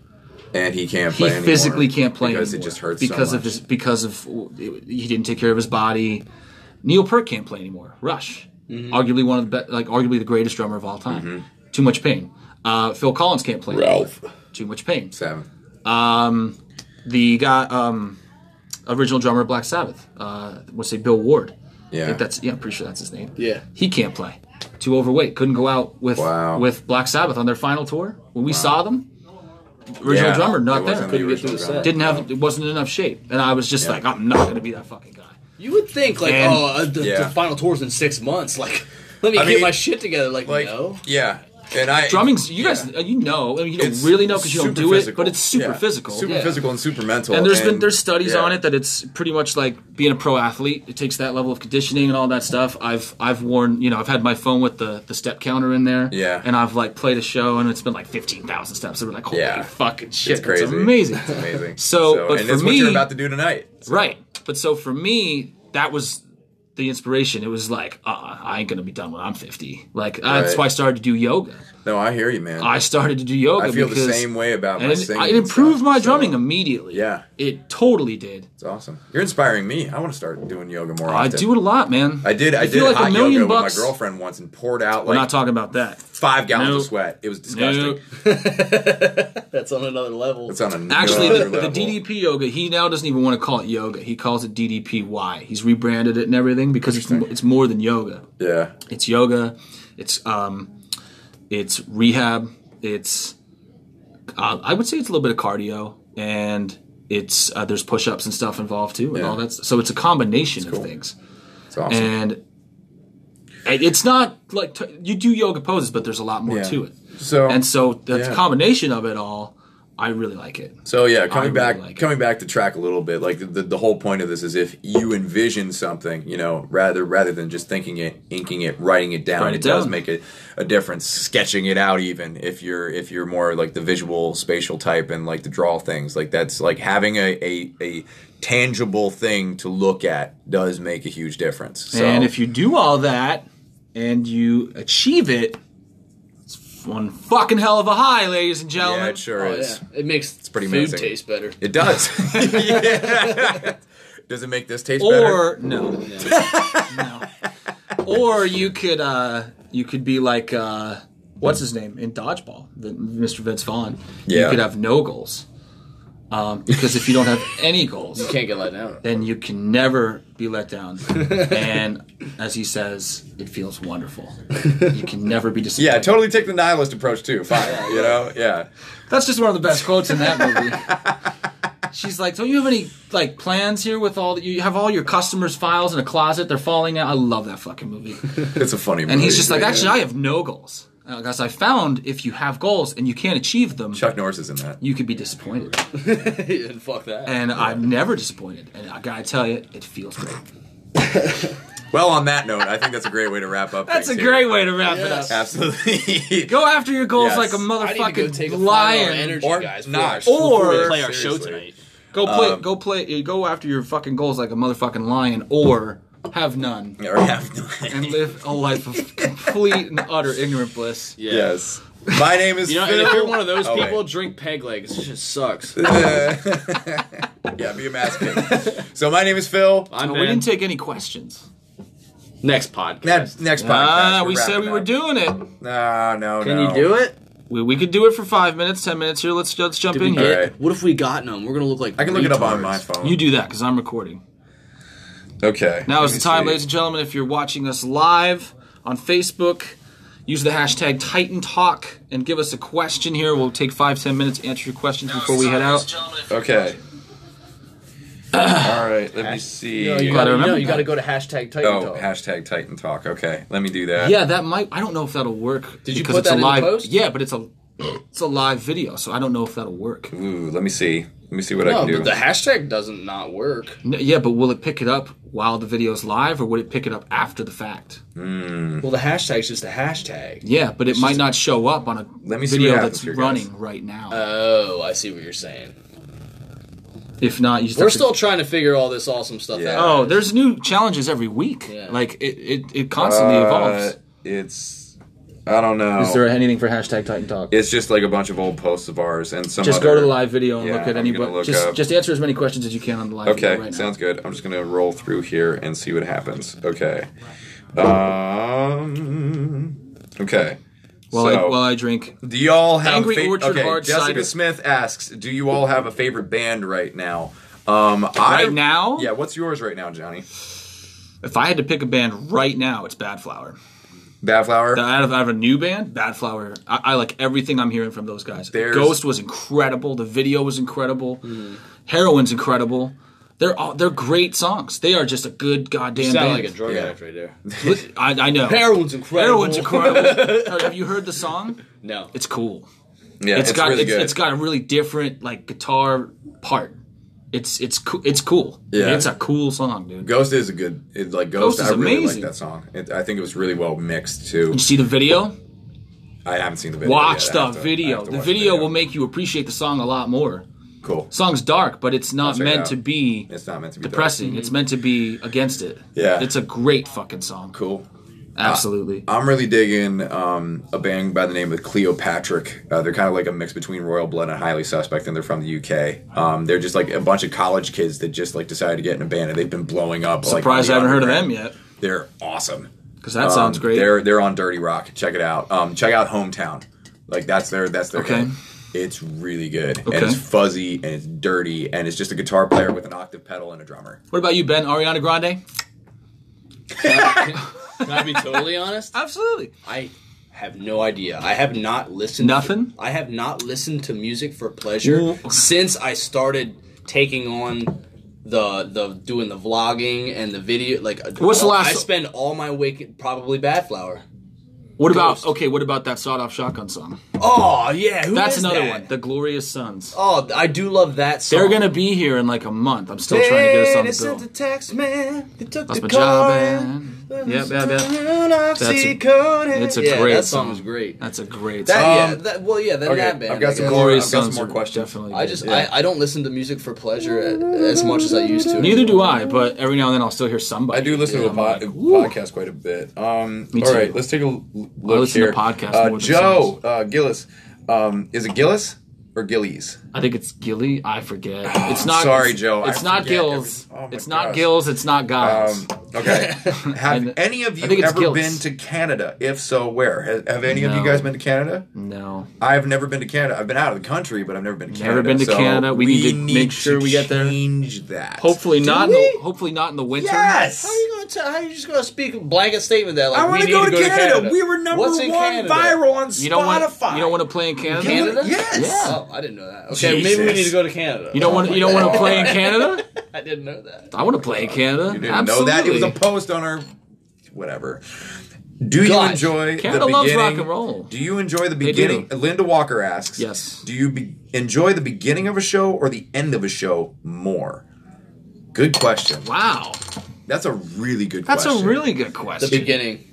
[SPEAKER 2] And he can't
[SPEAKER 3] He
[SPEAKER 2] play anymore
[SPEAKER 3] physically can't play
[SPEAKER 2] because
[SPEAKER 3] anymore
[SPEAKER 2] it just hurts so
[SPEAKER 3] because of
[SPEAKER 2] much.
[SPEAKER 3] his because of he didn't take care of his body. Neil Peart can't play anymore. Rush,
[SPEAKER 2] Mm-hmm.
[SPEAKER 3] arguably one of the be- like arguably the greatest drummer of all time. Too much pain. Uh, Phil Collins can't play. anymore.
[SPEAKER 2] Ralph
[SPEAKER 3] Too much pain.
[SPEAKER 2] seven.
[SPEAKER 3] The guy, um, original drummer of Black Sabbath, uh, what's say Bill Ward. I
[SPEAKER 2] Yeah,
[SPEAKER 3] think that's yeah, I'm pretty sure that's his name.
[SPEAKER 1] Yeah.
[SPEAKER 3] He can't play. Too overweight. Couldn't go out with
[SPEAKER 2] Wow.
[SPEAKER 3] with Black Sabbath on their final tour. When we saw them, original
[SPEAKER 2] Yeah,
[SPEAKER 3] drummer not
[SPEAKER 2] it
[SPEAKER 3] there.
[SPEAKER 2] wasn't the
[SPEAKER 1] Couldn't get
[SPEAKER 2] original
[SPEAKER 1] through the
[SPEAKER 2] drummer.
[SPEAKER 1] set.
[SPEAKER 3] Didn't have it wasn't in enough shape. And I was just
[SPEAKER 2] Yeah.
[SPEAKER 3] like, I'm not gonna be that fucking guy.
[SPEAKER 1] You would think like,
[SPEAKER 3] And-
[SPEAKER 1] oh, uh, the,
[SPEAKER 2] Yeah.
[SPEAKER 1] the final tour's in six months.
[SPEAKER 2] (laughs)
[SPEAKER 1] Like, let me
[SPEAKER 2] I
[SPEAKER 1] get
[SPEAKER 2] mean,
[SPEAKER 1] my shit together. Like,
[SPEAKER 2] Like
[SPEAKER 1] no.
[SPEAKER 2] yeah, and I
[SPEAKER 3] Drumming's you guys
[SPEAKER 2] yeah.
[SPEAKER 3] uh you know, I mean, you don't
[SPEAKER 2] It's
[SPEAKER 3] really know because you don't
[SPEAKER 2] super
[SPEAKER 3] do it,
[SPEAKER 2] physical.
[SPEAKER 3] but it's super
[SPEAKER 2] Yeah.
[SPEAKER 3] physical.
[SPEAKER 2] super
[SPEAKER 3] Yeah.
[SPEAKER 2] physical and super mental.
[SPEAKER 3] And
[SPEAKER 2] there's
[SPEAKER 3] there's been there's studies
[SPEAKER 2] yeah.
[SPEAKER 3] on it that it's pretty much like being a pro athlete. It takes that level of conditioning and all that stuff. I've I've worn you know I've had my phone with the the step counter in there.
[SPEAKER 2] Yeah.
[SPEAKER 3] And I've like played a show and it's been like fifteen thousand steps. So we're like holy
[SPEAKER 2] Yeah.
[SPEAKER 3] fucking shit,
[SPEAKER 2] It's crazy.
[SPEAKER 3] that's amazing.
[SPEAKER 2] (laughs) It's amazing.
[SPEAKER 3] (laughs) So, but
[SPEAKER 2] and
[SPEAKER 3] for
[SPEAKER 2] it's what you're
[SPEAKER 3] me-
[SPEAKER 2] about to do tonight.
[SPEAKER 3] right. But so for me that was the inspiration. It was like uh uh I ain't gonna be done when I'm fifty. Like uh, that's
[SPEAKER 2] Right.
[SPEAKER 3] why I started to do yoga.
[SPEAKER 2] No, I hear you, man.
[SPEAKER 3] I started to do yoga.
[SPEAKER 2] I feel the
[SPEAKER 3] because
[SPEAKER 2] same way about my
[SPEAKER 3] and it,
[SPEAKER 2] singing.
[SPEAKER 3] it
[SPEAKER 2] and
[SPEAKER 3] improved
[SPEAKER 2] stuff,
[SPEAKER 3] my
[SPEAKER 2] so
[SPEAKER 3] drumming immediately.
[SPEAKER 2] Yeah.
[SPEAKER 3] It totally did.
[SPEAKER 2] It's awesome. You're inspiring me. I want to start doing yoga more
[SPEAKER 3] I
[SPEAKER 2] often.
[SPEAKER 3] do it a lot, man.
[SPEAKER 2] I did. I, did
[SPEAKER 3] feel like
[SPEAKER 2] hot
[SPEAKER 3] a million
[SPEAKER 2] yoga
[SPEAKER 3] bucks.
[SPEAKER 2] with my girlfriend once and poured out
[SPEAKER 3] We're
[SPEAKER 2] like
[SPEAKER 3] not talking about that.
[SPEAKER 2] five gallons
[SPEAKER 3] No.
[SPEAKER 2] of sweat. It was disgusting.
[SPEAKER 3] No.
[SPEAKER 1] That's on another level.
[SPEAKER 2] It's on a
[SPEAKER 3] Actually,
[SPEAKER 2] another
[SPEAKER 3] the, the
[SPEAKER 2] level.
[SPEAKER 3] DDP yoga, he now doesn't even want to call it yoga. He calls it DDPY. He's rebranded it and everything because it's, mo- it's more than yoga.
[SPEAKER 2] Yeah,
[SPEAKER 3] It's yoga. It's um, it's rehab. It's uh, I would say it's a little bit of cardio and it's uh, there's push ups and stuff involved too and
[SPEAKER 2] Yeah.
[SPEAKER 3] all that. s- So it's a combination
[SPEAKER 2] cool.
[SPEAKER 3] of things.
[SPEAKER 2] it's awesome.
[SPEAKER 3] And and it's not like t- you do yoga poses, but there's a lot more
[SPEAKER 2] Yeah.
[SPEAKER 3] to it.
[SPEAKER 2] so
[SPEAKER 3] and so the
[SPEAKER 2] yeah.
[SPEAKER 3] combination of it all, I really like it.
[SPEAKER 2] So yeah,
[SPEAKER 3] I
[SPEAKER 2] coming
[SPEAKER 3] really
[SPEAKER 2] back,
[SPEAKER 3] like it.
[SPEAKER 2] coming back to track a little bit. Like the, the whole point of this is if you envision something, you know, rather rather than just thinking it, inking it, writing it down,
[SPEAKER 3] Write
[SPEAKER 2] it,
[SPEAKER 3] it
[SPEAKER 2] does
[SPEAKER 3] down.
[SPEAKER 2] make it a difference. Sketching it out, even if you're if you're more like the visual spatial type and like to draw things, like that's like having a a, a tangible thing to look at does make a huge difference. So,
[SPEAKER 3] And if you do all that and you achieve it, it's one fucking hell of a high, ladies and gentlemen.
[SPEAKER 2] yeah, it sure
[SPEAKER 1] oh, yeah.
[SPEAKER 2] is.
[SPEAKER 1] It makes it's
[SPEAKER 2] pretty
[SPEAKER 1] food
[SPEAKER 2] amazing.
[SPEAKER 1] taste better.
[SPEAKER 2] It does. (laughs)
[SPEAKER 3] (laughs)
[SPEAKER 2] Yeah. Does it make this taste better?
[SPEAKER 3] Or no, no. (laughs) Or you could uh, you could be like uh, what's his name in dodgeball, the, Mr. Vince Vaughn.
[SPEAKER 2] Yeah.
[SPEAKER 3] You could have no goals. Um, because if you don't have any goals,
[SPEAKER 1] Can't get let down.
[SPEAKER 3] then you can never be
[SPEAKER 2] (laughs)
[SPEAKER 3] let down. and as he says, it feels wonderful. You can never be disappointed.
[SPEAKER 2] Yeah, totally take the nihilist approach too.
[SPEAKER 3] (laughs)
[SPEAKER 2] Fine, you know, yeah.
[SPEAKER 3] That's just one of the best quotes in that movie. She's like, "Don't you have any like plans here with all you have all your customers' files in a closet? They're falling out." I love that fucking movie.
[SPEAKER 2] It's a funny movie.
[SPEAKER 3] And he's just like,
[SPEAKER 2] yeah.
[SPEAKER 3] "Actually, I have no goals." Because I found if you have goals and you can't achieve them,
[SPEAKER 2] Chuck Norris is in that.
[SPEAKER 3] you could be disappointed.
[SPEAKER 1] (laughs) and fuck that.
[SPEAKER 3] And I'm never disappointed. And I gotta tell you, it feels great.
[SPEAKER 2] Well, on that note, I think that's a great way to wrap up.
[SPEAKER 3] (laughs) That's a
[SPEAKER 2] things
[SPEAKER 3] great
[SPEAKER 2] here.
[SPEAKER 3] way to wrap
[SPEAKER 1] Yes.
[SPEAKER 3] it up.
[SPEAKER 2] Absolutely.
[SPEAKER 3] (laughs) Go after your goals
[SPEAKER 2] Yes.
[SPEAKER 3] like a
[SPEAKER 1] I need to go
[SPEAKER 3] motherfucking
[SPEAKER 1] take a lion.
[SPEAKER 3] lion.
[SPEAKER 1] energy,
[SPEAKER 2] Or
[SPEAKER 1] guys.
[SPEAKER 2] not.
[SPEAKER 1] Or
[SPEAKER 3] Or-
[SPEAKER 6] before we play our show
[SPEAKER 2] Seriously.
[SPEAKER 6] tonight.
[SPEAKER 3] Go play.
[SPEAKER 2] Um,
[SPEAKER 3] go play. Go after your fucking goals like a motherfucking lion, or have none
[SPEAKER 2] (laughs) Or have no
[SPEAKER 3] and live a
[SPEAKER 1] (laughs)
[SPEAKER 3] life of complete and utter ignorant bliss.
[SPEAKER 1] yeah.
[SPEAKER 2] (laughs) Yes. My name is
[SPEAKER 1] You know, and
[SPEAKER 2] Phil.
[SPEAKER 1] if you're one of those
[SPEAKER 2] Oh, wait.
[SPEAKER 1] people, drink peg legs. It just sucks.
[SPEAKER 2] (laughs) yeah, be a mask pick. So my name is Phil.
[SPEAKER 1] I'm
[SPEAKER 3] No, we
[SPEAKER 1] Ben.
[SPEAKER 3] didn't take any questions.
[SPEAKER 1] Next podcast.
[SPEAKER 2] Next, next podcast.
[SPEAKER 3] Ah,
[SPEAKER 2] we're
[SPEAKER 3] we said
[SPEAKER 2] wrapping
[SPEAKER 3] we were
[SPEAKER 2] up.
[SPEAKER 3] doing it.
[SPEAKER 2] No, no,
[SPEAKER 1] Can
[SPEAKER 2] no.
[SPEAKER 1] you do it?
[SPEAKER 3] We, we could do it for five minutes, ten minutes here. Let's let's jump
[SPEAKER 1] Did we
[SPEAKER 3] in
[SPEAKER 1] get,
[SPEAKER 3] here.
[SPEAKER 2] Alright.
[SPEAKER 1] What if we got them? We're gonna look like
[SPEAKER 2] I can look it up on my
[SPEAKER 1] retards.
[SPEAKER 2] phone.
[SPEAKER 3] You do that because I'm recording.
[SPEAKER 2] Okay.
[SPEAKER 3] Now
[SPEAKER 2] Let
[SPEAKER 3] is
[SPEAKER 2] me
[SPEAKER 3] the time,
[SPEAKER 2] see.
[SPEAKER 3] ladies and gentlemen. If you're watching us live on Facebook, use the hashtag Titan Talk and give us a question here. We'll take five, ten minutes to answer your questions before we head out.
[SPEAKER 2] Okay. All right. Let me see.
[SPEAKER 1] No, you
[SPEAKER 3] Gotta
[SPEAKER 1] gotta, you
[SPEAKER 3] remember
[SPEAKER 1] know, you
[SPEAKER 3] that.
[SPEAKER 1] gotta go to hashtag Titan
[SPEAKER 2] Oh,
[SPEAKER 1] Talk.
[SPEAKER 2] hashtag Titan Talk. Okay, let me do that.
[SPEAKER 3] Yeah, that might. I don't know if that'll work.
[SPEAKER 1] Did you
[SPEAKER 3] because
[SPEAKER 1] put
[SPEAKER 3] it's
[SPEAKER 1] that
[SPEAKER 3] a
[SPEAKER 1] in the
[SPEAKER 3] live,
[SPEAKER 1] post?
[SPEAKER 3] Yeah, but it's a it's a live video, so I don't know if that'll work.
[SPEAKER 2] Ooh, let me see. Let me see what I
[SPEAKER 1] no,
[SPEAKER 2] can do.
[SPEAKER 1] but the hashtag doesn't not work.
[SPEAKER 3] N- yeah, but will it pick it up while the video's live, or would it pick it up after the fact?
[SPEAKER 2] Hmm.
[SPEAKER 1] Well, the hashtag's just a hashtag.
[SPEAKER 3] Yeah, but it might not show up on a
[SPEAKER 2] Let me see what
[SPEAKER 3] video
[SPEAKER 2] happens Uh,
[SPEAKER 3] that's
[SPEAKER 2] here, guys.
[SPEAKER 3] running right now.
[SPEAKER 1] Oh, I see what you're saying.
[SPEAKER 3] If not, you just
[SPEAKER 1] We're
[SPEAKER 3] have to-
[SPEAKER 1] still trying to figure all this awesome stuff
[SPEAKER 2] Yeah.
[SPEAKER 1] out.
[SPEAKER 3] Oh, there's new challenges every week.
[SPEAKER 1] Yeah.
[SPEAKER 3] Like it, it, it constantly
[SPEAKER 2] Uh, oh.
[SPEAKER 3] evolves.
[SPEAKER 2] It's I don't know.
[SPEAKER 3] Is there anything for hashtag Titan Talk?
[SPEAKER 2] it's just like a bunch of old posts of ours and some.
[SPEAKER 3] just
[SPEAKER 2] other-
[SPEAKER 3] go to the live video and
[SPEAKER 2] Yeah,
[SPEAKER 3] look at
[SPEAKER 2] I'm
[SPEAKER 3] anybody.
[SPEAKER 2] gonna look
[SPEAKER 3] just,
[SPEAKER 2] up.
[SPEAKER 3] just answer as many questions as you can on the live
[SPEAKER 2] Okay,
[SPEAKER 3] video right now.
[SPEAKER 2] sounds good. I'm just gonna roll through here and see what happens. Okay. Um. Okay.
[SPEAKER 3] While, I,
[SPEAKER 2] So-
[SPEAKER 3] while I drink,
[SPEAKER 2] Do you all have
[SPEAKER 3] Angry
[SPEAKER 2] a fa-
[SPEAKER 3] Orchard
[SPEAKER 2] okay,
[SPEAKER 3] Hard
[SPEAKER 2] Jessica
[SPEAKER 3] Cider.
[SPEAKER 2] Smith asks, "Do you all have a favorite band right now?" Um, I,
[SPEAKER 3] Right now?
[SPEAKER 2] yeah. What's yours right now, Johnny?
[SPEAKER 3] if I had to pick a band right now, it's Bad Flower.
[SPEAKER 2] Badflower.
[SPEAKER 3] Out of, out of a new band, Bad Flower. I, I like everything I'm hearing from those guys.
[SPEAKER 2] There's- Hmm.
[SPEAKER 3] Ghost was incredible. The video was incredible. Heroin's incredible. They're all, they're great songs. They are just a good goddamn
[SPEAKER 1] You sound
[SPEAKER 3] band.
[SPEAKER 1] like a drug
[SPEAKER 2] Yeah.
[SPEAKER 1] addict right there.
[SPEAKER 3] Li- I, I know.
[SPEAKER 1] (laughs) Heroin's incredible.
[SPEAKER 3] Heroin's incredible. Have you heard the song?
[SPEAKER 1] (laughs) No.
[SPEAKER 3] It's cool.
[SPEAKER 2] yeah, it's,
[SPEAKER 3] it's got
[SPEAKER 2] really
[SPEAKER 3] it's,
[SPEAKER 2] good.
[SPEAKER 3] it's got a really different like guitar part. It's it's coo- it's cool.
[SPEAKER 2] Yeah.
[SPEAKER 3] it's a cool song, dude. Did
[SPEAKER 2] Ghost is a good. It, like Ghost,
[SPEAKER 3] Ghost is
[SPEAKER 2] I really
[SPEAKER 3] amazing.
[SPEAKER 2] like that song. It, I think it was really well mixed too.
[SPEAKER 3] you see the video?
[SPEAKER 2] I haven't seen the video.
[SPEAKER 3] Watch
[SPEAKER 2] yet. I
[SPEAKER 3] the
[SPEAKER 2] have to- I have
[SPEAKER 3] video.
[SPEAKER 2] to
[SPEAKER 3] The
[SPEAKER 2] watch
[SPEAKER 3] video will make you appreciate the song a lot more.
[SPEAKER 2] cool.
[SPEAKER 3] Song's dark, but it's not
[SPEAKER 2] check it
[SPEAKER 3] meant
[SPEAKER 2] out.
[SPEAKER 3] to be
[SPEAKER 2] It's not meant to be dark.
[SPEAKER 3] depressing. It's meant to be against it.
[SPEAKER 2] Yeah.
[SPEAKER 3] it's a great fucking song.
[SPEAKER 2] Cool.
[SPEAKER 3] Absolutely.
[SPEAKER 2] I'm really digging um, a band by the name of Cleopatra. Uh, they're kind of like a mix between Royal Blood and Highly Suspect, and they're from the UK. Um, they're just like a bunch of college kids that just like decided to get in a band, and they've been blowing up. like,
[SPEAKER 3] Surprised I
[SPEAKER 2] on the
[SPEAKER 3] haven't heard of them
[SPEAKER 2] underground.
[SPEAKER 3] yet.
[SPEAKER 2] They're awesome.
[SPEAKER 3] Because that sounds
[SPEAKER 2] Um,
[SPEAKER 3] great.
[SPEAKER 2] They're they're on Dirty Rock. Check it out. Um, check out Hometown. Like that's their that's their
[SPEAKER 3] Okay.
[SPEAKER 2] thing. It's really good and
[SPEAKER 3] Okay.
[SPEAKER 2] it's fuzzy and it's dirty and it's just a guitar player with an octave pedal and a drummer.
[SPEAKER 3] What about you, Ben? Ariana Grande?
[SPEAKER 1] Can I be totally honest?
[SPEAKER 3] Absolutely.
[SPEAKER 1] I have no idea. I have not listened.
[SPEAKER 3] Nothing?
[SPEAKER 1] I have not listened to music for pleasure since I started taking on the the doing the vlogging and the video. Like, uh,
[SPEAKER 3] What's the last-
[SPEAKER 1] I spend all my wake probably Bad Flower.
[SPEAKER 3] What
[SPEAKER 1] Ghost.
[SPEAKER 3] about okay? What about that sawed-off shotgun song?
[SPEAKER 1] Oh yeah, who
[SPEAKER 3] That's
[SPEAKER 1] is
[SPEAKER 3] another
[SPEAKER 1] that?
[SPEAKER 3] one. The Glorious Sons.
[SPEAKER 1] Oh, I do love that song.
[SPEAKER 3] They're gonna be here in like a month. I'm still trying to get us on the bill.
[SPEAKER 1] text, man. They took
[SPEAKER 3] That's
[SPEAKER 1] the
[SPEAKER 3] my
[SPEAKER 1] car
[SPEAKER 3] job,
[SPEAKER 1] and-
[SPEAKER 3] man. Yep, yep, yep.
[SPEAKER 1] That's
[SPEAKER 3] a- it's a great
[SPEAKER 1] that song.
[SPEAKER 3] song.
[SPEAKER 1] was great.
[SPEAKER 3] That's a great
[SPEAKER 1] That,
[SPEAKER 3] song.
[SPEAKER 1] yeah, that, well, yeah, then
[SPEAKER 2] okay,
[SPEAKER 1] that band.
[SPEAKER 2] I've got
[SPEAKER 1] I
[SPEAKER 2] some
[SPEAKER 1] guess.
[SPEAKER 2] more-
[SPEAKER 3] Glorious
[SPEAKER 2] I've got some
[SPEAKER 3] Sons
[SPEAKER 2] more
[SPEAKER 3] are
[SPEAKER 2] questions.
[SPEAKER 3] Definitely
[SPEAKER 1] I
[SPEAKER 3] good,
[SPEAKER 1] just
[SPEAKER 3] yeah.
[SPEAKER 1] I, I don't listen to music for pleasure a- as much as I used to.
[SPEAKER 3] neither do I, but every now and then I'll still hear
[SPEAKER 2] I
[SPEAKER 3] somebody.
[SPEAKER 2] do listen to
[SPEAKER 3] Yeah,
[SPEAKER 2] a
[SPEAKER 3] I'm
[SPEAKER 2] pod,
[SPEAKER 3] like, "Ooh."
[SPEAKER 2] podcast quite a bit. Um,
[SPEAKER 3] Me
[SPEAKER 2] All
[SPEAKER 3] too.
[SPEAKER 2] right, let's take a l- look
[SPEAKER 3] listen to
[SPEAKER 2] here.
[SPEAKER 3] podcasts
[SPEAKER 2] Uh,
[SPEAKER 3] more than
[SPEAKER 2] Joe uh, Gillis, um, is it Gillis or Gillies?
[SPEAKER 3] I think it's Gilly.
[SPEAKER 2] (sighs)
[SPEAKER 3] I forget. It's not.
[SPEAKER 2] sorry,
[SPEAKER 3] it's-
[SPEAKER 2] Joe, I
[SPEAKER 3] It's not
[SPEAKER 2] forget every-
[SPEAKER 3] Gills.
[SPEAKER 2] Oh my
[SPEAKER 3] it's not
[SPEAKER 2] gosh.
[SPEAKER 3] Gills. It's not Giles.
[SPEAKER 2] Um,
[SPEAKER 3] (laughs)
[SPEAKER 2] okay. Have
[SPEAKER 3] And-
[SPEAKER 2] any of
[SPEAKER 3] I think
[SPEAKER 2] you
[SPEAKER 3] it's
[SPEAKER 2] ever
[SPEAKER 3] Gillis.
[SPEAKER 2] been to Canada? If so, where? Have, have any of you
[SPEAKER 3] No.
[SPEAKER 2] guys been to Canada?
[SPEAKER 3] no.
[SPEAKER 2] I've never been to Canada. I've been out of the country, but I've never been to Canada.
[SPEAKER 3] Never been to
[SPEAKER 2] so
[SPEAKER 3] Canada. We need to make sure we get there.
[SPEAKER 2] Change that.
[SPEAKER 3] Hopefully
[SPEAKER 1] Did
[SPEAKER 3] not. In the,
[SPEAKER 1] we?
[SPEAKER 3] hopefully not in the winter.
[SPEAKER 2] Yes.
[SPEAKER 1] How are you gonna tell? How are you just gonna speak a blanket statement that like
[SPEAKER 2] I
[SPEAKER 1] we
[SPEAKER 2] want to
[SPEAKER 1] need
[SPEAKER 2] go to
[SPEAKER 1] to
[SPEAKER 2] Canada.
[SPEAKER 1] Canada.
[SPEAKER 2] We were number
[SPEAKER 1] What's
[SPEAKER 2] one
[SPEAKER 1] in Canada?
[SPEAKER 2] viral on Spotify.
[SPEAKER 3] You don't want. You don't want to play in Canada.
[SPEAKER 1] Canada?
[SPEAKER 2] Yes.
[SPEAKER 3] Yeah.
[SPEAKER 1] Oh, I didn't know that. Okay,
[SPEAKER 2] Jesus.
[SPEAKER 1] maybe we need to go to Canada.
[SPEAKER 3] You don't want. You don't want to play in Canada.
[SPEAKER 1] I didn't know that.
[SPEAKER 3] I want to play in Canada.
[SPEAKER 2] You didn't
[SPEAKER 3] Absolutely.
[SPEAKER 2] know that it was a post on our whatever. Do you
[SPEAKER 1] Gosh.
[SPEAKER 2] enjoy the
[SPEAKER 3] Canada
[SPEAKER 2] beginning?
[SPEAKER 3] loves rock and roll.
[SPEAKER 2] Do you enjoy the
[SPEAKER 3] do.
[SPEAKER 2] beginning? Linda Walker asks.
[SPEAKER 3] Yes.
[SPEAKER 2] Do you be- enjoy the beginning of a show or the end of a show more? Good question.
[SPEAKER 3] Wow.
[SPEAKER 2] That's a really good
[SPEAKER 3] That's
[SPEAKER 2] question.
[SPEAKER 3] a really good
[SPEAKER 1] The
[SPEAKER 3] question.
[SPEAKER 1] beginning.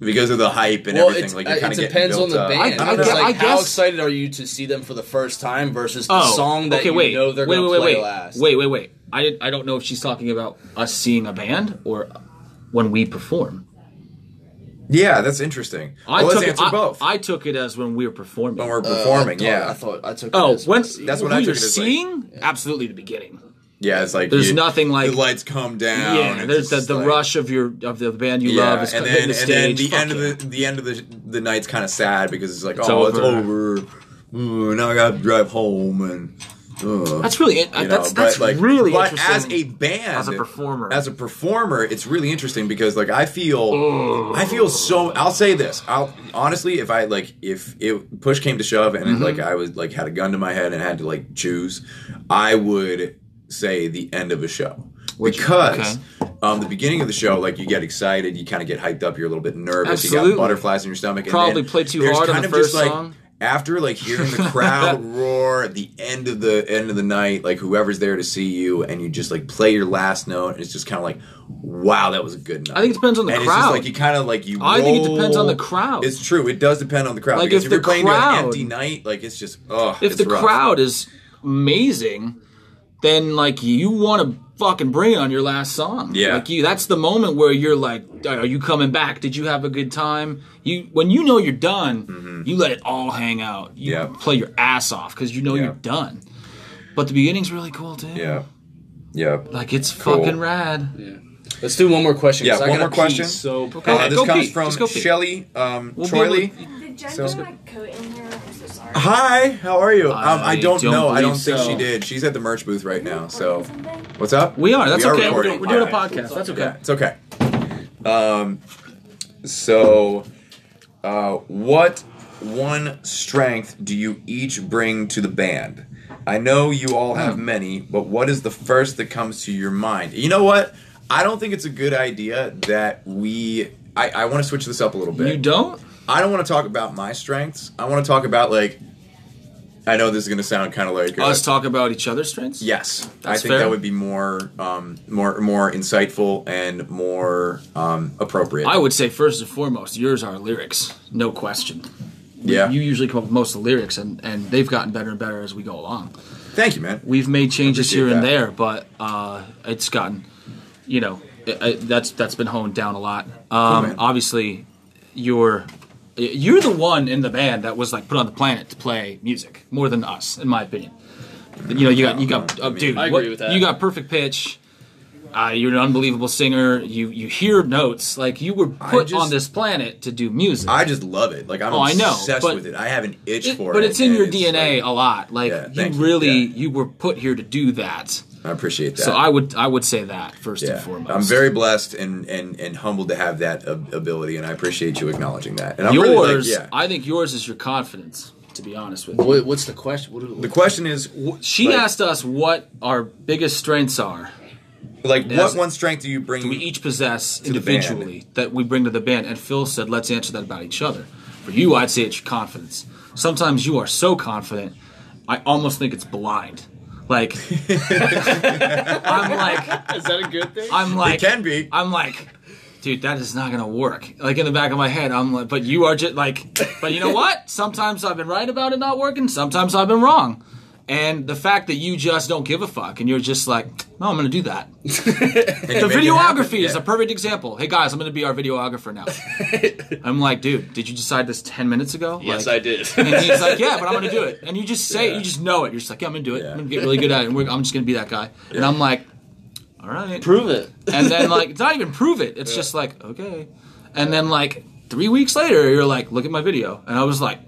[SPEAKER 2] because of the hype and
[SPEAKER 1] Well,
[SPEAKER 2] everything.
[SPEAKER 1] it's,
[SPEAKER 2] Like
[SPEAKER 1] uh,
[SPEAKER 2] you're kind
[SPEAKER 1] it
[SPEAKER 2] of
[SPEAKER 1] depends on the
[SPEAKER 2] up.
[SPEAKER 1] band.
[SPEAKER 3] I- I
[SPEAKER 1] It's
[SPEAKER 3] guess-
[SPEAKER 1] like,
[SPEAKER 3] I
[SPEAKER 1] how
[SPEAKER 3] guess-
[SPEAKER 1] excited are you to see them for the first time versus the
[SPEAKER 3] oh,
[SPEAKER 1] song that
[SPEAKER 3] okay,
[SPEAKER 1] you
[SPEAKER 3] wait,
[SPEAKER 1] know they're
[SPEAKER 3] wait,
[SPEAKER 1] gonna
[SPEAKER 3] wait,
[SPEAKER 1] play
[SPEAKER 3] wait,
[SPEAKER 1] last? Uh,
[SPEAKER 3] Wait, wait, wait. I did, I don't know if she's talking about us seeing a band or when we perform.
[SPEAKER 2] Yeah, that's interesting.
[SPEAKER 3] I
[SPEAKER 2] well,
[SPEAKER 3] took
[SPEAKER 2] let's
[SPEAKER 3] it,
[SPEAKER 2] answer
[SPEAKER 3] I,
[SPEAKER 2] both.
[SPEAKER 3] I took it as when we were performing.
[SPEAKER 2] when we're performing,
[SPEAKER 1] Oh, I
[SPEAKER 2] yeah,
[SPEAKER 1] thought, I took.
[SPEAKER 3] oh,
[SPEAKER 1] it as-
[SPEAKER 3] when
[SPEAKER 2] That's what I
[SPEAKER 3] who
[SPEAKER 2] took
[SPEAKER 3] you're
[SPEAKER 2] it as, like-
[SPEAKER 3] seeing? Absolutely, the beginning.
[SPEAKER 2] yeah. It's like
[SPEAKER 3] There's nothing like-
[SPEAKER 2] the lights come down.
[SPEAKER 3] yeah,
[SPEAKER 2] it's
[SPEAKER 3] there's the,
[SPEAKER 2] just
[SPEAKER 3] the
[SPEAKER 2] like-
[SPEAKER 3] rush of your of the band you
[SPEAKER 2] Yeah,
[SPEAKER 3] love is
[SPEAKER 2] and
[SPEAKER 3] co-
[SPEAKER 2] then
[SPEAKER 3] hitting the
[SPEAKER 2] and then
[SPEAKER 3] stage.
[SPEAKER 2] the
[SPEAKER 3] Fuck
[SPEAKER 2] end
[SPEAKER 3] yeah.
[SPEAKER 2] of the the end of the the night's kind of sad because it's like
[SPEAKER 3] It's
[SPEAKER 2] oh it's
[SPEAKER 3] over.
[SPEAKER 2] over. Ooh, now I got to drive home and. uh,
[SPEAKER 3] That's really it.
[SPEAKER 2] you know,
[SPEAKER 3] that's
[SPEAKER 2] but,
[SPEAKER 3] that's
[SPEAKER 2] like,
[SPEAKER 3] really
[SPEAKER 2] but
[SPEAKER 3] interesting.
[SPEAKER 2] as a band,
[SPEAKER 3] As a performer.
[SPEAKER 2] as a performer, it's really interesting because like I feel, I feel so. I'll say this. I'll honestly, if I like, if it push came to shove, and
[SPEAKER 3] Mm-hmm.
[SPEAKER 2] like I was like had a gun to my head and had to like choose, I would say the end of a show
[SPEAKER 3] Which-
[SPEAKER 2] because. Um, the beginning of the show, like you get excited, you kind of get hyped up, you're a little bit nervous, you
[SPEAKER 3] Absolutely.
[SPEAKER 2] got butterflies in your stomach. and
[SPEAKER 3] Probably
[SPEAKER 2] then
[SPEAKER 3] played too
[SPEAKER 2] there's
[SPEAKER 3] hard on
[SPEAKER 2] kind
[SPEAKER 3] the
[SPEAKER 2] of just,
[SPEAKER 3] first
[SPEAKER 2] like,
[SPEAKER 3] song.
[SPEAKER 2] after like hearing
[SPEAKER 3] (laughs)
[SPEAKER 2] the crowd roar at the end of the end of the night, like whoever's there to see you, and you just like play your last note, and it's just kind of like, wow, that was a good night.
[SPEAKER 3] I think it depends on the
[SPEAKER 2] and It's just
[SPEAKER 3] crowd.
[SPEAKER 2] like you kind of like you.
[SPEAKER 3] I think it depends on the
[SPEAKER 2] roll-
[SPEAKER 3] crowd.
[SPEAKER 2] It's true. It does depend on the crowd.
[SPEAKER 3] Like,
[SPEAKER 2] because
[SPEAKER 3] if
[SPEAKER 2] if,
[SPEAKER 3] the
[SPEAKER 2] you're playing to an
[SPEAKER 3] crowd-
[SPEAKER 2] empty night, like it's just oh,
[SPEAKER 3] if
[SPEAKER 2] it's
[SPEAKER 3] the
[SPEAKER 2] rough.
[SPEAKER 3] crowd is amazing, then like you want to fucking bring it on your last song.
[SPEAKER 2] Yeah.
[SPEAKER 3] like you, that's the moment where you're like, are you coming back? Did you have a good time? You when you know you're done, you let it all hang out. You
[SPEAKER 2] Mm-hmm. Yeah.
[SPEAKER 3] play your ass off because you know
[SPEAKER 2] Yeah.
[SPEAKER 3] you're done. But the beginning's really cool too.
[SPEAKER 2] Yeah. Yeah.
[SPEAKER 3] like it's
[SPEAKER 2] Cool.
[SPEAKER 3] fucking rad.
[SPEAKER 1] Let's do one more question. 'cause
[SPEAKER 2] Yeah,
[SPEAKER 1] I
[SPEAKER 2] one
[SPEAKER 1] gotta
[SPEAKER 2] more question.
[SPEAKER 1] Pee, so
[SPEAKER 3] Go
[SPEAKER 2] Uh,
[SPEAKER 3] ahead,
[SPEAKER 2] this
[SPEAKER 3] go
[SPEAKER 2] comes
[SPEAKER 3] pee.
[SPEAKER 2] from
[SPEAKER 3] Just go pee.
[SPEAKER 2] Shelly um,
[SPEAKER 3] We'll be
[SPEAKER 2] Troily.
[SPEAKER 3] able to-
[SPEAKER 6] Did Jen
[SPEAKER 2] Sounds
[SPEAKER 6] put
[SPEAKER 2] good. Uh-huh.
[SPEAKER 6] my coat in here? I'm so sorry.
[SPEAKER 2] Hi, how are you? Um, I
[SPEAKER 3] I
[SPEAKER 2] don't,
[SPEAKER 3] don't
[SPEAKER 2] know. I don't
[SPEAKER 3] believe
[SPEAKER 2] think
[SPEAKER 3] so.
[SPEAKER 2] she did. She's at the merch booth right now. So,
[SPEAKER 6] Something?
[SPEAKER 2] what's up?
[SPEAKER 3] we are. That's
[SPEAKER 2] We
[SPEAKER 3] okay.
[SPEAKER 2] recording.
[SPEAKER 3] We're doing a
[SPEAKER 2] Yeah.
[SPEAKER 3] podcast. That's okay.
[SPEAKER 2] Yeah, it's okay. Um, so, uh, what one strength do you each bring to the band? I know you all have
[SPEAKER 3] Hmm.
[SPEAKER 2] many, but what is the first that comes to your mind? You know what? I don't think it's a good idea that we. I, I want to switch this up a little bit.
[SPEAKER 3] You don't?
[SPEAKER 2] I don't want to talk about my strengths. I want to talk about like. I know this is going to sound kind of like uh,
[SPEAKER 3] Us talk about each other's strengths?
[SPEAKER 2] Yes, I
[SPEAKER 3] That's
[SPEAKER 2] think
[SPEAKER 3] fair.
[SPEAKER 2] that would be more, um, more, more insightful and more um, appropriate.
[SPEAKER 3] I would say first and foremost, yours are lyrics, no question.
[SPEAKER 2] yeah.
[SPEAKER 3] You usually come up with most of the lyrics, and, and they've gotten better and better as we go along.
[SPEAKER 2] Thank you, man.
[SPEAKER 3] We've made changes
[SPEAKER 2] Appreciate
[SPEAKER 3] here and
[SPEAKER 2] that.
[SPEAKER 3] there, but uh, it's gotten, you know, I, I, that's that's been honed down a lot. Um,
[SPEAKER 2] man.
[SPEAKER 3] obviously, you're you're the one in the band that was like put on the planet to play music more than us, in my opinion. You know, you got you got
[SPEAKER 2] I
[SPEAKER 3] uh,
[SPEAKER 2] mean-
[SPEAKER 3] dude.
[SPEAKER 1] I agree
[SPEAKER 3] what-
[SPEAKER 1] with that.
[SPEAKER 3] You got perfect pitch. Uh, you're an unbelievable singer. You you hear notes like you were
[SPEAKER 2] I
[SPEAKER 3] put
[SPEAKER 2] just-
[SPEAKER 3] on this planet to do music.
[SPEAKER 2] I just love it. Like I'm
[SPEAKER 3] Oh, I know,
[SPEAKER 2] obsessed
[SPEAKER 3] but
[SPEAKER 2] with it. I have an itch
[SPEAKER 3] It-
[SPEAKER 2] for it.
[SPEAKER 3] but it's in
[SPEAKER 2] and
[SPEAKER 3] your DNA
[SPEAKER 2] like-
[SPEAKER 3] a lot. Like
[SPEAKER 2] Yeah,
[SPEAKER 3] you
[SPEAKER 2] thank you,
[SPEAKER 3] really,
[SPEAKER 2] yeah.
[SPEAKER 3] you were put here to do that.
[SPEAKER 2] I appreciate that.
[SPEAKER 3] So I would, I would say that first
[SPEAKER 2] Yeah.
[SPEAKER 3] and foremost.
[SPEAKER 2] I'm very blessed and, and, and humbled to have that ab- ability, and I appreciate you acknowledging that. And I'm
[SPEAKER 3] yours.
[SPEAKER 2] really like, yeah.
[SPEAKER 3] I think yours is your confidence. To be honest with you,
[SPEAKER 1] what, what's the question? What,
[SPEAKER 2] the question is,
[SPEAKER 3] she
[SPEAKER 2] like-
[SPEAKER 3] asked us what our biggest strengths are.
[SPEAKER 2] like, what
[SPEAKER 3] Yes.
[SPEAKER 2] one strength do you bring?
[SPEAKER 3] we each possess
[SPEAKER 2] the band.
[SPEAKER 3] individually that we bring to the band. And Phil said, let's answer that about each other. For you, I'd say it's your confidence. Sometimes you are so confident, I almost think it's blind. Like, (laughs) I'm like,
[SPEAKER 1] is that a good thing?
[SPEAKER 3] I'm like,
[SPEAKER 2] it can be.
[SPEAKER 3] I'm like, dude, that is not gonna work. Like in the back of my head, I'm like, but you are just like, but you know what? Sometimes I've been right about it not working. Sometimes I've been wrong. And the fact that you just don't give a fuck and you're just like, no, I'm gonna do that. The videography is a perfect example. Hey guys, I'm gonna be our videographer now. I'm like, dude, did you decide this ten minutes ago?
[SPEAKER 1] yes,
[SPEAKER 3] like,
[SPEAKER 1] I did.
[SPEAKER 3] and
[SPEAKER 1] (laughs)
[SPEAKER 3] he's like, "Yeah, but I'm (laughs) gonna do it." And you just say it, you just know it. You're just like, "Yeah, I'm gonna do it.
[SPEAKER 2] Yeah.
[SPEAKER 3] I'm gonna get really good at it. And we're, I'm just gonna be that guy." And I'm like, "All right."
[SPEAKER 1] Prove it.
[SPEAKER 3] and then like it's not even prove it. It's just like okay, and then like three weeks later, you're like, look at my video, and I was like,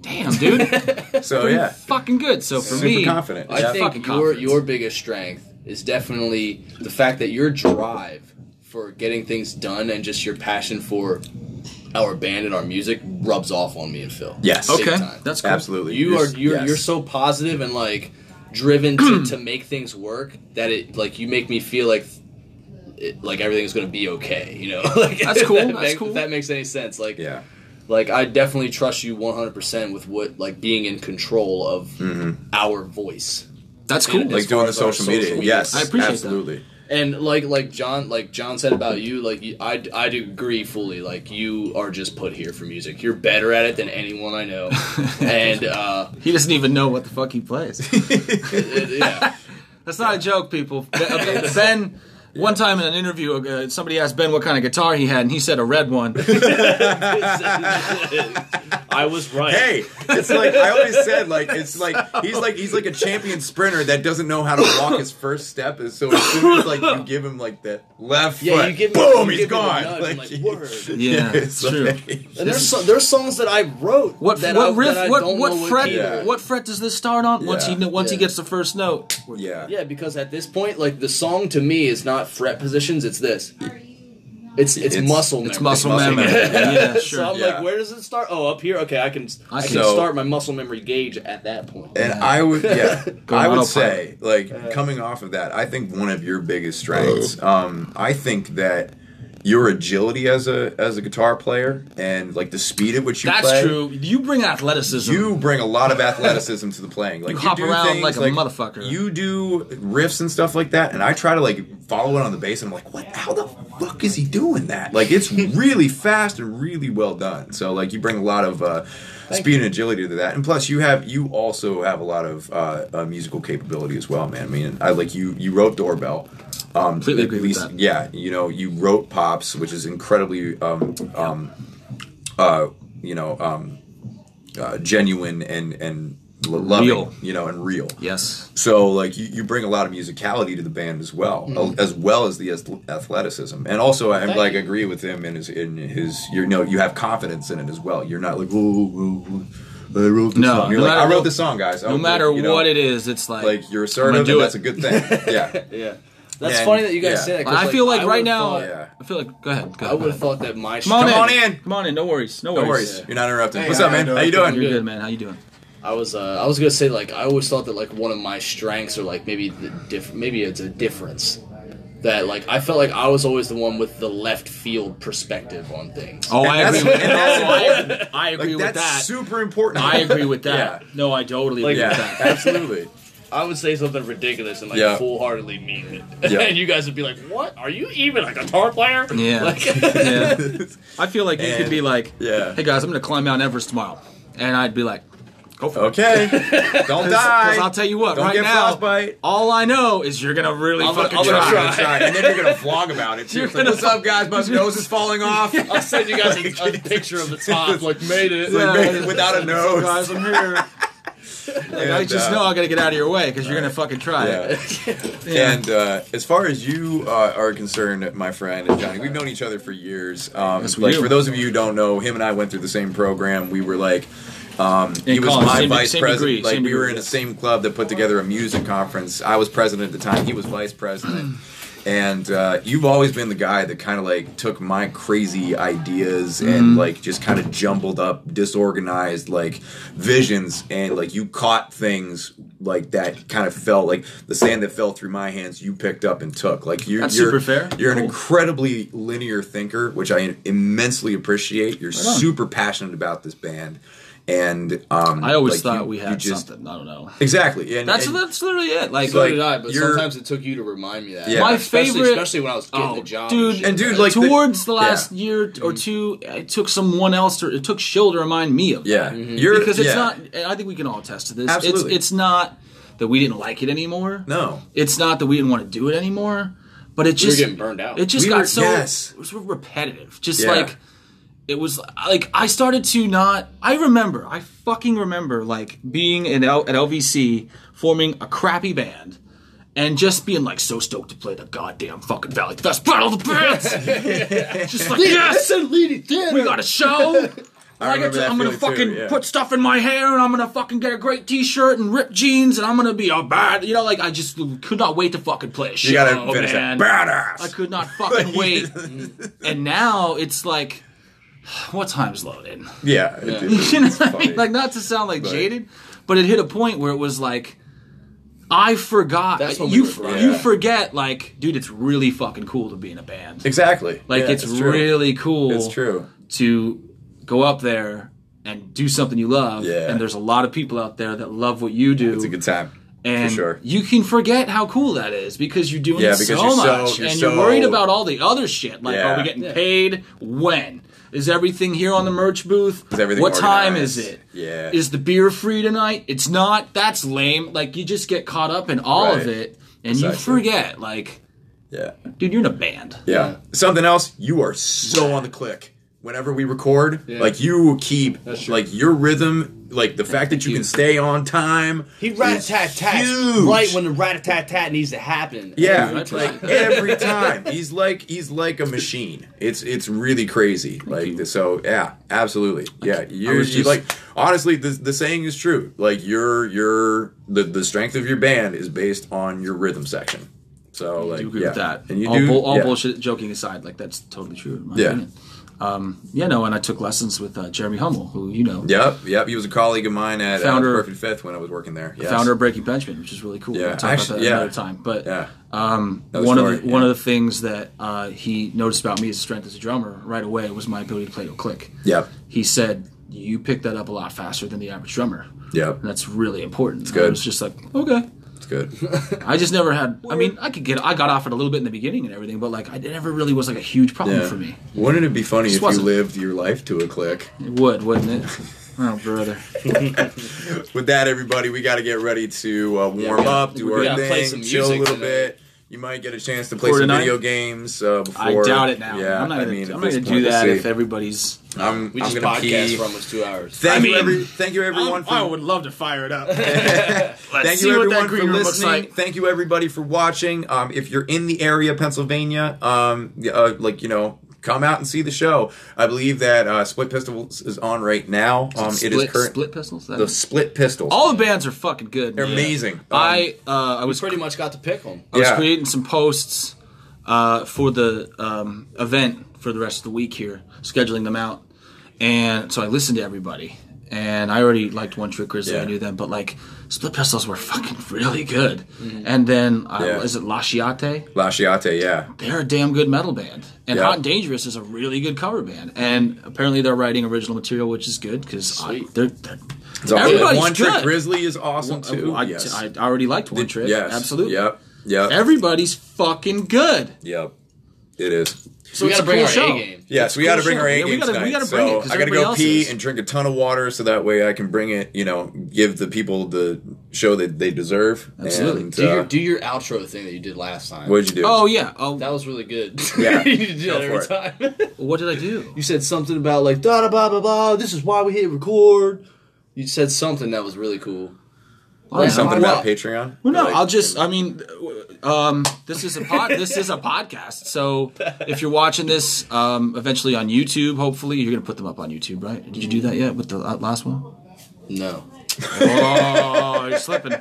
[SPEAKER 3] damn, dude,
[SPEAKER 2] a so Oh, yeah,
[SPEAKER 3] fucking good. So for
[SPEAKER 2] super
[SPEAKER 3] me,
[SPEAKER 2] confident.
[SPEAKER 1] I
[SPEAKER 2] yeah.
[SPEAKER 1] think
[SPEAKER 3] fucking
[SPEAKER 1] your
[SPEAKER 3] confidence.
[SPEAKER 1] your biggest strength is definitely the fact that your drive for getting things done and just your passion for our band and our music rubs off on me and Phil.
[SPEAKER 2] Yes.
[SPEAKER 1] Big
[SPEAKER 3] okay,
[SPEAKER 1] time.
[SPEAKER 3] that's cool.
[SPEAKER 2] absolutely.
[SPEAKER 1] you are
[SPEAKER 2] s-
[SPEAKER 1] you're
[SPEAKER 2] yes.
[SPEAKER 1] you're so positive and like driven to, to make things work that it like you make me feel like it, like everything's gonna be okay. You know, (laughs) like
[SPEAKER 3] That's cool,
[SPEAKER 1] if
[SPEAKER 3] that's
[SPEAKER 1] that, make- if
[SPEAKER 3] cool.
[SPEAKER 1] that makes any sense. Like
[SPEAKER 2] yeah.
[SPEAKER 1] like I definitely trust you 100 percent with what like being in control of
[SPEAKER 2] Mm. Mm-hmm.
[SPEAKER 1] our voice.
[SPEAKER 3] That's cool.
[SPEAKER 1] As
[SPEAKER 2] Like doing
[SPEAKER 1] far
[SPEAKER 2] the
[SPEAKER 1] as our
[SPEAKER 2] social media.
[SPEAKER 1] social media.
[SPEAKER 2] Yes,
[SPEAKER 3] I appreciate that.
[SPEAKER 2] absolutely.
[SPEAKER 1] And like like John like John said about you like you- I I do agree fully like you are just put here for music. You're better at it than anyone I
[SPEAKER 3] (laughs)
[SPEAKER 1] know. and uh
[SPEAKER 3] he doesn't even know what the fuck he plays.
[SPEAKER 1] it- yeah. (laughs)
[SPEAKER 3] That's not a joke, people. Be- okay, Ben, one time in an interview, uh, somebody asked Ben what kind of guitar he had, and he said a red one.
[SPEAKER 1] I was right.
[SPEAKER 2] Hey, it's like I always said. Like it's like he's like he's like a champion sprinter that doesn't know how to walk his first step. And so as soon as like you give him like the left
[SPEAKER 1] Yeah,
[SPEAKER 2] foot,
[SPEAKER 1] you give me-
[SPEAKER 2] boom,
[SPEAKER 1] you give
[SPEAKER 2] he's
[SPEAKER 1] me a
[SPEAKER 2] gone.
[SPEAKER 1] nudge, I'm like, word.
[SPEAKER 2] (laughs)
[SPEAKER 3] Yeah, it's true.
[SPEAKER 1] And there's so, there's songs that I wrote.
[SPEAKER 3] What,
[SPEAKER 1] that I,
[SPEAKER 3] what riff?
[SPEAKER 1] that I
[SPEAKER 3] What
[SPEAKER 1] don't know
[SPEAKER 3] what fret?
[SPEAKER 1] key
[SPEAKER 2] Yeah.
[SPEAKER 1] they're-
[SPEAKER 3] What fret does this start on? Once he
[SPEAKER 2] Yeah.
[SPEAKER 3] he once he
[SPEAKER 1] Yeah.
[SPEAKER 3] gets the first note,
[SPEAKER 2] yeah,
[SPEAKER 1] Yeah, because at this point, like the song to me is not fret positions. It's this. It's it's,
[SPEAKER 2] It's-
[SPEAKER 1] muscle.
[SPEAKER 3] it's
[SPEAKER 1] memory.
[SPEAKER 3] muscle
[SPEAKER 2] muscle
[SPEAKER 3] memory.
[SPEAKER 2] memory.
[SPEAKER 3] (laughs) yeah,
[SPEAKER 1] So
[SPEAKER 3] sure.
[SPEAKER 1] I'm
[SPEAKER 2] Yeah.
[SPEAKER 1] like, where does it start? Oh, up here. Okay, I can I,
[SPEAKER 3] I
[SPEAKER 1] can
[SPEAKER 3] see.
[SPEAKER 1] start my muscle memory gauge at that point.
[SPEAKER 2] And I would, yeah,
[SPEAKER 3] Go
[SPEAKER 2] I would
[SPEAKER 3] autopilot.
[SPEAKER 2] say, like, coming off of that, I think one of your biggest strengths. Um, I think that your agility as a as a guitar player and like the speed at which you
[SPEAKER 3] That's
[SPEAKER 2] play,
[SPEAKER 3] true. You bring athleticism.
[SPEAKER 2] You bring a lot of athleticism to the playing. Like
[SPEAKER 3] You hop
[SPEAKER 2] do
[SPEAKER 3] around
[SPEAKER 2] things
[SPEAKER 3] like a motherfucker.
[SPEAKER 2] You do riffs and stuff like that, and I try to like follow it on the bass, and I'm like, what? How how the fuck is he doing that? Like
[SPEAKER 3] (laughs)
[SPEAKER 2] it's really fast and really well done. So like you bring a lot of uh, speed and agility to that, and plus you have you also have a lot of uh, uh, musical capability as well, man. I mean, I like you you wrote Doorbell. Um,
[SPEAKER 3] Completely
[SPEAKER 2] at
[SPEAKER 3] agree with
[SPEAKER 2] least-
[SPEAKER 3] that.
[SPEAKER 2] Yeah, you know you wrote Pops, which is incredibly um, um, uh, you know um, uh, genuine and and lo- loving,
[SPEAKER 3] Real.
[SPEAKER 2] you know, and real.
[SPEAKER 3] Yes.
[SPEAKER 2] So like you, you bring a lot of musicality to the band as well,
[SPEAKER 3] Mm-hmm.
[SPEAKER 2] as well as the ath- athleticism, and also I like agree with him in his in his you know you have confidence in it as well. You're not like whoa, whoa, whoa I wrote this
[SPEAKER 3] No,
[SPEAKER 2] song. You're
[SPEAKER 3] no
[SPEAKER 2] like
[SPEAKER 3] matter
[SPEAKER 2] I wrote
[SPEAKER 3] what-
[SPEAKER 2] this song, guys.
[SPEAKER 3] No matter what it is, it's like,
[SPEAKER 2] like you're assertive.
[SPEAKER 3] do
[SPEAKER 2] and
[SPEAKER 3] it.
[SPEAKER 2] That's a good thing.
[SPEAKER 3] (laughs)
[SPEAKER 2] Yeah,
[SPEAKER 1] Yeah, that's
[SPEAKER 2] And-
[SPEAKER 1] funny that you guys
[SPEAKER 2] yeah.
[SPEAKER 1] say that. 'cause,
[SPEAKER 3] I feel like right
[SPEAKER 1] would've
[SPEAKER 3] now,
[SPEAKER 1] thought-
[SPEAKER 2] Yeah.
[SPEAKER 3] I feel like go ahead. Go
[SPEAKER 1] I
[SPEAKER 3] ahead.
[SPEAKER 1] would have thought that my
[SPEAKER 3] Come on,
[SPEAKER 2] Come
[SPEAKER 3] in.
[SPEAKER 2] on in.
[SPEAKER 3] Come on in. No worries. No
[SPEAKER 2] no
[SPEAKER 3] worries.
[SPEAKER 2] worries. You're not interrupted.
[SPEAKER 5] Hey,
[SPEAKER 2] What's
[SPEAKER 5] how
[SPEAKER 2] up,
[SPEAKER 5] you
[SPEAKER 2] man?
[SPEAKER 5] doing?
[SPEAKER 2] How you
[SPEAKER 3] You're
[SPEAKER 2] doing?
[SPEAKER 3] good, man. How you doing?
[SPEAKER 1] I was uh, I was gonna say like I always thought that like one of my strengths or like maybe the diff- maybe it's a difference that like I felt like I was always the one with the left field perspective on things.
[SPEAKER 3] Oh, I
[SPEAKER 2] that's-
[SPEAKER 3] agree (laughs) with
[SPEAKER 2] and that's
[SPEAKER 3] that.
[SPEAKER 2] important.
[SPEAKER 3] I
[SPEAKER 2] Like
[SPEAKER 3] agree with
[SPEAKER 2] that's
[SPEAKER 3] that.
[SPEAKER 2] super important.
[SPEAKER 3] I agree with that. No, I totally agree
[SPEAKER 2] Yeah,
[SPEAKER 3] with
[SPEAKER 2] yeah
[SPEAKER 3] that.
[SPEAKER 2] absolutely.
[SPEAKER 1] I would say something ridiculous and like
[SPEAKER 2] Yeah.
[SPEAKER 1] full heartedly mean it, (laughs)
[SPEAKER 2] Yeah.
[SPEAKER 1] and you guys would be like, "What? Are you even a guitar player?"
[SPEAKER 3] Yeah.
[SPEAKER 1] Like,
[SPEAKER 3] (laughs) Yeah. (laughs) I feel like you could
[SPEAKER 2] And-
[SPEAKER 3] be like,
[SPEAKER 2] yeah.
[SPEAKER 3] hey guys, I'm gonna climb Mount Everest tomorrow, and I'd be like, go for it.
[SPEAKER 2] (laughs) Okay, don't die.
[SPEAKER 3] Because I'll tell you what,
[SPEAKER 2] Don't
[SPEAKER 3] right
[SPEAKER 2] get
[SPEAKER 3] now,
[SPEAKER 2] frostbite.
[SPEAKER 3] all I know is you're gonna really
[SPEAKER 1] I'm gonna-
[SPEAKER 3] fucking
[SPEAKER 1] I'm gonna
[SPEAKER 3] try.
[SPEAKER 2] I'm gonna (laughs) try, and then you're gonna vlog about it. Too.
[SPEAKER 3] You're
[SPEAKER 2] It's like,
[SPEAKER 3] gonna-
[SPEAKER 2] what's up, guys? My nose is falling (laughs) off.
[SPEAKER 1] I'll send you guys a, a picture of the top, like made it.
[SPEAKER 3] Yeah.
[SPEAKER 2] Like,
[SPEAKER 3] (laughs)
[SPEAKER 2] without a nose.
[SPEAKER 3] Guys, I'm here. Like, I
[SPEAKER 2] And,
[SPEAKER 3] just
[SPEAKER 2] uh,
[SPEAKER 3] know I gotta get out of your way because you're gonna fucking try it.
[SPEAKER 2] Yeah.
[SPEAKER 3] (laughs)
[SPEAKER 2] And uh, as far as you uh, are concerned, my friend and Johnny, we've known each other for years. Um,
[SPEAKER 3] Yes, we
[SPEAKER 2] like
[SPEAKER 3] do.
[SPEAKER 2] for those of you who don't know, him and I went through the same program. We were like, um, he
[SPEAKER 3] In
[SPEAKER 2] was
[SPEAKER 3] college,
[SPEAKER 2] my
[SPEAKER 3] same-
[SPEAKER 2] vice
[SPEAKER 3] same
[SPEAKER 2] president.
[SPEAKER 3] degree,
[SPEAKER 2] like
[SPEAKER 3] same
[SPEAKER 2] we were
[SPEAKER 3] degree.
[SPEAKER 2] in the same club that put together a music conference. I was president at the time. He was vice president. And uh, you've always been the guy that kind of like took my crazy ideas and
[SPEAKER 3] Mm-hmm.
[SPEAKER 2] like just kind of jumbled up, disorganized like visions, and like you caught things like that kind of fell like the sand that fell through my hands. You picked up and took like you.
[SPEAKER 3] That's
[SPEAKER 2] you're,
[SPEAKER 3] super fair.
[SPEAKER 2] You're an
[SPEAKER 3] Cool.
[SPEAKER 2] incredibly linear thinker, which I immensely appreciate. You're
[SPEAKER 3] on.
[SPEAKER 2] super passionate about this band, and um,
[SPEAKER 3] I always
[SPEAKER 2] like,
[SPEAKER 3] thought
[SPEAKER 2] you-
[SPEAKER 3] we
[SPEAKER 2] you
[SPEAKER 3] had
[SPEAKER 2] just-
[SPEAKER 3] something. I don't know.
[SPEAKER 2] Exactly, and
[SPEAKER 3] That's
[SPEAKER 2] and-
[SPEAKER 3] that's literally it. Like,
[SPEAKER 2] So,
[SPEAKER 1] So
[SPEAKER 2] like,
[SPEAKER 1] did I, but
[SPEAKER 2] you're-
[SPEAKER 1] sometimes it took you to remind me that.
[SPEAKER 2] Yeah. My
[SPEAKER 1] especially,
[SPEAKER 3] favorite-
[SPEAKER 1] especially when I was getting
[SPEAKER 3] Oh,
[SPEAKER 1] the job,
[SPEAKER 3] dude.
[SPEAKER 2] and dude, like the-
[SPEAKER 3] towards the, last year or two, it took someone else to it took Shill to remind me of.
[SPEAKER 2] yeah,
[SPEAKER 3] that.
[SPEAKER 2] you're
[SPEAKER 3] Mm-hmm. because it's
[SPEAKER 2] yeah.
[SPEAKER 3] not. and I think we can all attest to this.
[SPEAKER 2] Absolutely.
[SPEAKER 3] It's it's not that we didn't like it anymore.
[SPEAKER 2] no.
[SPEAKER 3] It's not that we didn't want to do it anymore. But it
[SPEAKER 1] you were
[SPEAKER 3] just
[SPEAKER 1] getting burned out.
[SPEAKER 3] it just
[SPEAKER 2] We
[SPEAKER 3] got
[SPEAKER 2] were-
[SPEAKER 3] so
[SPEAKER 2] yes.
[SPEAKER 3] it was repetitive. Just
[SPEAKER 2] Yeah.
[SPEAKER 3] like it was like I started to not. I remember. I fucking remember like being in L, at LVC forming a crappy band. And just being like so stoked to play the goddamn fucking Valley the Fest Battle of the Bands,
[SPEAKER 2] (laughs)
[SPEAKER 3] just like yes, we got a show. (laughs) I
[SPEAKER 2] remember that
[SPEAKER 3] am gonna
[SPEAKER 2] feeling
[SPEAKER 3] fucking
[SPEAKER 2] too, yeah.
[SPEAKER 3] put stuff in my hair, and I'm gonna fucking get a great T-shirt and ripped jeans, and I'm gonna be a bad, you know, like I just could not wait to fucking play a show.
[SPEAKER 2] You gotta finish
[SPEAKER 3] man.
[SPEAKER 2] that. Badass.
[SPEAKER 3] I could not
[SPEAKER 2] (laughs)
[SPEAKER 3] fucking wait. and now it's like, (sighs) what time's loaded? (laughs)
[SPEAKER 2] yeah, it- it- (laughs) it's
[SPEAKER 3] You know what I
[SPEAKER 2] funny.
[SPEAKER 3] mean? Like, not to sound like jaded, but it hit a point where it was like, I forgot.
[SPEAKER 1] That's when we
[SPEAKER 3] you
[SPEAKER 1] were grinding.
[SPEAKER 3] you
[SPEAKER 2] Yeah.
[SPEAKER 3] forget, like, dude, it's really fucking cool to be in a
[SPEAKER 2] (laughs)
[SPEAKER 3] band.
[SPEAKER 2] exactly.
[SPEAKER 3] (laughs) Like,
[SPEAKER 2] Yeah,
[SPEAKER 3] it's,
[SPEAKER 2] true.
[SPEAKER 3] really cool
[SPEAKER 2] It's true.
[SPEAKER 3] to go up there and do something you love.
[SPEAKER 2] Yeah.
[SPEAKER 3] And there's a lot of people out there that love what you do.
[SPEAKER 2] It's a good time.
[SPEAKER 3] And
[SPEAKER 2] for sure.
[SPEAKER 3] you can forget how cool that is because you're doing
[SPEAKER 2] Yeah,
[SPEAKER 3] it
[SPEAKER 2] because
[SPEAKER 3] so
[SPEAKER 2] you're so-
[SPEAKER 3] much,
[SPEAKER 2] you're
[SPEAKER 3] and
[SPEAKER 2] so-
[SPEAKER 3] you're worried about all the other shit. Like, are
[SPEAKER 2] Yeah.
[SPEAKER 3] we getting paid? When is everything here on the merch booth?
[SPEAKER 2] Is everything
[SPEAKER 3] what time is
[SPEAKER 2] organized?
[SPEAKER 3] it?
[SPEAKER 2] Yeah.
[SPEAKER 3] Is the beer free tonight? It's not. That's lame. Like, you just get caught up in all of
[SPEAKER 2] Right.
[SPEAKER 3] it, and you
[SPEAKER 2] Precisely.
[SPEAKER 3] forget. Like,
[SPEAKER 2] Yeah.
[SPEAKER 3] dude, you're in a band.
[SPEAKER 2] Yeah. Something else, you are so on the click. Whenever we record, like you keep
[SPEAKER 1] true.
[SPEAKER 2] like your rhythm, like the fact that you can stay on time.
[SPEAKER 1] He
[SPEAKER 2] is
[SPEAKER 1] rat a tat tat
[SPEAKER 2] huge.
[SPEAKER 1] right when the rat a tat tat needs to happen.
[SPEAKER 2] Yeah,
[SPEAKER 3] Every
[SPEAKER 2] like every time he's like he's like a machine. It's it's really crazy. Like
[SPEAKER 3] you.
[SPEAKER 2] so, yeah, absolutely. Yeah, you're,
[SPEAKER 3] was
[SPEAKER 2] you
[SPEAKER 3] just-
[SPEAKER 2] like honestly, the, the saying is true. Like your your the the strength of your band is based on your rhythm section. So like
[SPEAKER 3] I do agree
[SPEAKER 2] yeah.
[SPEAKER 3] with that.
[SPEAKER 2] and you
[SPEAKER 3] all
[SPEAKER 2] do
[SPEAKER 3] bull- all
[SPEAKER 2] yeah.
[SPEAKER 3] bullshit, joking aside, like that's totally true. In my
[SPEAKER 2] Yeah.
[SPEAKER 3] Opinion. Um, yeah, no, and I took lessons with uh, Jeremy Hummel, who you know,
[SPEAKER 2] Yep, yep. He was a colleague of mine at
[SPEAKER 3] Founder-
[SPEAKER 2] uh, Perfect Fifth when I was working there. Yes.
[SPEAKER 3] founder of Breaking Benjamin, which is really cool.
[SPEAKER 2] Yeah,
[SPEAKER 3] we'll talk
[SPEAKER 2] actually-
[SPEAKER 3] about that
[SPEAKER 2] yeah.
[SPEAKER 3] another time. But
[SPEAKER 2] Yeah.
[SPEAKER 3] um,
[SPEAKER 2] Another
[SPEAKER 3] one
[SPEAKER 2] story,
[SPEAKER 3] of the, one
[SPEAKER 2] yeah.
[SPEAKER 3] of the things that uh, he noticed about me as a strength as a drummer right away was my ability to play to a click.
[SPEAKER 2] Yep.
[SPEAKER 3] He said you pick that up a lot faster than the average drummer.
[SPEAKER 2] Yep.
[SPEAKER 3] And that's really important. It's
[SPEAKER 2] good.
[SPEAKER 3] I was just like, okay.
[SPEAKER 2] It's good.
[SPEAKER 3] I just never had. I mean, I could get. I got off it a little bit in the beginning and everything, but like, I it never really was like a huge problem
[SPEAKER 2] Yeah.
[SPEAKER 3] for me.
[SPEAKER 2] Wouldn't it be funny
[SPEAKER 3] Just
[SPEAKER 2] if you
[SPEAKER 3] wasn't.
[SPEAKER 2] lived your life to a click?
[SPEAKER 3] It would, wouldn't
[SPEAKER 2] (laughs)
[SPEAKER 3] it? Oh, brother.
[SPEAKER 2] With that, everybody, we got to get ready to uh, warm
[SPEAKER 1] gotta-
[SPEAKER 2] up, do
[SPEAKER 1] we
[SPEAKER 2] our
[SPEAKER 1] gotta play some
[SPEAKER 2] thing, chill a
[SPEAKER 1] music
[SPEAKER 2] little
[SPEAKER 1] tonight.
[SPEAKER 2] bit. You might get a chance to play
[SPEAKER 3] Before
[SPEAKER 2] some
[SPEAKER 3] tonight?
[SPEAKER 2] video games uh,
[SPEAKER 3] I
[SPEAKER 2] before.
[SPEAKER 3] doubt it now.
[SPEAKER 2] Yeah,
[SPEAKER 3] I'm not
[SPEAKER 2] I
[SPEAKER 3] gonna,
[SPEAKER 2] mean,
[SPEAKER 3] I'm
[SPEAKER 2] at
[SPEAKER 3] not
[SPEAKER 2] this
[SPEAKER 3] gonna do
[SPEAKER 2] point, we'll
[SPEAKER 3] that if
[SPEAKER 2] see.
[SPEAKER 3] everybody's.
[SPEAKER 2] I'm,
[SPEAKER 1] We
[SPEAKER 2] I'm
[SPEAKER 1] just
[SPEAKER 2] gonna
[SPEAKER 1] podcast
[SPEAKER 2] pee.
[SPEAKER 1] for almost two hours.
[SPEAKER 2] Thank
[SPEAKER 3] I
[SPEAKER 2] you,
[SPEAKER 3] mean-
[SPEAKER 2] every, thank you everyone for
[SPEAKER 3] love to fire
[SPEAKER 2] (laughs)
[SPEAKER 3] it up.
[SPEAKER 2] Thank
[SPEAKER 3] see
[SPEAKER 2] you
[SPEAKER 3] what
[SPEAKER 2] everyone
[SPEAKER 3] that green
[SPEAKER 2] for
[SPEAKER 3] room looks
[SPEAKER 2] listening.
[SPEAKER 3] like.
[SPEAKER 2] Thank you everybody for watching. Um, if you're in the area, Pennsylvania, um, y- uh, like you know, come out and see the show. I believe that uh, Split Pistols is on right now. Um,
[SPEAKER 3] split,
[SPEAKER 2] it is current
[SPEAKER 3] split pistols. That
[SPEAKER 2] the
[SPEAKER 3] is-
[SPEAKER 2] Split Pistols.
[SPEAKER 3] All the bands are fucking good.
[SPEAKER 2] They're
[SPEAKER 3] man.
[SPEAKER 2] amazing. Um,
[SPEAKER 3] I uh, I was
[SPEAKER 1] Pretty much got to pick them.
[SPEAKER 3] I was
[SPEAKER 2] Yeah.
[SPEAKER 3] creating some posts uh, for the um, event for the rest of the week here, scheduling them out, and so I listened to everybody. And I already liked One Trick Grizzly. I
[SPEAKER 2] Yeah.
[SPEAKER 3] knew them, but like Split Pistols were fucking really good. And then uh,
[SPEAKER 2] Yeah.
[SPEAKER 3] is it Lasciate?
[SPEAKER 2] Lasciate, yeah,
[SPEAKER 3] They're a damn good metal band, and
[SPEAKER 2] Yeah.
[SPEAKER 3] Hot and Dangerous is a really good cover band. And apparently they're writing original material, which is good because
[SPEAKER 1] Sweet.
[SPEAKER 3] they're, they're
[SPEAKER 2] It's all good.
[SPEAKER 3] Everybody's
[SPEAKER 2] One Trick
[SPEAKER 3] good.
[SPEAKER 2] Grizzly is awesome too.
[SPEAKER 3] I,
[SPEAKER 2] yes,
[SPEAKER 3] I already liked One Trick.
[SPEAKER 2] yes,
[SPEAKER 3] absolutely.
[SPEAKER 2] Yep, yep,
[SPEAKER 3] Everybody's fucking good.
[SPEAKER 2] yep. It is.
[SPEAKER 1] So we
[SPEAKER 3] It's
[SPEAKER 1] got to
[SPEAKER 3] a
[SPEAKER 1] bring
[SPEAKER 3] cool
[SPEAKER 1] our
[SPEAKER 3] show.
[SPEAKER 1] A game.
[SPEAKER 2] Yes, we got to
[SPEAKER 3] cool
[SPEAKER 2] bring
[SPEAKER 3] show.
[SPEAKER 2] our A
[SPEAKER 3] Yeah, we
[SPEAKER 2] game
[SPEAKER 3] gotta- we
[SPEAKER 2] tonight.
[SPEAKER 3] gotta bring it,
[SPEAKER 2] so
[SPEAKER 3] 'cause
[SPEAKER 2] I got to
[SPEAKER 3] everybody
[SPEAKER 2] go
[SPEAKER 3] else
[SPEAKER 2] pee
[SPEAKER 3] is.
[SPEAKER 2] and drink a ton of water, so that way I can bring it. You know, give the people the show that they deserve.
[SPEAKER 3] Absolutely.
[SPEAKER 2] And,
[SPEAKER 1] Do your
[SPEAKER 2] uh,
[SPEAKER 1] do your outro thing that you did last time.
[SPEAKER 2] what'd you do?
[SPEAKER 3] Oh yeah. Oh,
[SPEAKER 1] That was really good. (laughs)
[SPEAKER 2] Yeah.
[SPEAKER 1] you did
[SPEAKER 2] Go
[SPEAKER 1] that every
[SPEAKER 2] for
[SPEAKER 1] time. (laughs)
[SPEAKER 3] what did I do?
[SPEAKER 1] You said something about like da da ba ba ba. This is why we hit record. You said something that was really cool.
[SPEAKER 3] Well,
[SPEAKER 2] something
[SPEAKER 1] I'm
[SPEAKER 2] about
[SPEAKER 1] not-
[SPEAKER 2] Patreon.
[SPEAKER 3] Well, no,
[SPEAKER 2] Like,
[SPEAKER 3] I'll just. I mean, um, this is a pod. this is a podcast. So if you're watching this, um, eventually on YouTube, hopefully you're gonna put them up on YouTube, right? Did you do that yet with the uh, last one?
[SPEAKER 1] No.
[SPEAKER 3] Oh, you're slipping.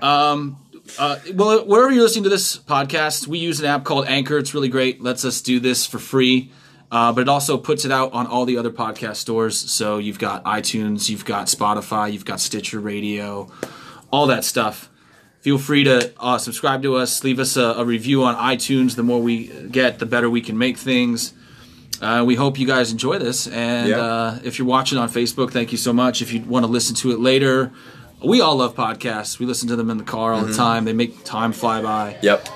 [SPEAKER 3] Um, uh, well, wherever you're listening to this podcast, we use an app called Anchor. It's really great. Lets us do this for free. Uh, but it also puts it out on all the other podcast stores. So you've got iTunes, you've got Spotify, you've got Stitcher Radio, all that stuff. Feel free to uh, subscribe to us, leave us a, a review on iTunes. The more we get, the better we can make things. Uh, we hope you guys enjoy this. And
[SPEAKER 2] Yeah.
[SPEAKER 3] uh, if you're watching on Facebook, thank you so much. If you want to listen to it later, we all love podcasts. We listen to them in the car all the time. They make time fly by.
[SPEAKER 2] Yep.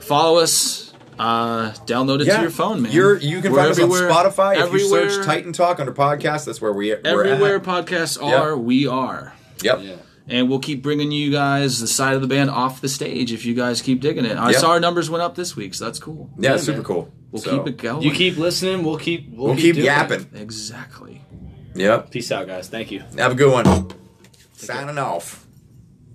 [SPEAKER 3] Follow us. Uh, download it to your phone, man.
[SPEAKER 2] You're, you can
[SPEAKER 3] We're
[SPEAKER 2] find us on
[SPEAKER 3] everywhere-
[SPEAKER 2] Spotify. If you
[SPEAKER 3] everywhere-
[SPEAKER 2] search Titan Talk under podcast, that's where we, we're
[SPEAKER 3] everywhere
[SPEAKER 2] at.
[SPEAKER 3] podcasts are, we are.
[SPEAKER 2] Yep.
[SPEAKER 1] Yeah.
[SPEAKER 3] And we'll keep bringing you guys the side of the band off the stage if you guys keep digging it. I
[SPEAKER 2] Yeah.
[SPEAKER 3] saw our numbers went up this week, so that's cool.
[SPEAKER 2] Yeah,
[SPEAKER 1] Yeah,
[SPEAKER 2] super
[SPEAKER 1] man.
[SPEAKER 2] cool.
[SPEAKER 3] We'll
[SPEAKER 2] So,
[SPEAKER 3] keep it going.
[SPEAKER 1] You keep listening. We'll keep. We'll,
[SPEAKER 2] We'll keep
[SPEAKER 1] doing it.
[SPEAKER 2] yapping.
[SPEAKER 3] exactly.
[SPEAKER 2] Yep.
[SPEAKER 1] Peace out, guys. Thank you.
[SPEAKER 2] Have a good one. Signing off.